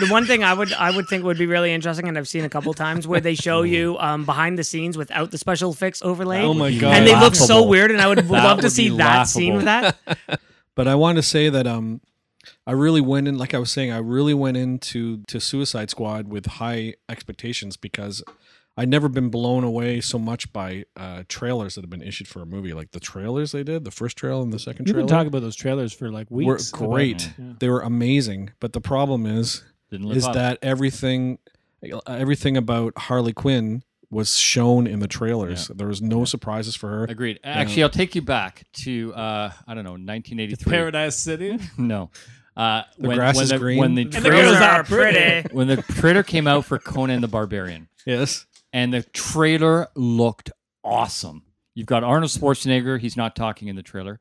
Speaker 5: the one thing I would I would think would be really interesting, and I've seen a couple times where they show
Speaker 4: Mm.
Speaker 5: you um, behind the scenes without the special fix overlay.
Speaker 2: Oh my
Speaker 4: And
Speaker 2: god!
Speaker 5: And they look so
Speaker 4: Laughable.
Speaker 5: weird, and I would love to
Speaker 4: would
Speaker 5: see
Speaker 4: be
Speaker 5: that scene with that.
Speaker 2: But I want to say that um, I really went in, like I was saying, I really went into to Suicide Squad with high expectations because I'd never been blown away so much by uh, trailers that have been issued for a movie, like the trailers they did, the first trailer and the second
Speaker 3: You've
Speaker 2: trailer.
Speaker 3: been talking about those trailers for like
Speaker 2: were
Speaker 3: weeks. about-
Speaker 2: great.
Speaker 3: Yeah.
Speaker 2: They were amazing. But the problem is,
Speaker 4: Didn't live
Speaker 2: is
Speaker 4: up.
Speaker 2: that everything everything about Harley Quinn was shown in the trailers. There was no surprises for her.
Speaker 4: agreed? Actually, I'll take you back to uh, I don't know 1983.
Speaker 3: Paradise City.
Speaker 4: no, uh,
Speaker 2: The
Speaker 4: when,
Speaker 2: grass
Speaker 4: when
Speaker 2: is
Speaker 4: the,
Speaker 2: green.
Speaker 4: When the
Speaker 2: And
Speaker 5: The girls
Speaker 4: trailer,
Speaker 5: are pretty.
Speaker 4: when the trailer came out for Conan the Barbarian,
Speaker 2: Yes.
Speaker 4: and the trailer looked awesome. You've got Arnold Schwarzenegger. He's not talking in the trailer.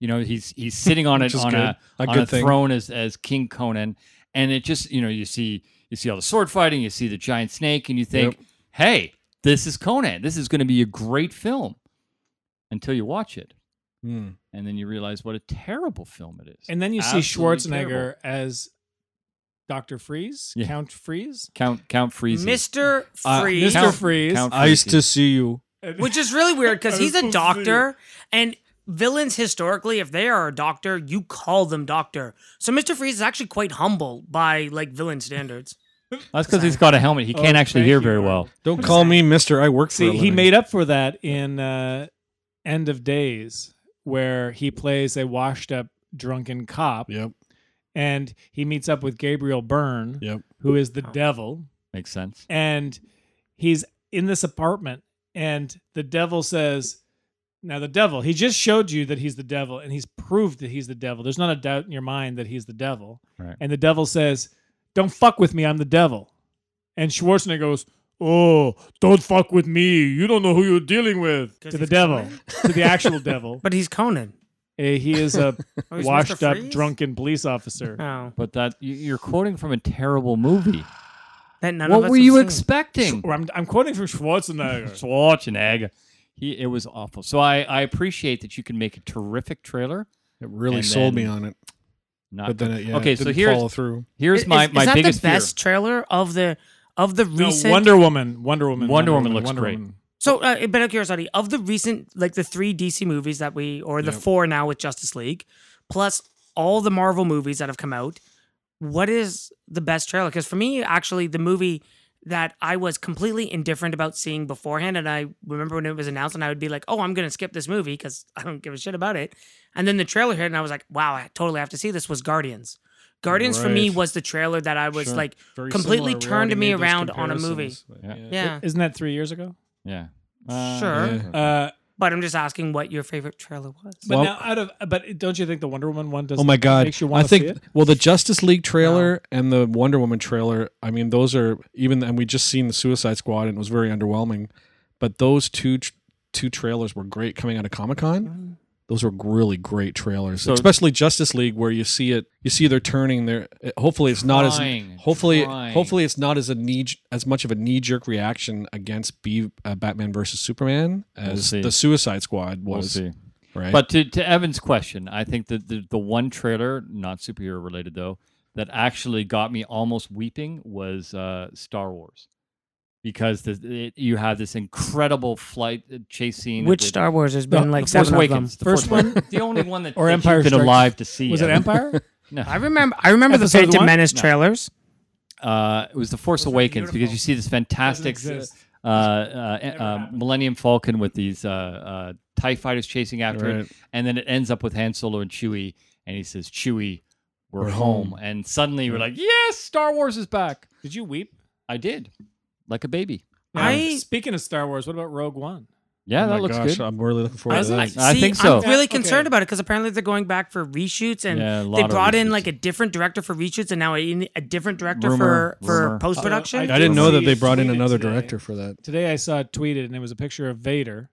Speaker 4: You know, he's he's sitting on it
Speaker 2: Which is
Speaker 4: on a,
Speaker 2: good. A
Speaker 4: on
Speaker 2: good
Speaker 4: a
Speaker 2: thing.
Speaker 4: throne as as King Conan, and it just you know you see you see all the sword fighting, you see the giant snake, and you think, hey, this is Conan. This is going to be a great film. Until you watch it,
Speaker 2: Mm.
Speaker 4: and then you realize what a terrible film it is.
Speaker 3: And then you see
Speaker 4: Absolutely
Speaker 3: Schwarzenegger
Speaker 4: terrible.
Speaker 3: as Doctor Freeze,
Speaker 4: Yeah.
Speaker 3: Count Freeze,
Speaker 4: Count Count Freeze.
Speaker 5: Mr.
Speaker 2: Uh,
Speaker 5: Freeze,
Speaker 3: Mister
Speaker 4: Count-
Speaker 3: Freeze.
Speaker 4: Count-
Speaker 2: Nice to see you.
Speaker 5: which is really weird because
Speaker 3: I
Speaker 5: he's
Speaker 3: was
Speaker 5: a
Speaker 3: supposed to say.
Speaker 5: doctor, and villains historically, if they are a doctor, you call them doctor. So Mr. Freeze is actually quite humble by like villain standards.
Speaker 4: That's because he's got a helmet. He
Speaker 3: Oh,
Speaker 4: can't actually
Speaker 3: thank
Speaker 4: hear
Speaker 3: you,
Speaker 4: very
Speaker 3: Arnold.
Speaker 4: well.
Speaker 2: Don't call me Mister. I work for. a
Speaker 3: See, he
Speaker 2: living.
Speaker 3: made up for that in uh, End of Days, where he plays a washed-up drunken cop,
Speaker 2: Yep.
Speaker 3: and he meets up with Gabriel Byrne,
Speaker 2: Yep.
Speaker 3: who is the devil,
Speaker 4: Makes sense.
Speaker 3: and he's in this apartment, and the devil says. Now the devil, he just showed you that he's the devil, and he's proved that he's the devil. There's not a doubt in your mind that he's the devil.
Speaker 4: Right.
Speaker 3: And the devil says, Don't fuck with me, I'm the devil. And Schwarzenegger goes, Oh, don't fuck with me. You don't know who you're dealing with.
Speaker 5: 'Cause
Speaker 3: To the
Speaker 5: he's
Speaker 3: devil.
Speaker 5: Conan?
Speaker 3: to the actual devil.
Speaker 5: But he's Conan.
Speaker 3: Uh, he is a
Speaker 5: Oh, he's Mr.
Speaker 3: washed up,
Speaker 5: Freeze?
Speaker 3: drunken police officer.
Speaker 5: Oh,
Speaker 4: But that you- you're quoting from a terrible movie.
Speaker 5: that none of
Speaker 4: what
Speaker 5: us
Speaker 4: were
Speaker 5: have
Speaker 4: you
Speaker 5: seen.
Speaker 4: expecting?
Speaker 3: Or I'm, I'm quoting from Schwarzenegger.
Speaker 4: Schwarzenegger. He, it was awful. So I, I appreciate that you can make a terrific trailer.
Speaker 2: It really
Speaker 4: And
Speaker 2: sold
Speaker 4: then-
Speaker 2: me on it,
Speaker 4: Not
Speaker 2: but then it, yeah,
Speaker 4: okay.
Speaker 2: it
Speaker 4: so
Speaker 2: didn't
Speaker 4: here's
Speaker 2: follow through.
Speaker 4: here's
Speaker 5: Is-
Speaker 4: my
Speaker 5: is,
Speaker 4: my
Speaker 5: is that
Speaker 4: biggest
Speaker 5: the best
Speaker 4: fear.
Speaker 5: trailer of the of the
Speaker 3: No,
Speaker 5: recent
Speaker 3: Wonder Woman. Wonder Woman.
Speaker 4: Wonder Woman looks great.
Speaker 5: So, uh, but I'm curious, Adi, of the recent, like the three DC movies that we, or the
Speaker 2: Yep.
Speaker 5: four now with Justice League, plus all the Marvel movies that have come out, what is the best trailer? Because for me, actually, the movie that I was completely indifferent about seeing beforehand, and I remember when it was announced, and I would be like, oh, I'm going to skip this movie because I don't give a shit about it. And then the trailer hit, and I was like, wow, I totally have to see this, was Guardians. Guardians for me
Speaker 2: Right.
Speaker 5: was the trailer that I was
Speaker 2: Sure.
Speaker 5: like,
Speaker 2: Very
Speaker 5: completely
Speaker 2: similar. We
Speaker 5: turned
Speaker 2: already
Speaker 5: me
Speaker 2: made those
Speaker 5: around on a movie.
Speaker 2: comparisons,
Speaker 4: Yeah.
Speaker 2: but
Speaker 5: yeah,
Speaker 3: Isn't that three years ago?
Speaker 4: Yeah. Uh,
Speaker 5: Sure.
Speaker 2: Yeah.
Speaker 3: Uh,
Speaker 5: but I'm just asking what your favorite trailer was.
Speaker 3: but
Speaker 2: Well-
Speaker 3: now, out of but don't you think the Wonder Woman one does?
Speaker 2: Oh my god!
Speaker 3: Makes you
Speaker 2: I
Speaker 3: want to
Speaker 2: think
Speaker 3: see it?
Speaker 2: well, the Justice League trailer and the Wonder Woman trailer. I mean, those are even, and we just seen the Suicide Squad, and it was very underwhelming. But those two tr- two trailers were great coming out of Comic Con. Those were really great trailers,
Speaker 4: So-
Speaker 2: especially Justice League, where you see it. You see they're turning their. it- Hopefully, it's not
Speaker 4: Trying,
Speaker 2: as hopefully
Speaker 4: trying.
Speaker 2: hopefully it's not as a knee as much of a knee jerk reaction against B, uh, Batman versus Superman as
Speaker 4: see.
Speaker 2: the Suicide Squad
Speaker 4: We'll
Speaker 2: was.
Speaker 4: see.
Speaker 2: Right,
Speaker 4: But to, to Evan's question, I think that the, the one trailer, not superhero related though, that actually got me almost weeping was uh, Star Wars. Because the, it, you have this incredible flight uh, chase scene.
Speaker 5: Which
Speaker 4: that-
Speaker 5: Star Wars has been
Speaker 4: The
Speaker 5: like
Speaker 4: Force
Speaker 5: seven of them.
Speaker 4: Awakens. The
Speaker 3: First
Speaker 4: Force
Speaker 3: one?
Speaker 4: Awakens. The only one that
Speaker 3: Or
Speaker 4: that you
Speaker 3: Empire
Speaker 4: been
Speaker 3: Strikes-
Speaker 4: alive to see.
Speaker 3: Was it
Speaker 4: Evan.
Speaker 3: Empire?
Speaker 4: No.
Speaker 5: I remember. I remember
Speaker 3: Episode
Speaker 5: the Phantom
Speaker 3: one?
Speaker 5: Menace trailers.
Speaker 4: uh, it was the Force
Speaker 5: Those are
Speaker 4: Awakens because
Speaker 5: beautiful.
Speaker 4: you see this fantastic
Speaker 3: Doesn't exist.
Speaker 4: uh, uh, uh,
Speaker 3: happened.
Speaker 4: Millennium Falcon with these uh, uh, Tie fighters chasing after
Speaker 2: Right.
Speaker 4: it, and then it ends up with Han Solo and Chewie, and he says, "Chewie, we're,
Speaker 2: We're
Speaker 4: home.
Speaker 2: home.
Speaker 4: and suddenly we're like, "Yes, Star Wars is back."
Speaker 3: Did you weep?
Speaker 4: I did, like a baby.
Speaker 5: I-
Speaker 3: speaking of Star Wars, what about Rogue One?
Speaker 4: Yeah,
Speaker 2: Oh
Speaker 4: that
Speaker 2: my
Speaker 4: looks
Speaker 2: gosh,
Speaker 4: good.
Speaker 2: I'm really looking forward
Speaker 5: I,
Speaker 2: to that.
Speaker 5: I-
Speaker 4: I
Speaker 5: see,
Speaker 4: think so.
Speaker 5: I'm really
Speaker 3: Okay.
Speaker 5: concerned about it because apparently they're going back for reshoots and
Speaker 4: Yeah, a lot
Speaker 5: they
Speaker 4: of
Speaker 5: brought in
Speaker 4: reshoots.
Speaker 5: like a different director for reshoots and now a, a different director
Speaker 4: Rumor,
Speaker 5: for
Speaker 4: rumor.
Speaker 5: for post production.
Speaker 3: Uh,
Speaker 2: I didn't know that they
Speaker 3: It's
Speaker 2: brought in
Speaker 3: tweeted
Speaker 2: another
Speaker 3: today.
Speaker 2: director for that.
Speaker 3: Today I saw it tweeted and it was a picture of Vader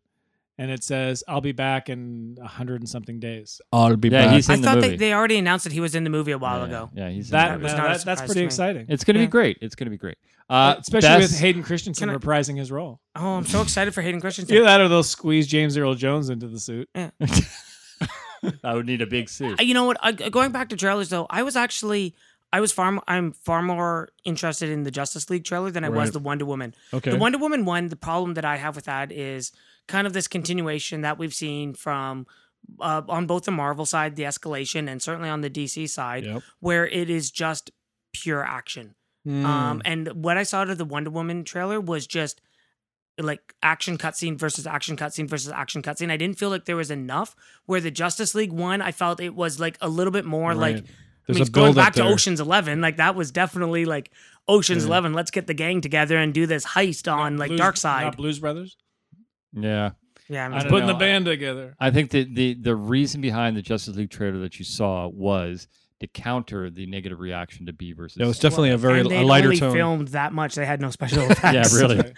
Speaker 3: and it says, I'll be back in a hundred and something days.
Speaker 2: I'll be
Speaker 4: Yeah,
Speaker 2: back.
Speaker 4: he's-
Speaker 5: I
Speaker 4: in the
Speaker 5: thought they,
Speaker 4: movie.
Speaker 5: they already announced that he was in the movie a while
Speaker 4: yeah,
Speaker 5: ago.
Speaker 4: Yeah, he's in
Speaker 3: That,
Speaker 4: it.
Speaker 5: was
Speaker 3: now
Speaker 5: not
Speaker 3: that-
Speaker 5: a
Speaker 3: that's
Speaker 5: surprise
Speaker 3: pretty
Speaker 5: to me.
Speaker 3: exciting.
Speaker 4: It's going to
Speaker 5: Yeah.
Speaker 4: be great. It's going to be great. Uh,
Speaker 3: Especially with
Speaker 4: best-
Speaker 3: Hayden Christensen
Speaker 5: Can I-
Speaker 3: reprising his role.
Speaker 5: Oh, I'm so excited for Hayden Christensen.
Speaker 3: Either that or they'll squeeze James Earl Jones into the suit.
Speaker 4: I would need a big suit.
Speaker 5: Uh, You know what? I, going back to trailers though, I was actually I was far m- I'm far more interested in the Justice League trailer than I was
Speaker 2: Right.
Speaker 5: the Wonder Woman.
Speaker 2: okay.
Speaker 5: The Wonder Woman one, the problem that I have with that is kind of this continuation that we've seen from uh, on both the Marvel side, the escalation, and certainly on the DC side,
Speaker 2: Yep.
Speaker 5: where it is just pure action.
Speaker 2: Hmm.
Speaker 5: Um,
Speaker 2: Mm.
Speaker 5: and what I saw to the Wonder Woman trailer was just like action cutscene versus action cutscene versus action cutscene. I didn't feel like there was enough. Where the Justice League one, I felt it was like a little bit more like.
Speaker 2: Right.
Speaker 5: I
Speaker 2: There's
Speaker 5: mean,
Speaker 2: a
Speaker 5: it's going
Speaker 2: build up
Speaker 5: back to
Speaker 2: there.
Speaker 5: Ocean's Eleven, like that was definitely like Ocean's
Speaker 2: Yeah.
Speaker 5: Eleven. Let's get the gang together and do this heist on like
Speaker 3: Blues-
Speaker 5: Dark Side.
Speaker 3: Not Blues Brothers.
Speaker 4: yeah.
Speaker 5: yeah, I'm
Speaker 4: I
Speaker 5: just-
Speaker 4: don't
Speaker 3: Putting
Speaker 4: know.
Speaker 3: the band together.
Speaker 4: I think that the the reason behind the Justice League trailer that you saw was to counter the negative reaction to B versus.
Speaker 2: Yeah, it was definitely a very
Speaker 5: and they
Speaker 2: a lighter
Speaker 5: only
Speaker 2: tone.
Speaker 5: filmed that much. They had no special effects.
Speaker 4: yeah, really.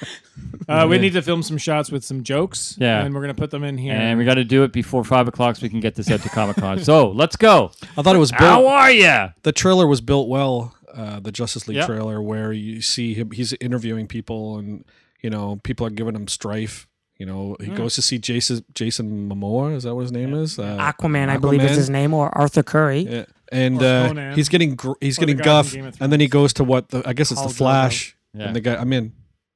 Speaker 3: Uh, we
Speaker 4: Yeah.
Speaker 3: need to film some shots with some jokes.
Speaker 4: Yeah.
Speaker 3: And we're going to put them in here.
Speaker 4: And we got to do it before five o'clock so we can get this out to Comic Con. so let's go.
Speaker 2: I thought it was
Speaker 4: How
Speaker 2: built.
Speaker 4: are ya?
Speaker 2: The trailer was built well. Uh, the Justice League
Speaker 4: Yep.
Speaker 2: trailer, where you see him, he's interviewing people, and you know people are giving him strife. You know, he goes to see Jason Jason Momoa. Is that what his name is? Uh,
Speaker 5: Aquaman, I believe is
Speaker 2: Aquaman.
Speaker 5: his name, or Arthur Curry.
Speaker 2: Yeah. and
Speaker 3: Or
Speaker 2: uh,
Speaker 3: Conan.
Speaker 2: he's getting gr- he's
Speaker 3: Or the
Speaker 2: getting
Speaker 3: guy from
Speaker 2: guff,
Speaker 3: Game of
Speaker 2: and then he goes to what the I guess it's
Speaker 3: Khal
Speaker 2: the Flash,
Speaker 4: Yeah.
Speaker 2: and the guy. I mean,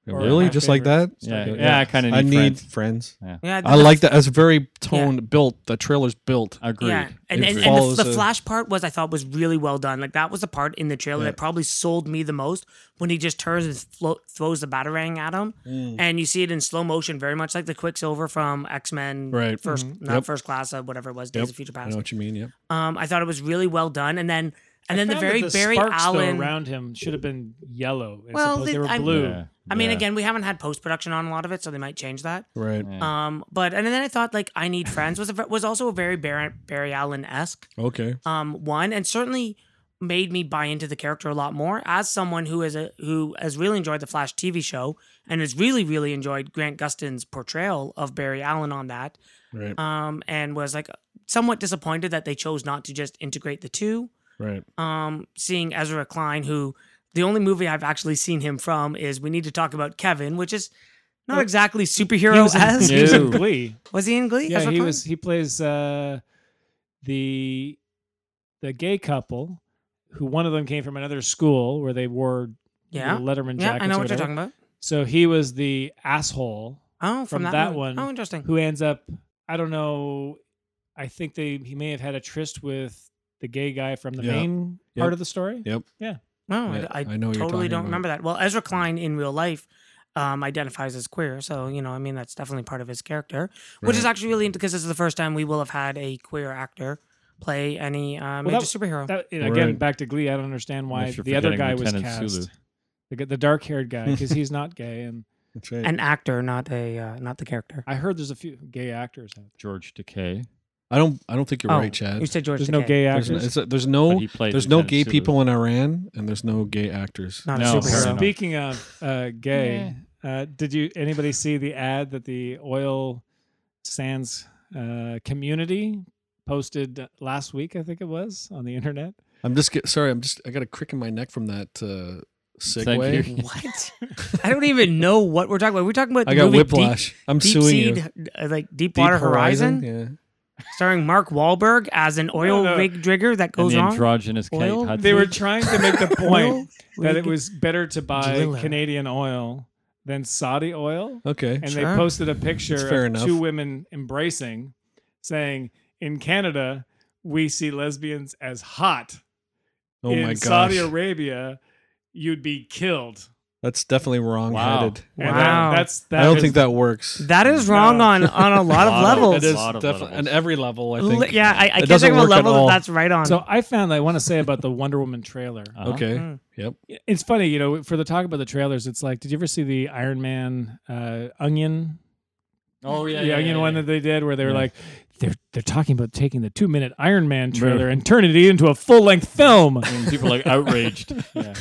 Speaker 3: Or
Speaker 2: really,
Speaker 3: my
Speaker 2: just like that?
Speaker 3: favorite.
Speaker 4: yeah,
Speaker 2: Something like
Speaker 4: yeah, I
Speaker 2: that.
Speaker 4: kind of need.
Speaker 2: I need
Speaker 4: friends.
Speaker 2: friends.
Speaker 5: Yeah,
Speaker 2: I like that. That's very toned, built. The trailer's built.
Speaker 4: Agreed.
Speaker 5: Yeah, and,
Speaker 2: It
Speaker 5: and, and
Speaker 2: follows
Speaker 5: the, the
Speaker 2: a-
Speaker 5: flash part was I thought was really well done. Like that was the part in the trailer
Speaker 2: Yeah.
Speaker 5: that probably sold me the most when he just turns and flo- throws the batarang at him, and you see it in slow motion, very much like the Quicksilver from X Men,
Speaker 2: Right.
Speaker 5: 1st not
Speaker 2: Mm-hmm. Yep.
Speaker 5: First Class, uh, whatever it was, Days
Speaker 2: Yep.
Speaker 5: of Future
Speaker 2: I
Speaker 5: Past.
Speaker 2: know what you mean. Yeah.
Speaker 5: Um, I thought it was really well done, and then and then the
Speaker 3: found that
Speaker 5: very Barry
Speaker 3: sparks, though,
Speaker 5: Allen.
Speaker 3: around him should have been yellow. as
Speaker 5: Well,
Speaker 3: opposed-
Speaker 5: they-
Speaker 3: they were
Speaker 5: I'm-
Speaker 3: blue.
Speaker 4: Yeah,
Speaker 5: I mean,
Speaker 4: yeah.
Speaker 5: again, we haven't had post production on a lot of it, so they might change that.
Speaker 2: Right.
Speaker 5: Um, but and then I thought like I Need Friends was a, ver- was also a very Barry, Barry Allen esque.
Speaker 2: Okay.
Speaker 5: um, one, and certainly made me buy into the character a lot more as someone who is a who has really enjoyed the Flash TV show and has really really enjoyed Grant Gustin's portrayal of Barry Allen on that.
Speaker 2: Right.
Speaker 5: Um, and was like somewhat disappointed that they chose not to just integrate the two.
Speaker 2: Right.
Speaker 5: Um, seeing Ezra Klein, who the only movie I've actually seen him from is We Need to Talk About Kevin, which is not exactly
Speaker 3: He
Speaker 5: superhero
Speaker 3: was in-
Speaker 5: as
Speaker 3: he was in
Speaker 4: No.
Speaker 3: Glee.
Speaker 5: was he in Glee?
Speaker 3: Yeah,
Speaker 5: Ezra
Speaker 3: he
Speaker 5: Klein?
Speaker 3: was. He plays uh, the the gay couple who one of them came from another school where they wore
Speaker 5: Yeah.
Speaker 3: little Letterman jackets.
Speaker 5: Yeah, I know
Speaker 3: or
Speaker 5: what you're
Speaker 3: whatever.
Speaker 5: talking about.
Speaker 3: So he was the asshole
Speaker 5: Oh, from,
Speaker 3: From
Speaker 5: that,
Speaker 3: that
Speaker 5: movie.
Speaker 3: one,
Speaker 5: Oh, interesting.
Speaker 3: who ends up. I don't know. I think they he may have had a tryst with the gay guy from the
Speaker 2: Yeah.
Speaker 3: main
Speaker 2: Yep.
Speaker 3: part of the story.
Speaker 2: Yep.
Speaker 5: No, I-
Speaker 2: Yeah,
Speaker 5: oh, I,
Speaker 2: I know what you're
Speaker 5: totally
Speaker 2: talking
Speaker 5: don't
Speaker 2: about.
Speaker 5: remember that. Well, Ezra Klein in real life um, identifies as queer, so you know, I mean, that's definitely part of his character, which is
Speaker 2: Right.
Speaker 5: actually really because this is the first time we will have had a queer actor play any uh, major
Speaker 3: Well, that-
Speaker 5: superhero.
Speaker 3: That, and again,
Speaker 2: Right.
Speaker 3: back to Glee. I don't understand why
Speaker 4: Unless you're
Speaker 3: the other
Speaker 4: forgetting
Speaker 3: guy was
Speaker 4: Lieutenant Sulu.
Speaker 3: cast. The, g- the dark-haired guy because he's not gay, and
Speaker 2: That's right.
Speaker 5: An actor, not a uh, not the character.
Speaker 3: I heard there's a few gay actors. Out there.
Speaker 4: George Takei.
Speaker 2: I don't. I don't think you're
Speaker 5: Oh,
Speaker 2: right, Chad.
Speaker 5: You said George.
Speaker 3: There's no
Speaker 5: Takei.
Speaker 3: gay
Speaker 2: There's,
Speaker 3: actors.
Speaker 2: n- it's a- there's
Speaker 4: But
Speaker 2: no.
Speaker 4: he played
Speaker 2: There's no
Speaker 4: Lieutenant
Speaker 2: gay
Speaker 4: Sulu.
Speaker 2: people in Iran, and there's no gay actors.
Speaker 5: Not
Speaker 4: No,
Speaker 5: a superhero.
Speaker 4: no.
Speaker 3: Speaking of uh, gay, uh, did you anybody see the ad that the oil sands uh, community posted last week? I think it was on the internet.
Speaker 2: I'm just get, sorry. I'm just. I got a crick in my neck from that uh, segue.
Speaker 4: Thank you.
Speaker 5: What? I don't even know what we're talking about. We're talking about
Speaker 2: I
Speaker 5: the
Speaker 2: got
Speaker 5: movie
Speaker 2: whiplash. I'm
Speaker 5: Deep, deep
Speaker 2: suing you. Deep
Speaker 5: Seed, uh, like Deepwater Horizon, starting Mark Wahlberg as an oil
Speaker 3: know.
Speaker 5: rig drigger that
Speaker 4: And
Speaker 5: goes
Speaker 4: the
Speaker 5: wrong.
Speaker 4: androgynous Kate
Speaker 5: Oil?
Speaker 4: Hudson.
Speaker 3: They were trying to make the point that it
Speaker 5: rig
Speaker 3: was better to buy
Speaker 5: driller.
Speaker 3: Canadian oil than Saudi oil,
Speaker 2: Yeah. Okay.
Speaker 3: and
Speaker 5: Sure.
Speaker 3: they posted a
Speaker 2: That's
Speaker 3: picture
Speaker 2: fair
Speaker 3: of
Speaker 2: enough.
Speaker 3: two women embracing, saying, "In Canada, we see lesbians as hot."
Speaker 2: Oh
Speaker 3: in
Speaker 2: my gosh.
Speaker 3: Saudi Arabia, you'd be killed.
Speaker 2: That's definitely wrong-headed.
Speaker 3: And
Speaker 5: Wow.
Speaker 3: that, that's that
Speaker 2: I don't
Speaker 3: is-
Speaker 2: think that works.
Speaker 5: That is wrong
Speaker 3: No.
Speaker 5: on on a lot
Speaker 4: Lot
Speaker 5: of
Speaker 4: of-
Speaker 5: levels.
Speaker 2: It is
Speaker 4: Lot of
Speaker 2: definitely
Speaker 4: levels.
Speaker 2: on every level. I
Speaker 5: Li-
Speaker 2: think.
Speaker 5: Yeah, I, I
Speaker 2: It
Speaker 5: can't think
Speaker 2: doesn't
Speaker 5: of a
Speaker 2: work at
Speaker 5: level that
Speaker 2: all.
Speaker 5: that's right on.
Speaker 3: So I found I want to say about the Wonder Woman trailer.
Speaker 4: Uh-huh.
Speaker 2: Okay.
Speaker 5: Mm.
Speaker 2: Yep.
Speaker 3: It's funny, you know, for the talk about the trailers, it's like, did you ever see the Iron Man uh, onion?
Speaker 4: Oh yeah,
Speaker 3: the onion one that they did where they were
Speaker 4: Yeah.
Speaker 3: like, they're they're talking about taking the two minute Iron Man trailer and turning it into a full length film.
Speaker 4: And people are like outraged. yeah.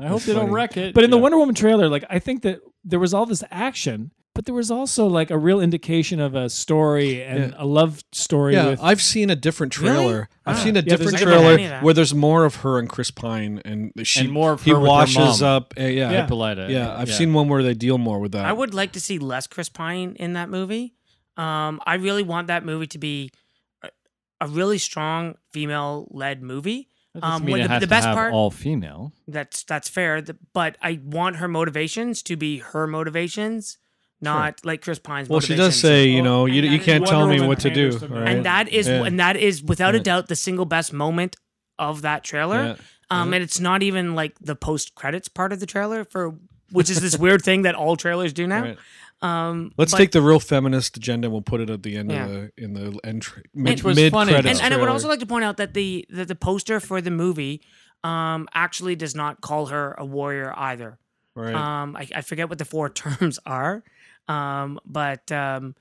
Speaker 4: I hope they don't
Speaker 2: funny.
Speaker 4: wreck it.
Speaker 3: But in the
Speaker 4: Yeah.
Speaker 3: Wonder Woman trailer, like I think that there was all this action, but there was also like a real indication of a story and a love story
Speaker 2: Yeah,
Speaker 3: with
Speaker 2: I've seen a different trailer. I've
Speaker 5: Ah.
Speaker 2: seen a
Speaker 3: Yeah, there's
Speaker 2: different
Speaker 3: a different-
Speaker 5: I
Speaker 2: trailer
Speaker 5: didn't know that.
Speaker 2: where there's more of her and Chris Pine, and she
Speaker 4: And more of
Speaker 2: he
Speaker 4: her with her
Speaker 2: washes
Speaker 4: mom.
Speaker 2: up. uh, yeah, yeah,
Speaker 3: Yeah.
Speaker 4: Hippolyta.
Speaker 2: I've seen one where they deal more with that.
Speaker 5: I would like to see less Chris Pine in that movie. Um, I really want that movie to be a, a really strong female led movie.
Speaker 4: That doesn't
Speaker 5: Um,
Speaker 4: mean
Speaker 5: when
Speaker 4: it
Speaker 5: the-
Speaker 4: has
Speaker 5: the
Speaker 4: to
Speaker 5: best
Speaker 4: have
Speaker 5: part-
Speaker 4: all female.
Speaker 5: That's that's fair, th- but I want her motivations to be her motivations, not like Chris Pine's.
Speaker 2: well, she does
Speaker 5: motivations.
Speaker 2: say, you
Speaker 3: Well,
Speaker 2: know, you,
Speaker 5: and
Speaker 2: you
Speaker 5: that
Speaker 2: can't
Speaker 3: is
Speaker 2: tell
Speaker 3: Wonder
Speaker 2: me
Speaker 3: Woman
Speaker 2: what to do.
Speaker 3: Anderson,
Speaker 2: right?
Speaker 5: and that is
Speaker 2: Yeah.
Speaker 5: and that is without a
Speaker 2: Yeah.
Speaker 5: doubt the single best moment of that trailer.
Speaker 2: Yeah.
Speaker 5: Um, and it's not even like the post credits part of the trailer for which is this weird thing that all trailers do now.
Speaker 2: Right.
Speaker 5: Um,
Speaker 2: Let's
Speaker 5: but-
Speaker 2: take the real feminist agenda. and We'll put it at the end
Speaker 5: Yeah.
Speaker 2: of the in the entry, mid,
Speaker 4: was
Speaker 2: mid
Speaker 4: funny.
Speaker 2: credits.
Speaker 5: and, and I would also like to point out that the that the poster for the movie um actually does not call her a warrior either.
Speaker 2: right.
Speaker 5: Um, I, I forget what the four terms are, um, but um,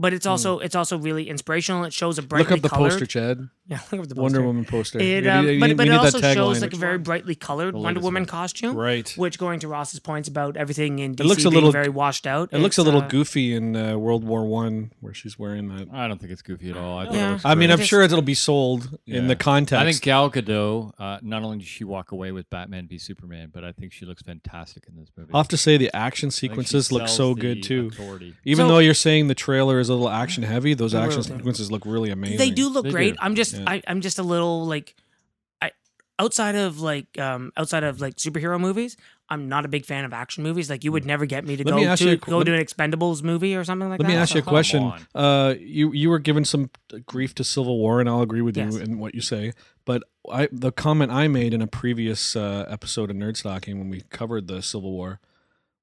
Speaker 5: but it's also it's also really inspirational. It shows a brightly
Speaker 2: Hmm. look up the
Speaker 5: colored
Speaker 2: poster, Chad.
Speaker 5: Yeah, look up the poster.
Speaker 2: Wonder Woman poster.
Speaker 5: It,
Speaker 2: We
Speaker 5: um,
Speaker 2: need- we
Speaker 5: but but
Speaker 2: need
Speaker 5: it
Speaker 2: that
Speaker 5: also shows
Speaker 2: tagline.
Speaker 5: like a very brightly colored
Speaker 4: The
Speaker 5: Wonder
Speaker 4: latest
Speaker 5: Woman
Speaker 4: one.
Speaker 5: costume,
Speaker 2: right.
Speaker 5: which going to Ross's points about everything in DC
Speaker 2: looks a
Speaker 5: being
Speaker 2: little-
Speaker 5: very washed out.
Speaker 2: It looks a
Speaker 5: it's,
Speaker 2: little
Speaker 5: uh,
Speaker 2: goofy in uh, World War One where she's wearing that.
Speaker 4: I don't think it's goofy at all. I, think
Speaker 5: Yeah.
Speaker 4: it looks
Speaker 2: I mean,
Speaker 4: great.
Speaker 2: I'm
Speaker 5: Just-
Speaker 2: sure it'll be sold in the
Speaker 4: Yeah.
Speaker 2: context.
Speaker 4: I think Gal Gadot. Uh, not only did she walk away with Batman v Superman, but I think she looks fantastic in this movie.
Speaker 2: I'll have to say the action
Speaker 4: I think she
Speaker 2: sequences look
Speaker 4: sells
Speaker 2: so
Speaker 4: the
Speaker 2: good too.
Speaker 4: authority.
Speaker 2: Even
Speaker 5: So-
Speaker 2: though you're saying the trailer is a little action heavy, those
Speaker 5: They
Speaker 2: action
Speaker 5: really do.
Speaker 2: sequences look really amazing.
Speaker 5: They do look
Speaker 4: They
Speaker 5: great.
Speaker 4: do.
Speaker 5: I'm just
Speaker 2: Yeah.
Speaker 5: I, I'm just a little like outside of like um outside of like superhero movies, I'm not a big fan of action movies. Like you would never get me to
Speaker 2: Hmm. Let
Speaker 5: go
Speaker 2: me ask
Speaker 5: to
Speaker 2: you a qu-
Speaker 5: go
Speaker 2: let-
Speaker 5: to an Expendables movie or something like
Speaker 2: Let
Speaker 5: that.
Speaker 2: me ask you a
Speaker 4: Come
Speaker 2: question.
Speaker 4: on.
Speaker 2: Uh, you you were given some grief to Civil War, and I'll agree with
Speaker 5: Yes.
Speaker 2: you in what you say. But I the comment I made in a previous uh, episode of Nerd Stocking when we covered the Civil War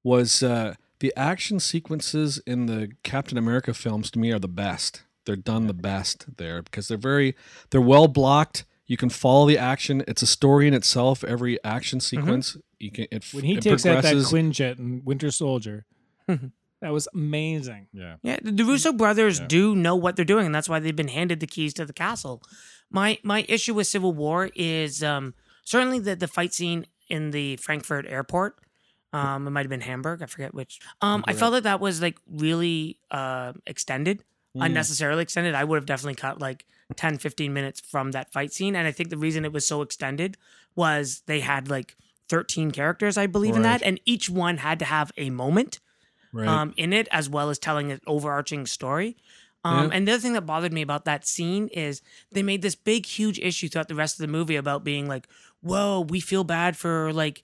Speaker 2: was uh, the action sequences in the Captain America films to me are the best. They're done the best there because they're very they're well blocked. You can follow the action. It's a story in itself. Every action sequence, you can it
Speaker 3: Mm-hmm. When he
Speaker 2: it
Speaker 3: takes out that
Speaker 2: progresses.
Speaker 3: Quinjet and Winter Soldier,
Speaker 5: Mm-hmm.
Speaker 3: that was amazing.
Speaker 4: Yeah.
Speaker 5: Yeah, the, the Russo brothers do know what they're doing, and that's why they've been handed the keys to the castle. My my issue with Civil War is um, certainly the the fight scene in the Frankfurt airport. Um, it might have been Hamburg, I forget which. Um, I felt that that was like really uh, extended, unnecessarily extended. I would have definitely cut like 10, 15 minutes from that fight scene, and I think the reason it was so extended was they had like thirteen characters, I believe, in
Speaker 2: Right.
Speaker 5: that, and each one had to have a moment
Speaker 2: right.
Speaker 5: um, in it, as well as telling an overarching story. Um,
Speaker 2: Yeah.
Speaker 5: And the other thing that bothered me about that scene is they made this big, huge issue throughout the rest of the movie about being like, "Whoa, we feel bad for like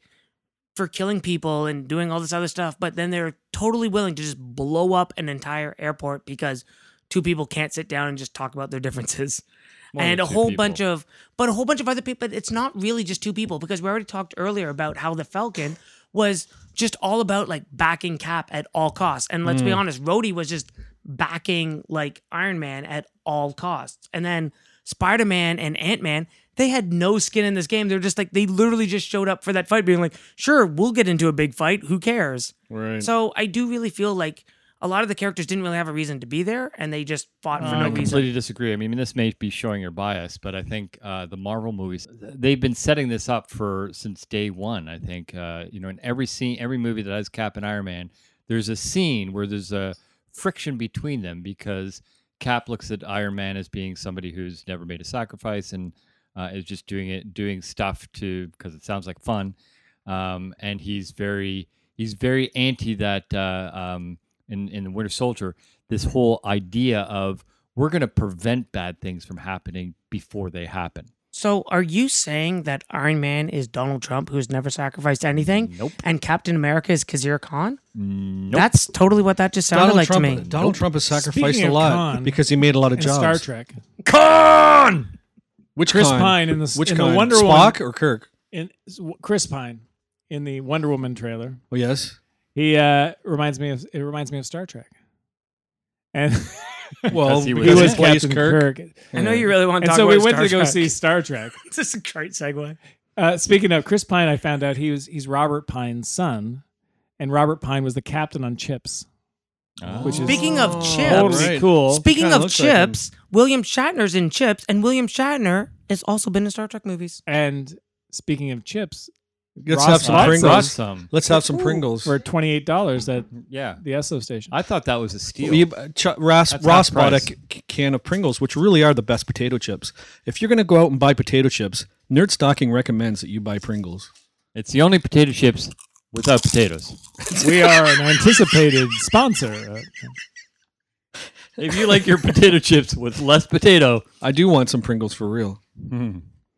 Speaker 5: for killing people and doing all this other stuff," but then they're totally willing to just blow up an entire airport because two people can't sit down and just talk about their differences
Speaker 4: More
Speaker 5: and a
Speaker 4: than two
Speaker 5: whole
Speaker 4: people.
Speaker 5: bunch of but a whole bunch of other people but it's not really just two people because we already talked earlier about how the falcon was just all about like backing cap at all costs and let's be
Speaker 4: Mm.
Speaker 5: honest Rhodey was just backing like iron man at all costs and then spider-man and ant-man they had no skin in this game they're just like they literally just showed up for that fight being like sure we'll get into a big fight who cares
Speaker 2: right.
Speaker 5: so i do really feel like a lot of the characters didn't really have a reason to be there and they just fought for
Speaker 4: Uh, I
Speaker 5: no reason
Speaker 4: completely disagree. I mean, this may be showing your bias, but I think uh, the Marvel movies, they've been setting this up for since day one. I think, uh, you know, in every scene, every movie that has Cap and Iron Man, there's a scene where there's a friction between them because Cap looks at Iron Man as being somebody who's never made a sacrifice and uh, is just doing it, doing stuff to, because it sounds like fun. Um, and he's very, he's very anti that uh, um, in, in the Winter Soldier, this whole idea of we're going to prevent bad things from happening before they happen.
Speaker 5: So, are you saying that Iron Man is Donald Trump, who's never sacrificed
Speaker 3: Mm,
Speaker 5: anything?
Speaker 4: Nope.
Speaker 5: And Captain America is Kazir Khan?
Speaker 4: Nope.
Speaker 5: That's totally what that just sounded
Speaker 2: Donald
Speaker 5: like
Speaker 2: Trump,
Speaker 5: to me.
Speaker 2: Donald Trump has sacrificed
Speaker 3: Speaking
Speaker 2: a
Speaker 3: of
Speaker 2: lot
Speaker 3: Khan
Speaker 2: because he made a lot of
Speaker 3: And
Speaker 2: jobs.
Speaker 3: Star Trek.
Speaker 2: Which
Speaker 3: Chris
Speaker 2: Khan?
Speaker 3: Pine in the-
Speaker 2: which
Speaker 3: in the
Speaker 2: Khan?
Speaker 3: Wonder
Speaker 2: Spock or Kirk?
Speaker 3: And Chris Pine in the Wonder Woman trailer.
Speaker 2: Oh yes.
Speaker 3: He uh, reminds me of it reminds me of Star Trek. And
Speaker 2: Well,
Speaker 4: Because he was-
Speaker 3: he
Speaker 2: because
Speaker 3: was
Speaker 2: he plays
Speaker 3: Captain
Speaker 2: Kirk.
Speaker 3: Kirk.
Speaker 5: I know you really want
Speaker 3: And
Speaker 5: to talk
Speaker 3: so
Speaker 5: about
Speaker 3: we went
Speaker 5: Star
Speaker 3: to go
Speaker 5: Trek.
Speaker 3: see Star Trek.
Speaker 5: this is a great segue.
Speaker 3: Uh, speaking of Chris Pine, I found out he was he's Robert Pine's son, and Robert Pine was the captain on Chips.
Speaker 2: Oh.
Speaker 3: Which is-
Speaker 5: Speaking of
Speaker 3: Totally
Speaker 5: chips,
Speaker 2: right.
Speaker 3: cool.
Speaker 5: speaking
Speaker 2: Kinda
Speaker 5: of
Speaker 2: looks like him.
Speaker 5: chips, William Shatner's in Chips, and William Shatner has also been in Star Trek movies.
Speaker 3: And speaking of chips,
Speaker 2: Let's
Speaker 3: Ross
Speaker 2: have some
Speaker 3: bought
Speaker 4: Brought
Speaker 2: Pringles.
Speaker 4: some.
Speaker 2: Let's have some Pringles.
Speaker 3: for twenty eight dollars at
Speaker 4: Yeah.
Speaker 3: the Esso station.
Speaker 4: I thought that was a steal.
Speaker 2: You- uh, Ch- Ross,
Speaker 4: That's
Speaker 2: Ross
Speaker 4: half
Speaker 2: bought a
Speaker 4: price.
Speaker 2: c- can of Pringles, which really are the best potato chips. If you're going to go out and buy potato chips, Nerd Stocking recommends that you buy Pringles.
Speaker 4: it's the only potato chips without potatoes.
Speaker 3: we are an anticipated sponsor. Uh,
Speaker 4: If you like your potato chips with less potato,
Speaker 2: I do want some Pringles for real.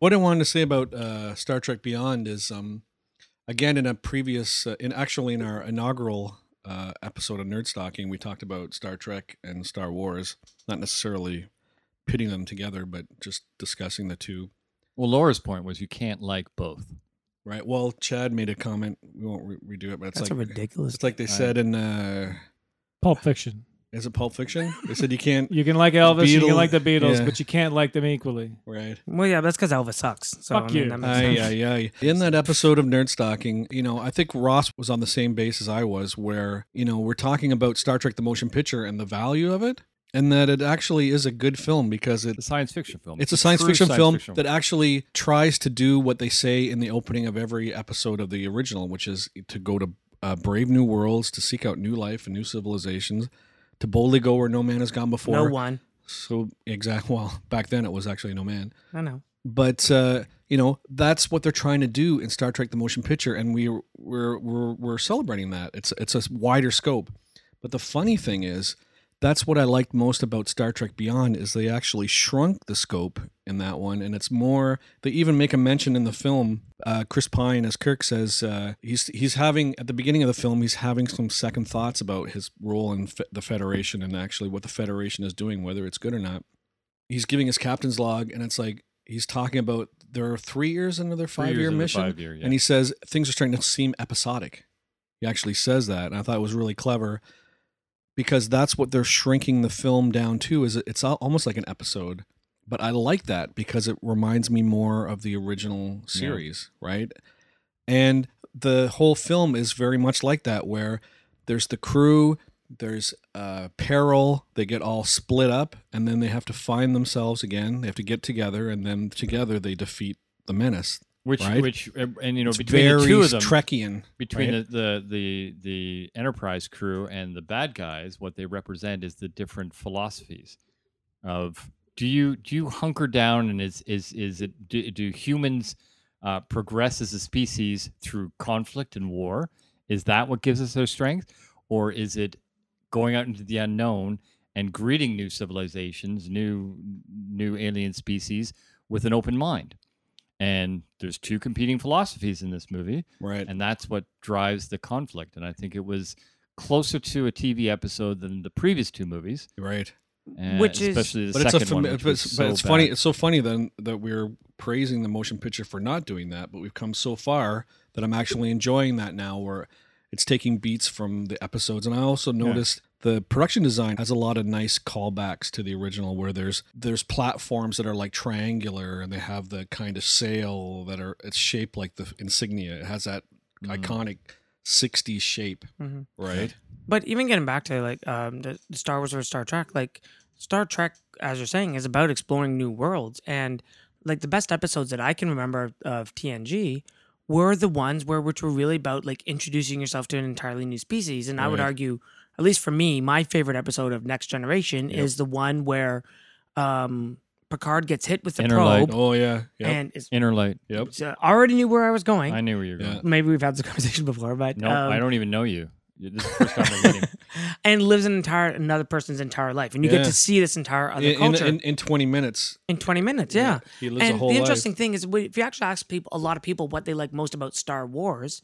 Speaker 2: What I wanted to say about uh, Star Trek Beyond is, um, again, in a previous, uh, in actually in our inaugural uh, episode of Nerd Stocking, we talked about Star Trek and Star Wars, not necessarily pitting them together, but just discussing the two.
Speaker 4: well, Laura's point was you can't like both.
Speaker 2: Right. Well, Chad made a comment. We won't re- redo it, but it's
Speaker 5: That's
Speaker 2: like
Speaker 5: a ridiculous.
Speaker 2: it's like they said in uh,
Speaker 3: Pulp Fiction.
Speaker 2: is it Pulp Fiction? They said you can't.
Speaker 3: You can like Elvis, you
Speaker 2: Beatles-
Speaker 3: can like the Beatles,
Speaker 2: yeah.
Speaker 3: but you can't like them equally.
Speaker 2: Right.
Speaker 5: Well, yeah, that's because Elvis sucks. So,
Speaker 3: Fuck
Speaker 5: I mean,
Speaker 3: you.
Speaker 5: That makes
Speaker 2: Aye,
Speaker 5: sense.
Speaker 2: aye, aye. In that episode of Nerd Stocking, you know, I think Ross was on the same base as I was, where, you know, we're talking about Star Trek the motion picture and the value of it, and that it actually is a good film because
Speaker 4: It's
Speaker 2: it's.
Speaker 4: a science fiction film.
Speaker 2: It's a
Speaker 4: a
Speaker 2: science
Speaker 4: true
Speaker 2: fiction film
Speaker 4: fiction
Speaker 2: that actually tries to do what they say in the opening of every episode of the original, which is to go to uh, brave new worlds, to seek out new life and new civilizations, to boldly go where no man has gone before.
Speaker 5: No one.
Speaker 2: So, exact. Well, back then it was actually no man
Speaker 5: I know.
Speaker 2: but uh, you know that's what they're trying to do in Star Trek: The Motion Picture, and we we're we're, we're celebrating that. It's it's a wider scope. But the funny thing is, that's what I liked most about Star Trek Beyond is they actually shrunk the scope in that one, and it's more. They even make a mention in the film. Uh, Chris Pine, as Kirk says, uh, he's he's having at the beginning of the film, he's having some second thoughts about his role in fe- the Federation and actually what the Federation is doing, whether it's good or not. He's giving his captain's log, and it's like he's talking about there are three years into their
Speaker 4: Three
Speaker 2: five year
Speaker 4: years into
Speaker 2: mission,
Speaker 4: five-year, yeah.
Speaker 2: and he says things are starting to seem episodic. He actually says that, and I thought it was really clever because that's what they're shrinking the film down to is it's al- almost like an episode but i like that because it reminds me more of the original series right and the whole film is very much like that where there's the crew there's uh, peril they get all split up and then they have to find themselves again they have to get together and then together they defeat the menace
Speaker 4: Which,
Speaker 2: Right.
Speaker 4: which, and you know,
Speaker 2: it's
Speaker 4: between
Speaker 2: very
Speaker 4: the two of them,
Speaker 2: trekkian
Speaker 4: between
Speaker 2: right?
Speaker 4: the, the the the enterprise crew and the bad guys what they represent is the different philosophies of do you do you hunker down and is is is it do, do humans uh, progress as a species through conflict and war is that what gives us our strength or is it going out into the unknown and greeting new civilizations new new alien species with an open mind and there's two competing philosophies in this movie
Speaker 2: right
Speaker 4: and that's what drives the conflict. And I think it was closer to a TV episode than the previous two movies,
Speaker 2: right
Speaker 4: uh,
Speaker 5: Which is-
Speaker 4: especially the
Speaker 2: but it's a
Speaker 4: second
Speaker 2: fami-
Speaker 4: one.
Speaker 2: but,
Speaker 4: which
Speaker 2: it's-
Speaker 4: was
Speaker 2: but
Speaker 4: so
Speaker 2: it's funny.
Speaker 4: bad.
Speaker 2: It's so funny then that we're praising the motion picture for not doing that, but we've come so far that I'm actually enjoying that now, where it's taking beats from the episodes. And I also noticed the production design has a lot of nice callbacks to the original, where there's there's platforms that are like triangular and they have the kind of sail that are it's shaped like the insignia. It has that
Speaker 4: Mm-hmm.
Speaker 2: iconic 60s shape,
Speaker 5: Mhm.
Speaker 2: right?
Speaker 5: But even getting back to like um, the, the Star Wars or Star Trek, like Star Trek, as you're saying, is about exploring new worlds. And like the best episodes that I can remember of TNG were the ones where which were really about like introducing yourself to an entirely new species. And I would
Speaker 2: Right.
Speaker 5: argue, at least for me, my favorite episode of Next Generation is the one where um, Picard gets hit with the
Speaker 4: Interlight.
Speaker 5: probe
Speaker 2: Oh yeah, yep,
Speaker 5: and is,
Speaker 4: Inner light.
Speaker 2: yep.
Speaker 5: so I already knew where I was going.
Speaker 4: I knew where you were
Speaker 2: Yeah.
Speaker 4: going.
Speaker 5: Maybe we've had this conversation before, but
Speaker 4: No,
Speaker 5: um,
Speaker 4: I don't even know you. You- This is the first time I'm meeting.
Speaker 5: and lives an entire another person's entire life, and you
Speaker 2: Yeah.
Speaker 5: get to see this entire other
Speaker 2: In, in,
Speaker 5: culture in,
Speaker 2: in, in 20 minutes,
Speaker 5: 20 minutes. Yeah,
Speaker 2: he lives
Speaker 5: and
Speaker 2: a whole
Speaker 5: the
Speaker 2: life.
Speaker 5: interesting thing is, if you actually ask people, a lot of people, what they like most about Star Wars,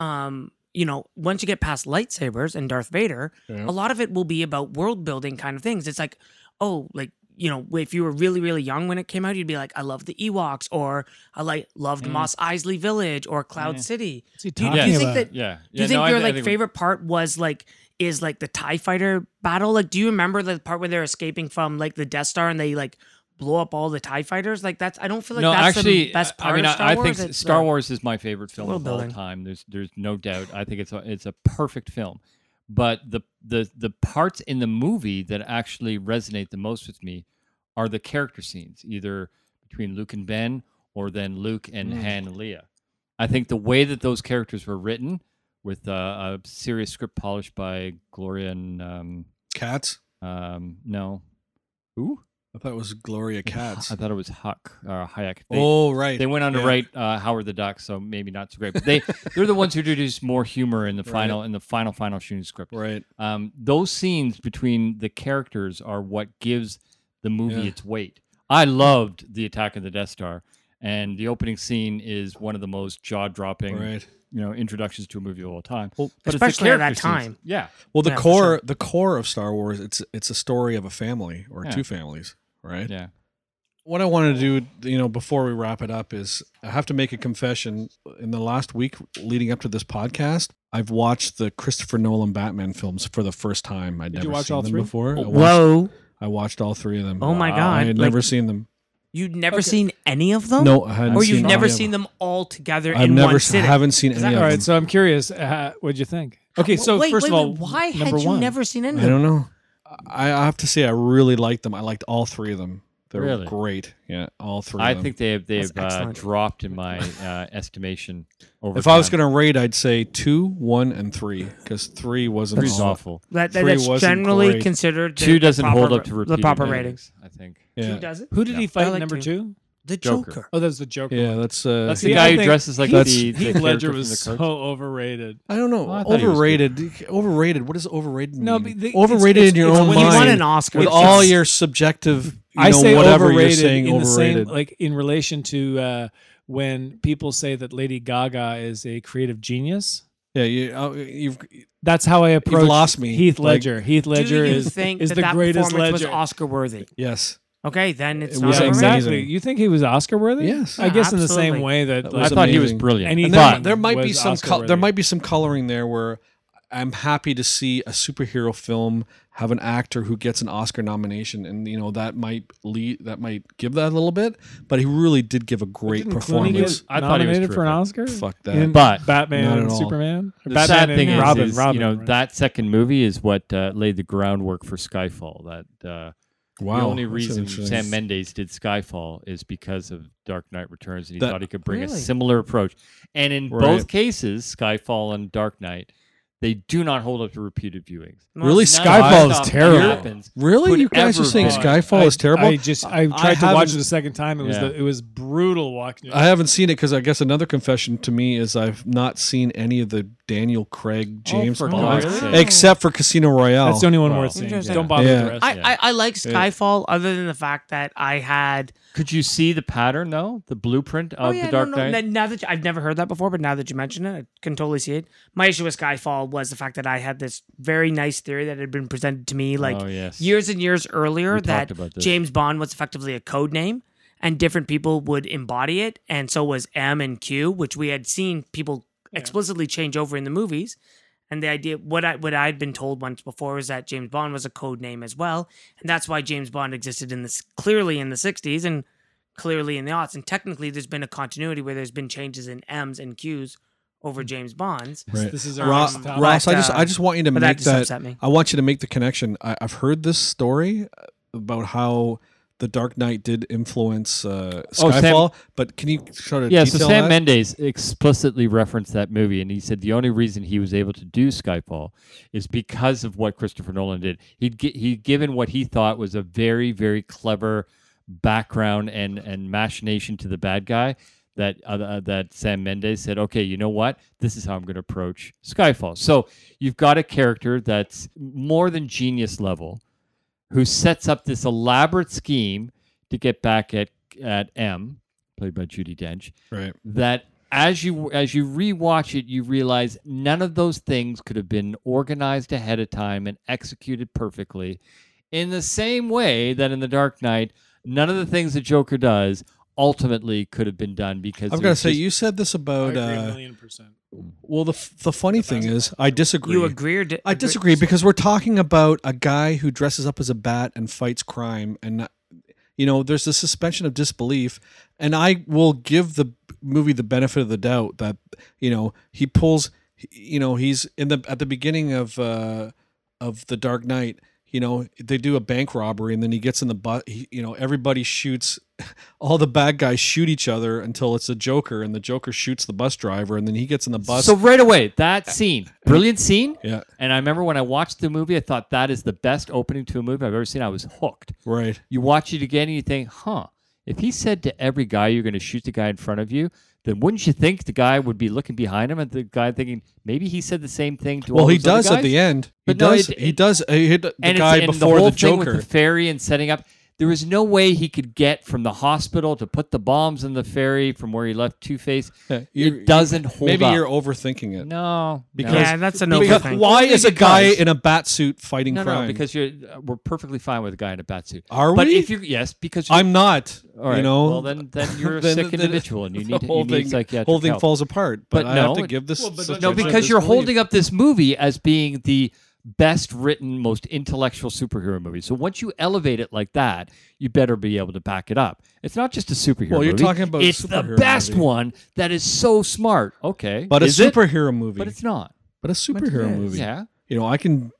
Speaker 5: um, you know, once you get past lightsabers and Darth Vader,
Speaker 2: Yeah.
Speaker 5: a lot of it will be about world building kind of things. It's like, oh, like you know, if you were really really young when it came out, you'd be like, I love the Ewoks, or I like loved
Speaker 2: Mm.
Speaker 5: Moss Isley Village or Cloud City.
Speaker 3: What's he
Speaker 5: Do you,
Speaker 3: talking
Speaker 5: do you
Speaker 3: about?
Speaker 5: think that
Speaker 4: Yeah.
Speaker 5: do you
Speaker 4: Yeah,
Speaker 5: think
Speaker 4: no, I
Speaker 5: your
Speaker 4: th- I
Speaker 5: like
Speaker 4: think we-
Speaker 5: favorite part was like is like the Tie Fighter battle? Like, do you remember the part where they're escaping from like the Death Star and they like blow up all the Tie Fighters? Like that's I don't feel like
Speaker 4: no,
Speaker 5: that's
Speaker 4: actually, uh,
Speaker 5: the best
Speaker 4: I-
Speaker 5: part
Speaker 4: I mean,
Speaker 5: of Star
Speaker 4: I, I
Speaker 5: Wars.
Speaker 4: think
Speaker 5: It's,
Speaker 4: Star
Speaker 5: uh,
Speaker 4: Wars is my favorite film
Speaker 5: world
Speaker 4: of all
Speaker 5: building.
Speaker 4: time. There's, there's no doubt. I think it's a, it's a perfect film. But the, the, the parts in the movie that actually resonate the most with me are the character scenes, either between Luke and Ben or then Luke and
Speaker 5: Mm.
Speaker 4: Han and Leia. I think the way that those characters were written, with uh, a serious script polished by Gloria and um,
Speaker 2: Cats.
Speaker 4: um, no, who?
Speaker 2: I thought it was Gloria Katz.
Speaker 4: I thought it was Huck or Hayek. They-
Speaker 2: oh right,
Speaker 4: they went on to
Speaker 2: Yeah.
Speaker 4: write uh, Howard the Duck, so maybe not so great. But they they're the ones who introduced more humor in the final in the final final shooting script.
Speaker 2: Right.
Speaker 4: Um, those scenes between the characters are what gives the movie
Speaker 2: Yeah.
Speaker 4: its weight. I loved the attack of the Death Star, and the opening scene is one of the most jaw dropping
Speaker 2: Right.
Speaker 4: you know introductions to a movie of all time. but it's the
Speaker 5: especially at
Speaker 4: character
Speaker 5: that
Speaker 4: scenes.
Speaker 5: time.
Speaker 4: yeah.
Speaker 2: Well, the
Speaker 5: Yeah, for
Speaker 2: core
Speaker 5: sure.
Speaker 2: the core of Star Wars it's it's a story of a family or
Speaker 4: Yeah.
Speaker 2: two families, right?
Speaker 4: Yeah,
Speaker 2: What I want to do, you know, before we wrap it up is I have to make a confession. In the last week leading up to this podcast, I've watched the Christopher Nolan Batman films for the first time. I'd
Speaker 3: Did
Speaker 2: never
Speaker 3: you watch
Speaker 2: seen
Speaker 3: all
Speaker 2: them
Speaker 3: three?
Speaker 2: before. I watched,
Speaker 5: Whoa!
Speaker 2: I watched all three of them.
Speaker 5: Oh my
Speaker 2: I
Speaker 5: god!
Speaker 2: had
Speaker 5: Like,
Speaker 2: never seen them.
Speaker 5: you'd never seen any of them?
Speaker 2: No, I hadn't
Speaker 5: Or
Speaker 2: seen
Speaker 5: Oh, you've never
Speaker 2: any of
Speaker 5: seen them all together
Speaker 2: I've
Speaker 5: in
Speaker 2: never
Speaker 5: one
Speaker 2: s-
Speaker 5: sitting.
Speaker 2: haven't seen any
Speaker 5: that
Speaker 2: of
Speaker 3: All right,
Speaker 2: them.
Speaker 3: so I'm curious. Uh, what'd you think? Okay, so
Speaker 5: wait,
Speaker 3: first
Speaker 5: wait,
Speaker 3: of all,
Speaker 5: wait, why had
Speaker 3: number
Speaker 5: you
Speaker 3: one,
Speaker 5: never seen any
Speaker 2: I
Speaker 5: of
Speaker 2: don't
Speaker 5: them?
Speaker 2: know. I I have to say I really liked them. I liked all three of them. They're
Speaker 4: Really?
Speaker 2: great. Yeah, all three.
Speaker 4: I
Speaker 2: of them.
Speaker 4: think they have they
Speaker 5: That's
Speaker 4: have uh,
Speaker 5: excellent.
Speaker 4: dropped in my uh, estimation. Over
Speaker 2: If I was
Speaker 4: time.
Speaker 2: going to rate, I'd say two, one, and three because three wasn't
Speaker 4: Three's
Speaker 2: all-
Speaker 4: awful.
Speaker 5: That, that,
Speaker 2: Three
Speaker 5: that's
Speaker 2: wasn't
Speaker 5: generally
Speaker 2: great.
Speaker 5: considered the
Speaker 4: Two doesn't
Speaker 5: proper
Speaker 4: hold
Speaker 5: ra-
Speaker 4: up to
Speaker 5: the
Speaker 4: repeated
Speaker 5: proper
Speaker 4: ratings,
Speaker 5: ratings.
Speaker 4: I think.
Speaker 2: Yeah.
Speaker 5: Two doesn't.
Speaker 3: Who did he
Speaker 5: I
Speaker 3: fight in
Speaker 5: like
Speaker 3: number
Speaker 5: to.
Speaker 3: two?
Speaker 5: The
Speaker 4: Joker.
Speaker 5: Joker.
Speaker 3: Oh, that's the Joker.
Speaker 2: Yeah, that's uh,
Speaker 4: That's
Speaker 3: See,
Speaker 4: the
Speaker 3: I
Speaker 4: guy who
Speaker 3: think
Speaker 4: dresses like
Speaker 2: Heath-
Speaker 4: the, the
Speaker 3: Heath
Speaker 4: character
Speaker 3: Ledger
Speaker 4: from the
Speaker 3: was so
Speaker 4: cartoon.
Speaker 3: overrated.
Speaker 2: I don't know.
Speaker 4: Well, I thought he was
Speaker 2: overrated. Overrated. What is overrated mean?
Speaker 3: No, but the- it's-
Speaker 2: overrated
Speaker 3: it's-
Speaker 2: in your
Speaker 3: it's
Speaker 2: own
Speaker 3: when
Speaker 5: He
Speaker 2: mind.
Speaker 3: Mine.
Speaker 5: won an Oscar.
Speaker 2: with
Speaker 5: It's-
Speaker 2: all your subjective, you
Speaker 3: I
Speaker 2: know,
Speaker 3: say
Speaker 2: whatever
Speaker 3: overrated
Speaker 2: you're saying,
Speaker 3: in the
Speaker 2: overrated.
Speaker 3: same, like in relation to uh, when people say that Lady Gaga is a creative genius.
Speaker 2: yeah, you, uh, you've
Speaker 3: That's how I approach
Speaker 2: lost me.
Speaker 3: Heath
Speaker 2: Like,
Speaker 3: Ledger. Heath Ledger
Speaker 5: Do you
Speaker 3: is
Speaker 5: think
Speaker 3: is
Speaker 5: that
Speaker 3: the
Speaker 5: that
Speaker 3: greatest
Speaker 5: performance was
Speaker 3: Ledger.
Speaker 5: Oscar worthy?
Speaker 2: yes.
Speaker 5: Okay, then it's
Speaker 2: It
Speaker 5: not
Speaker 2: was
Speaker 5: overrated.
Speaker 2: amazing.
Speaker 3: exactly. You think he was Oscar worthy?
Speaker 2: Yes.
Speaker 3: I
Speaker 5: Yeah,
Speaker 3: guess in the
Speaker 5: absolutely.
Speaker 3: same way that,
Speaker 2: That
Speaker 3: like,
Speaker 4: I
Speaker 2: was
Speaker 4: thought he was
Speaker 2: amazing.
Speaker 4: brilliant.
Speaker 3: Any-
Speaker 2: And
Speaker 3: But-
Speaker 2: there, there might be
Speaker 3: was
Speaker 2: some col-
Speaker 3: Oscar-worthy.
Speaker 2: there might be some coloring there where I'm happy to see a superhero film have an actor who gets an Oscar nomination, and you know that might lead that might give that a little bit. But he really did give a great
Speaker 3: Didn't Clooney
Speaker 2: performance.
Speaker 3: get
Speaker 4: I thought he was
Speaker 3: nominated for an Oscar.
Speaker 2: Fuck that.
Speaker 3: In
Speaker 4: But
Speaker 3: Batman
Speaker 2: not at
Speaker 3: and
Speaker 2: all.
Speaker 3: Superman. Or
Speaker 4: The
Speaker 3: Batman
Speaker 4: sad
Speaker 3: and
Speaker 4: thing is,
Speaker 3: Robin,
Speaker 4: is,
Speaker 3: Robin,
Speaker 4: you know,
Speaker 3: right?
Speaker 4: that second movie is what uh, laid the groundwork for Skyfall. That uh,
Speaker 2: wow.
Speaker 4: the only
Speaker 2: that's
Speaker 4: reason
Speaker 2: interesting.
Speaker 4: Sam Mendes did Skyfall is because of Dark Knight Returns, and he
Speaker 2: That-
Speaker 4: thought he could bring a
Speaker 5: Really?
Speaker 4: similar approach. And in
Speaker 2: Right.
Speaker 4: both cases, Skyfall and Dark Knight, they do not hold up to repeated viewings.
Speaker 5: No,
Speaker 2: Really,
Speaker 5: it's
Speaker 4: None
Speaker 5: not.
Speaker 4: of that
Speaker 2: Skyfall is
Speaker 4: stuff
Speaker 2: terrible.
Speaker 4: happens. could
Speaker 2: Really, you guys are
Speaker 4: ever
Speaker 2: saying
Speaker 4: be.
Speaker 2: Skyfall is terrible?
Speaker 3: I just I tried to watch
Speaker 2: haven't-
Speaker 3: it the second time. It was
Speaker 4: Yeah.
Speaker 3: the, it was brutal watching. it.
Speaker 2: I haven't seen it because I guess another confession to me is I've not seen any of the Daniel Craig
Speaker 3: Oh,
Speaker 2: James
Speaker 4: for
Speaker 2: Bonds
Speaker 4: God's sake.
Speaker 2: except for Casino Royale.
Speaker 3: That's the only one
Speaker 4: Wow.
Speaker 3: worth seeing.
Speaker 5: Interesting.
Speaker 3: Don't bother
Speaker 2: Yeah.
Speaker 3: with the rest.
Speaker 5: I,
Speaker 4: Yeah.
Speaker 5: I, I like Skyfall, other than the fact that I had.
Speaker 4: Could you see the pattern though? The blueprint of
Speaker 5: oh yeah,
Speaker 4: the Dark
Speaker 5: no, no.
Speaker 4: Knight.
Speaker 5: n- Now that you- I've never heard that before, but now that you mention it, I can totally see it. My issue with Skyfall was the fact that I had this very nice theory that had been presented to me like
Speaker 4: Oh, yes.
Speaker 5: years and years earlier
Speaker 4: We talked
Speaker 5: that
Speaker 4: about this.
Speaker 5: James Bond was effectively a code name, and different people would embody it, and so was M and Q, which we had seen people explicitly change over in the movies. And the idea, what I what I'd been told once before, was that James Bond was a code name as well, and that's why James Bond existed in this clearly in the '60s and clearly in the aughts. And technically, there's been a continuity where there's been changes in M's and Q's over
Speaker 2: Mm.
Speaker 5: James Bonds.
Speaker 2: Right.
Speaker 3: This is our
Speaker 2: Ross,
Speaker 3: next topic.
Speaker 2: Ross, I
Speaker 5: But,
Speaker 2: just
Speaker 5: uh,
Speaker 2: I just want you to
Speaker 5: but that
Speaker 2: make
Speaker 5: just
Speaker 2: that.
Speaker 5: upset me.
Speaker 2: I want you to make the connection. I, I've heard this story about how the Dark Knight did influence uh,
Speaker 4: Oh, Sam-
Speaker 2: Skyfall, but can you sort of
Speaker 4: Yeah, so
Speaker 2: detail
Speaker 4: Sam
Speaker 2: that?
Speaker 4: Mendes explicitly referenced that movie, and he said the only reason he was able to do Skyfall is because of what Christopher Nolan did. He'd gi- he'd given what he thought was a very very clever background and and machination to the bad guy. That uh, uh, that Sam Mendes said, okay, you know what? This is how I'm going to approach Skyfall. So you've got a character that's more than genius level, who sets up this elaborate scheme to get back at at M, played by Judy Dench,
Speaker 2: Right.
Speaker 4: that as you as you rewatch it, you realize none of those things could have been organized ahead of time and executed perfectly. In the same way that in The Dark Knight, none of the things that Joker does ultimately could have been done because
Speaker 2: I've
Speaker 4: it
Speaker 2: got to
Speaker 4: was
Speaker 2: say,
Speaker 4: just-
Speaker 2: you said this
Speaker 3: I
Speaker 2: about.
Speaker 3: agree a
Speaker 2: Uh,
Speaker 3: million percent.
Speaker 2: well, the f- the funny thing is, I disagree.
Speaker 5: You agree or di-
Speaker 2: I
Speaker 5: agree-
Speaker 2: disagree because we're talking about a guy who dresses up as a bat and fights crime, and not, you know, there's the suspension of disbelief. And I will give the movie the benefit of the doubt that you know he pulls, you know, he's in the at the beginning of uh, of the Dark Knight. You know, they do a bank robbery, and then he gets in the bus. You know, everybody shoots. All the bad guys shoot each other until it's a Joker, and the Joker shoots the bus driver, and then he gets in the bus.
Speaker 4: So right away, that scene, brilliant scene.
Speaker 2: yeah,
Speaker 4: And I remember when I watched the movie, I thought that is the best opening to a movie I've ever seen. I was hooked.
Speaker 2: right.
Speaker 4: You watch it again and you think, huh, if he said to every guy you're going to shoot the guy in front of you, then wouldn't you think the guy would be looking behind him and the guy thinking, maybe he said the same thing to all
Speaker 2: Well, he
Speaker 4: those other
Speaker 2: does at
Speaker 4: guys?
Speaker 2: the end. He
Speaker 4: But no,
Speaker 2: does.
Speaker 4: it-
Speaker 2: he
Speaker 4: it-
Speaker 2: does. uh, He hit the
Speaker 4: and
Speaker 2: guy
Speaker 4: it's, and
Speaker 2: before
Speaker 4: the,
Speaker 2: the,
Speaker 4: whole thing
Speaker 2: Joker.
Speaker 4: with the ferry and setting up. There was no way he could get from the hospital to put the bombs in the ferry from where he left Two Face.
Speaker 2: Yeah, you're-
Speaker 4: it doesn't hold
Speaker 2: Maybe
Speaker 4: up.
Speaker 2: you're overthinking it.
Speaker 4: no,
Speaker 2: Because-
Speaker 4: no.
Speaker 5: Yeah, that's a no
Speaker 2: Because
Speaker 5: thing.
Speaker 2: why
Speaker 4: Only
Speaker 2: is a guy
Speaker 4: because-
Speaker 2: in a bat suit fighting
Speaker 4: No,
Speaker 2: crime?
Speaker 4: no, because you're we're perfectly fine with a guy in a bat suit.
Speaker 2: Are
Speaker 4: But
Speaker 2: we?
Speaker 4: if you yes, because you're,
Speaker 2: I'm not.
Speaker 4: All right.
Speaker 2: You know.
Speaker 4: Well, then- then you're a sick individual and you
Speaker 2: the
Speaker 4: need- you
Speaker 2: whole
Speaker 4: need
Speaker 2: thing,
Speaker 4: psychiatric
Speaker 2: Whole thing
Speaker 4: help.
Speaker 2: falls apart. But,
Speaker 4: But
Speaker 2: I have
Speaker 4: no,
Speaker 2: to give this.
Speaker 3: Well, but
Speaker 2: suspension
Speaker 4: no,
Speaker 2: of
Speaker 3: Judge
Speaker 4: because you're
Speaker 2: disbelief.
Speaker 4: holding up this movie as being the best written, most intellectual superhero movie. So once you elevate it like that, you better be able to back it up. It's not just a superhero.
Speaker 2: Well, you're
Speaker 4: movie.
Speaker 2: talking about a
Speaker 4: it's the
Speaker 2: superhero
Speaker 4: best
Speaker 2: movie.
Speaker 4: one that is so smart. Okay,
Speaker 2: But a
Speaker 4: Is it?
Speaker 2: superhero movie.
Speaker 4: but it's not.
Speaker 2: But a superhero movie.
Speaker 4: Yeah,
Speaker 2: You know, I can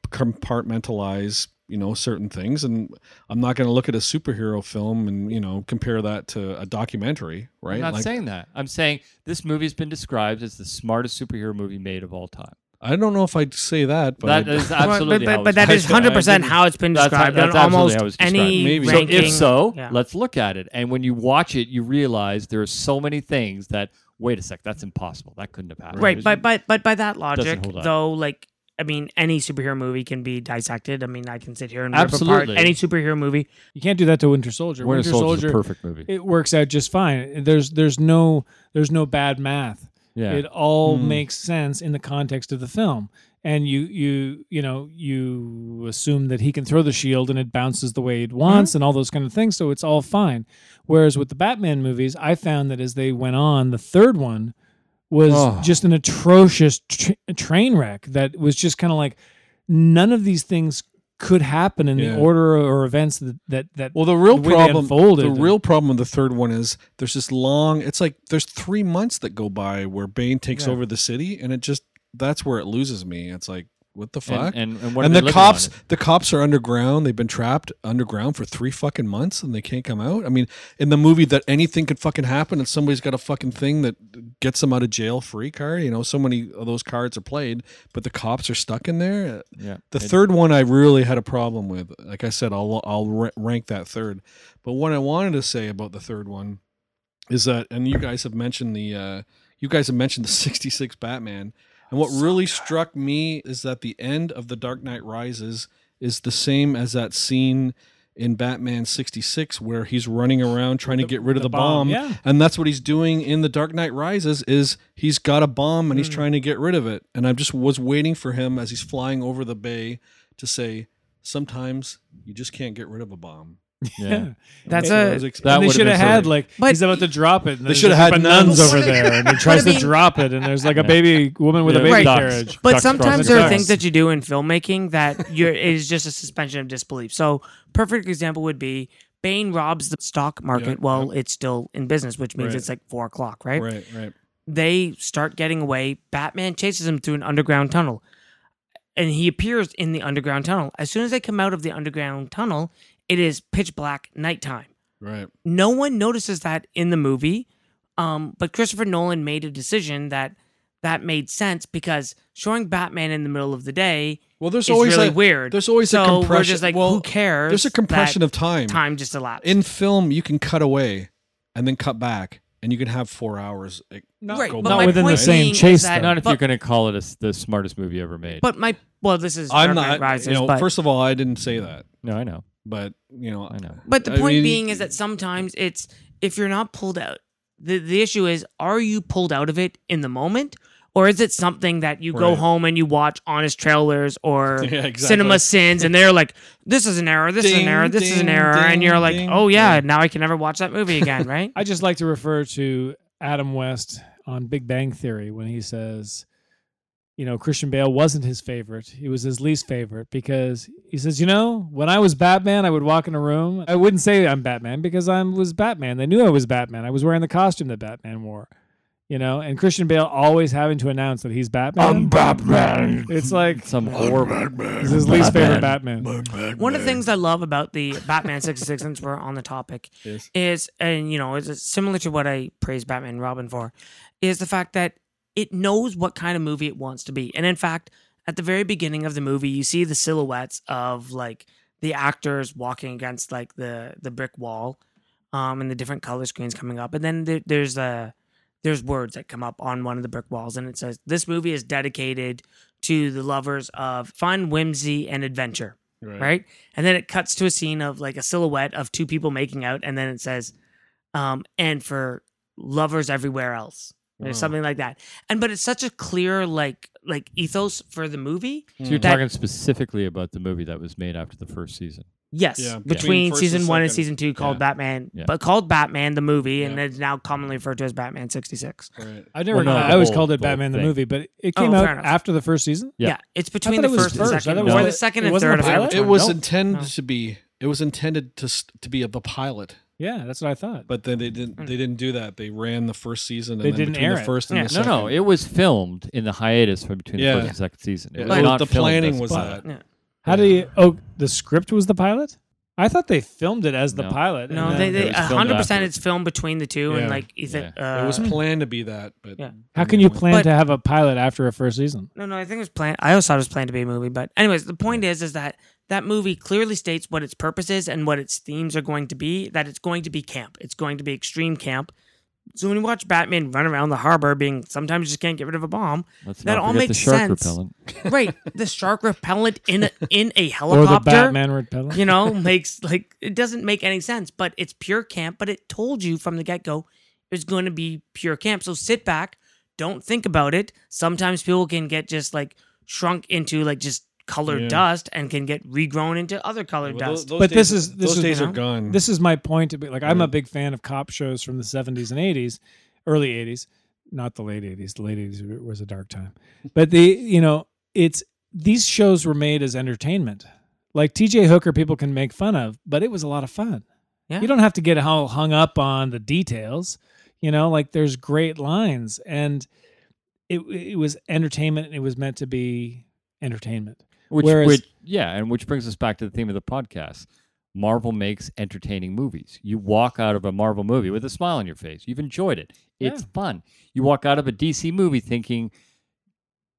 Speaker 2: compartmentalize. You know certain things, and I'm not going to look at a superhero film and you know compare that to a documentary, right?
Speaker 4: I'm not
Speaker 2: Like,
Speaker 4: saying that. I'm saying this movie has been described as the smartest superhero movie made of all time.
Speaker 2: I don't know if I'd say that, but
Speaker 4: that is
Speaker 5: Well,
Speaker 4: absolutely
Speaker 5: but,
Speaker 4: how
Speaker 5: but, but
Speaker 4: it's
Speaker 5: that is
Speaker 4: described.
Speaker 5: hundred percent how it's been
Speaker 4: That's how-
Speaker 5: described
Speaker 4: that's
Speaker 5: on
Speaker 4: absolutely
Speaker 5: almost
Speaker 4: how it's described.
Speaker 5: any
Speaker 2: Maybe. So
Speaker 4: So
Speaker 5: ranking.
Speaker 4: if so,
Speaker 5: Yeah.
Speaker 4: let's look at it. And when you watch it, you realize there are so many things that wait a sec, that's impossible. That couldn't have happened.
Speaker 5: right,
Speaker 4: There's-
Speaker 5: but but but by that logic,
Speaker 4: hold up.
Speaker 5: though, like I mean, any superhero movie can be dissected. I mean, I can sit here and rip apart
Speaker 4: Absolutely.
Speaker 5: any superhero movie.
Speaker 3: You can't do that to Winter Soldier.
Speaker 4: Winter Soldier's a perfect movie.
Speaker 3: it works out just fine. There's there's no there's no bad math.
Speaker 4: yeah.
Speaker 3: It all makes sense in the context of the film. And you you you know you assume that he can throw the shield and it bounces the way it wants and all those kind of things. So it's all fine. Whereas with the Batman movies, I found that as they went on, the third one was
Speaker 4: Oh.
Speaker 3: just an atrocious tra- train wreck that was just kind of like none of these things could happen in
Speaker 2: Yeah.
Speaker 3: the order or events that that, that
Speaker 2: Well, the real
Speaker 3: the way they
Speaker 2: problem,
Speaker 3: unfolded
Speaker 2: the
Speaker 3: and-
Speaker 2: real problem with the third one is there's this long. It's like there's three months that go by where Bane takes
Speaker 3: Yeah.
Speaker 2: over the city, and it just that's where it loses me. It's like what the fuck.
Speaker 4: and,
Speaker 2: And,
Speaker 4: and, and, what are they
Speaker 2: the
Speaker 4: living
Speaker 2: cops,
Speaker 4: on?
Speaker 2: the cops are underground. They've been trapped underground for three fucking months, and they can't come out. I mean, in the movie, that anything could fucking happen, and somebody's got a fucking thing that gets them out of jail free card. You know, so many of those cards are played, but the cops are stuck in there.
Speaker 4: Yeah.
Speaker 2: The
Speaker 4: It-
Speaker 2: third one I really had a problem with. Like I said, I'll I'll ra- rank that third. But what I wanted to say about the third one is that, and you guys have mentioned the uh, you guys have mentioned the '66 Batman, and what really struck me is that the end of the Dark Knight Rises is the same as that scene in Batman '66 where he's running around trying to get rid of the,
Speaker 3: the
Speaker 2: bomb,
Speaker 3: bomb, yeah.
Speaker 2: and that's what he's doing in the Dark Knight Rises is he's got a bomb and he's trying to get rid of it, and I just was waiting for him as he's flying over the bay to say. Sometimes you just can't get rid of a bomb.
Speaker 4: Yeah.
Speaker 5: That's
Speaker 2: So I was
Speaker 5: a
Speaker 2: expecting-
Speaker 4: That
Speaker 3: and they
Speaker 4: would've
Speaker 3: should have
Speaker 4: been
Speaker 3: had
Speaker 4: silly.
Speaker 3: like
Speaker 5: But-
Speaker 3: he's about to drop it. And there's
Speaker 2: should
Speaker 3: just
Speaker 2: have
Speaker 3: a
Speaker 2: had
Speaker 3: nuns
Speaker 2: nuns.
Speaker 3: over there, and he tries to drop it, and there's like a baby woman with a
Speaker 4: Yeah,
Speaker 3: baby
Speaker 5: right.
Speaker 3: carriage.
Speaker 5: But
Speaker 4: Ducks
Speaker 5: sometimes
Speaker 3: crossing
Speaker 5: there are
Speaker 3: tracks.
Speaker 5: things that you do in filmmaking that you're it is just a suspension of disbelief. So perfect example would be Bain robs the stock market
Speaker 2: Yeah,
Speaker 5: while it's still in business, which means
Speaker 2: Right.
Speaker 5: it's like four o'clock,
Speaker 2: Right, right.
Speaker 5: they start getting away. Batman chases him through an underground tunnel. And he appears in the underground tunnel. As soon as they come out of the underground tunnel, it is pitch black nighttime.
Speaker 2: Right.
Speaker 5: No one notices that in the movie. Um, but Christopher Nolan made a decision that that made sense because showing Batman in the middle of the day
Speaker 2: Well, there's
Speaker 5: is
Speaker 2: always
Speaker 5: really
Speaker 2: a,
Speaker 5: weird.
Speaker 2: There's always
Speaker 5: so
Speaker 2: a compression.
Speaker 5: We're just like,
Speaker 2: well,
Speaker 5: who cares?
Speaker 2: There's a compression
Speaker 5: that
Speaker 2: of time.
Speaker 5: time just elapsed.
Speaker 2: In film, you can cut away and then cut back, and you can have four hours. It-
Speaker 5: right,
Speaker 2: go
Speaker 5: but
Speaker 2: back.
Speaker 5: my
Speaker 3: within the
Speaker 5: point
Speaker 3: same
Speaker 5: being is
Speaker 3: chase,
Speaker 5: that-
Speaker 3: though.
Speaker 4: Not if
Speaker 5: but-
Speaker 4: you're going to call it a s the smartest movie ever made.
Speaker 5: But my well, this is
Speaker 2: I'm
Speaker 5: Dark Knight
Speaker 2: not.
Speaker 5: Rises,
Speaker 2: you know,
Speaker 5: but-
Speaker 2: first of all, I didn't say that,
Speaker 4: no, I know.
Speaker 2: but you know,
Speaker 4: I know.
Speaker 5: But the
Speaker 2: I
Speaker 5: point
Speaker 2: mean,
Speaker 5: being is that sometimes it's if you're not pulled out. The the issue is are you pulled out of it in the moment? Or is it something that you go
Speaker 2: Right.
Speaker 5: home and you watch honest trailers or
Speaker 2: Yeah, exactly.
Speaker 5: cinema sins and they're like, This is an error, this is an
Speaker 2: Ding,
Speaker 5: error, this is an
Speaker 2: ding,
Speaker 5: error and
Speaker 2: ding,
Speaker 5: you're like,
Speaker 2: ding.
Speaker 5: Oh yeah,
Speaker 2: Yeah.
Speaker 5: now I can never watch that movie again, right?
Speaker 3: I just like to refer to Adam West on Big Bang Theory when he says, you know, Christian Bale wasn't his favorite; he was his least favorite because he says, you know, when I was Batman, I would walk in a room. I wouldn't say I'm Batman because I was Batman. They knew I was Batman. I was wearing the costume that Batman wore. You know, and Christian Bale always having to announce that he's Batman. I'm Batman. It's like
Speaker 4: Some horrible.
Speaker 3: He's his least favorite Batman.
Speaker 5: One of the things I love about the Batman 66, since we're on the topic,
Speaker 2: Yes.
Speaker 5: is, and you know, it's similar to what I praise Batman and Robin for, is the fact that it knows what kind of movie it wants to be. And in fact, at the very beginning of the movie, you see the silhouettes of like the actors walking against like the the brick wall, um, and the different color screens coming up. And then there, there's a there's words that come up on one of the brick walls, and it says, "This movie is dedicated to the lovers of fun, whimsy, and adventure."
Speaker 2: right.
Speaker 5: right? And then it cuts to a scene of like a silhouette of two people making out, and then it says, um, "And for lovers everywhere else." Or
Speaker 2: Wow.
Speaker 5: something like that, and but it's such a clear like like ethos for the movie.
Speaker 4: So you're
Speaker 5: That-
Speaker 4: talking specifically about the movie that was made after the first season.
Speaker 5: Yes,
Speaker 2: Yeah,
Speaker 5: between,
Speaker 2: between first
Speaker 5: season
Speaker 2: and
Speaker 5: one and
Speaker 2: second.
Speaker 5: season two, called
Speaker 4: Yeah.
Speaker 5: Batman,
Speaker 4: Yeah.
Speaker 5: but called Batman the movie, and
Speaker 2: Yeah.
Speaker 5: it's now commonly referred to as Batman sixty six.
Speaker 2: right.
Speaker 3: I never.
Speaker 4: Well, no,
Speaker 3: I
Speaker 4: the
Speaker 3: always
Speaker 4: whole-
Speaker 3: called
Speaker 4: the
Speaker 3: it
Speaker 4: whole
Speaker 3: Batman the
Speaker 4: thing.
Speaker 3: movie, but it
Speaker 5: Oh,
Speaker 3: came
Speaker 5: fair
Speaker 3: out
Speaker 5: enough.
Speaker 3: after the first season.
Speaker 4: Yeah.
Speaker 5: Yeah, it's between
Speaker 3: thought
Speaker 5: the
Speaker 3: it was
Speaker 5: first,
Speaker 3: first. I
Speaker 5: and second,
Speaker 3: thought
Speaker 4: it
Speaker 5: or the
Speaker 4: was-
Speaker 5: second
Speaker 3: it
Speaker 5: and
Speaker 3: wasn't
Speaker 5: third.
Speaker 3: the
Speaker 5: I forget
Speaker 3: pilot?
Speaker 5: which
Speaker 2: It
Speaker 5: one.
Speaker 2: was
Speaker 5: Nope.
Speaker 2: intended
Speaker 5: No.
Speaker 2: to be. It was intended to st- to be of the pilot,
Speaker 3: Yeah, that's what I thought.
Speaker 2: but then they didn't. They didn't do that. They ran the first season. And
Speaker 3: They
Speaker 2: then
Speaker 3: didn't
Speaker 2: between
Speaker 3: air
Speaker 2: the
Speaker 3: it.
Speaker 2: first
Speaker 5: Yeah.
Speaker 2: and the
Speaker 4: No,
Speaker 2: second.
Speaker 4: no, it was filmed in the hiatus from between
Speaker 2: Yeah.
Speaker 4: the first and second season. It
Speaker 2: Yeah,
Speaker 4: was
Speaker 2: well,
Speaker 4: not
Speaker 2: the
Speaker 4: filmed
Speaker 2: planning
Speaker 4: as a
Speaker 2: was
Speaker 4: pilot.
Speaker 2: that.
Speaker 5: Yeah.
Speaker 3: How do you? Oh, the script was the pilot. I thought they filmed it as the
Speaker 4: No.
Speaker 3: pilot.
Speaker 5: No,
Speaker 3: and
Speaker 5: they,
Speaker 3: then-
Speaker 5: they,
Speaker 4: It was filmed
Speaker 5: 100%
Speaker 4: afterwards.
Speaker 5: it's filmed between the two
Speaker 2: Yeah.
Speaker 5: and like Ethan. Uh,
Speaker 2: it was planned to be that, but
Speaker 5: yeah.
Speaker 3: how can you
Speaker 2: But-
Speaker 3: plan
Speaker 5: But-
Speaker 3: to have a pilot after a first season?
Speaker 5: No, no, I think it was planned. I always thought it was planned to be a movie, but anyways, the point is, is that that movie clearly states what its purpose is and what its themes are going to be. That it's going to be camp. It's going to be extreme camp. So when you watch Batman run around the harbor, being sometimes you just can't get rid of a bomb.
Speaker 4: Let's
Speaker 5: That
Speaker 4: not
Speaker 5: all
Speaker 4: forget the
Speaker 5: makes
Speaker 4: shark
Speaker 5: sense.
Speaker 4: repellent.
Speaker 5: right, the shark repellent in a, in a
Speaker 3: Or
Speaker 5: helicopter.
Speaker 3: the Batman repellent?
Speaker 5: you know, makes like it doesn't make any sense, but it's pure camp. But it told you from the get go it's going to be pure camp. So sit back, don't think about it. Sometimes people can get just like shrunk into like just colored
Speaker 2: Yeah.
Speaker 5: dust and can get regrown into other colored
Speaker 2: Well, those-
Speaker 5: dust.
Speaker 2: those
Speaker 3: But this
Speaker 2: days-
Speaker 3: is- this
Speaker 2: those
Speaker 3: is,
Speaker 2: days
Speaker 5: you
Speaker 2: are
Speaker 5: know,
Speaker 2: gone.
Speaker 3: this is my point. To be, like, I'm a big fan of cop shows from the 70s and 80s, early 80s, not the late 80s. The late 80s was a dark time, but the you know it's these shows were made as entertainment. Like T.J. Hooker, people can make fun of, but it was a lot of fun.
Speaker 5: Yeah.
Speaker 3: You don't have to get all hung up on the details. You know, like there's great lines, and it it was entertainment, and it was meant to be entertainment.
Speaker 4: Which,
Speaker 3: Whereas-
Speaker 4: which, yeah, and which brings us back to the theme of the podcast. Marvel makes entertaining movies. You walk out of a Marvel movie with a smile on your face. You've enjoyed it. It's fun. You walk out of a DC movie thinking,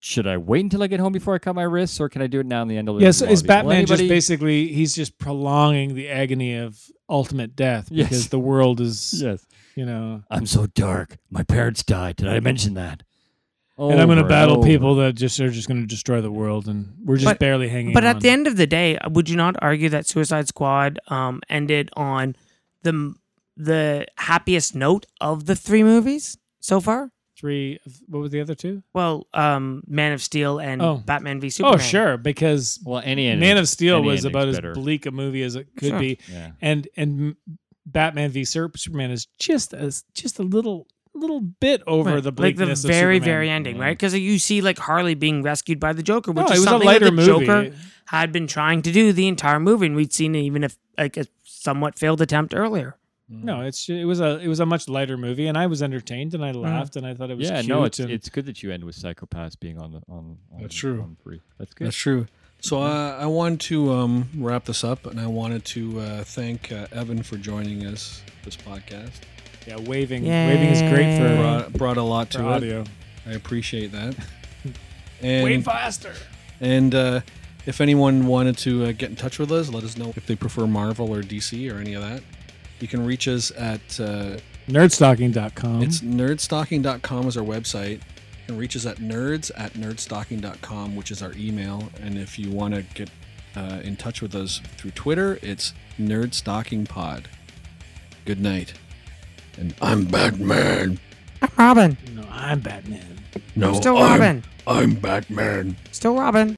Speaker 4: should I wait until I get home before I cut my wrists, or can I do it now in the end of the
Speaker 3: Yes,
Speaker 4: lobby?
Speaker 3: is
Speaker 4: Will
Speaker 3: Batman just
Speaker 4: anybody-
Speaker 3: basically he's just prolonging the agony of ultimate death
Speaker 4: Yes.
Speaker 3: because the world is
Speaker 4: Yes.
Speaker 3: you know
Speaker 4: I'm so dark. My parents died. Did I mention that?
Speaker 5: Oh,
Speaker 3: and I'm going to
Speaker 4: Over
Speaker 3: battle
Speaker 4: over.
Speaker 3: people that just are just going to destroy the world and we're just
Speaker 5: But-
Speaker 3: barely hanging
Speaker 5: But at the
Speaker 3: on.
Speaker 5: end of the day, would you not argue that Suicide Squad um, ended on the the happiest note of the three movies so far?
Speaker 3: three what were the other two?
Speaker 5: Well, um, Man of Steel and
Speaker 3: Oh.
Speaker 5: Batman v Superman.
Speaker 3: Oh sure because
Speaker 4: Well, any ending,
Speaker 3: Man of Steel
Speaker 4: any
Speaker 3: was
Speaker 4: ending's
Speaker 3: about as
Speaker 4: better.
Speaker 3: bleak a movie as it could
Speaker 5: Sure.
Speaker 3: be
Speaker 4: Yeah.
Speaker 3: and and m- Batman v Sup- Superman is just as just a little little bit over the
Speaker 5: Right. like the
Speaker 3: bleakness of
Speaker 5: very
Speaker 3: Superman.
Speaker 5: very ending, right? Because you see like Harley being rescued by the Joker,
Speaker 3: No,
Speaker 5: which
Speaker 3: it
Speaker 5: is
Speaker 3: was a
Speaker 5: something
Speaker 3: lighter
Speaker 5: that the
Speaker 3: movie.
Speaker 5: Joker had been trying to do the entire movie, and we'd seen even if like a somewhat failed attempt earlier.
Speaker 3: No, it's it was a it was a much lighter movie, and I was entertained, and I laughed, and I thought it was
Speaker 4: yeah,
Speaker 3: Cute
Speaker 4: no, it's
Speaker 3: and-
Speaker 4: it's good that you end with psychopaths being on the on. on
Speaker 2: That's true.
Speaker 4: On three. That's good.
Speaker 2: That's true. So I, I wanted to um, wrap this up, and I wanted to uh, thank uh, Evan for joining us this podcast.
Speaker 3: yeah, waving waving is great for,
Speaker 2: Brought, brought a lot
Speaker 3: for
Speaker 2: uh, to it.
Speaker 3: audio.
Speaker 2: I appreciate that. And
Speaker 3: faster.
Speaker 2: and uh, if anyone wanted to uh, get in touch with us, let us know if they prefer Marvel or DC or any of that. You can reach us at uh,
Speaker 3: Nerdstocking.com.
Speaker 2: It's nerdstocking.com is our website. You can reach us at nerds at nerdstocking.com, which is our email. And if you want to get uh, in touch with us through Twitter, it's nerdstockingpod. Good night. And I'm Batman.
Speaker 5: Robin,
Speaker 3: no, I'm Batman.
Speaker 2: No,
Speaker 5: still
Speaker 2: I'm-
Speaker 5: Robin,
Speaker 2: I'm Batman.
Speaker 5: still Robin.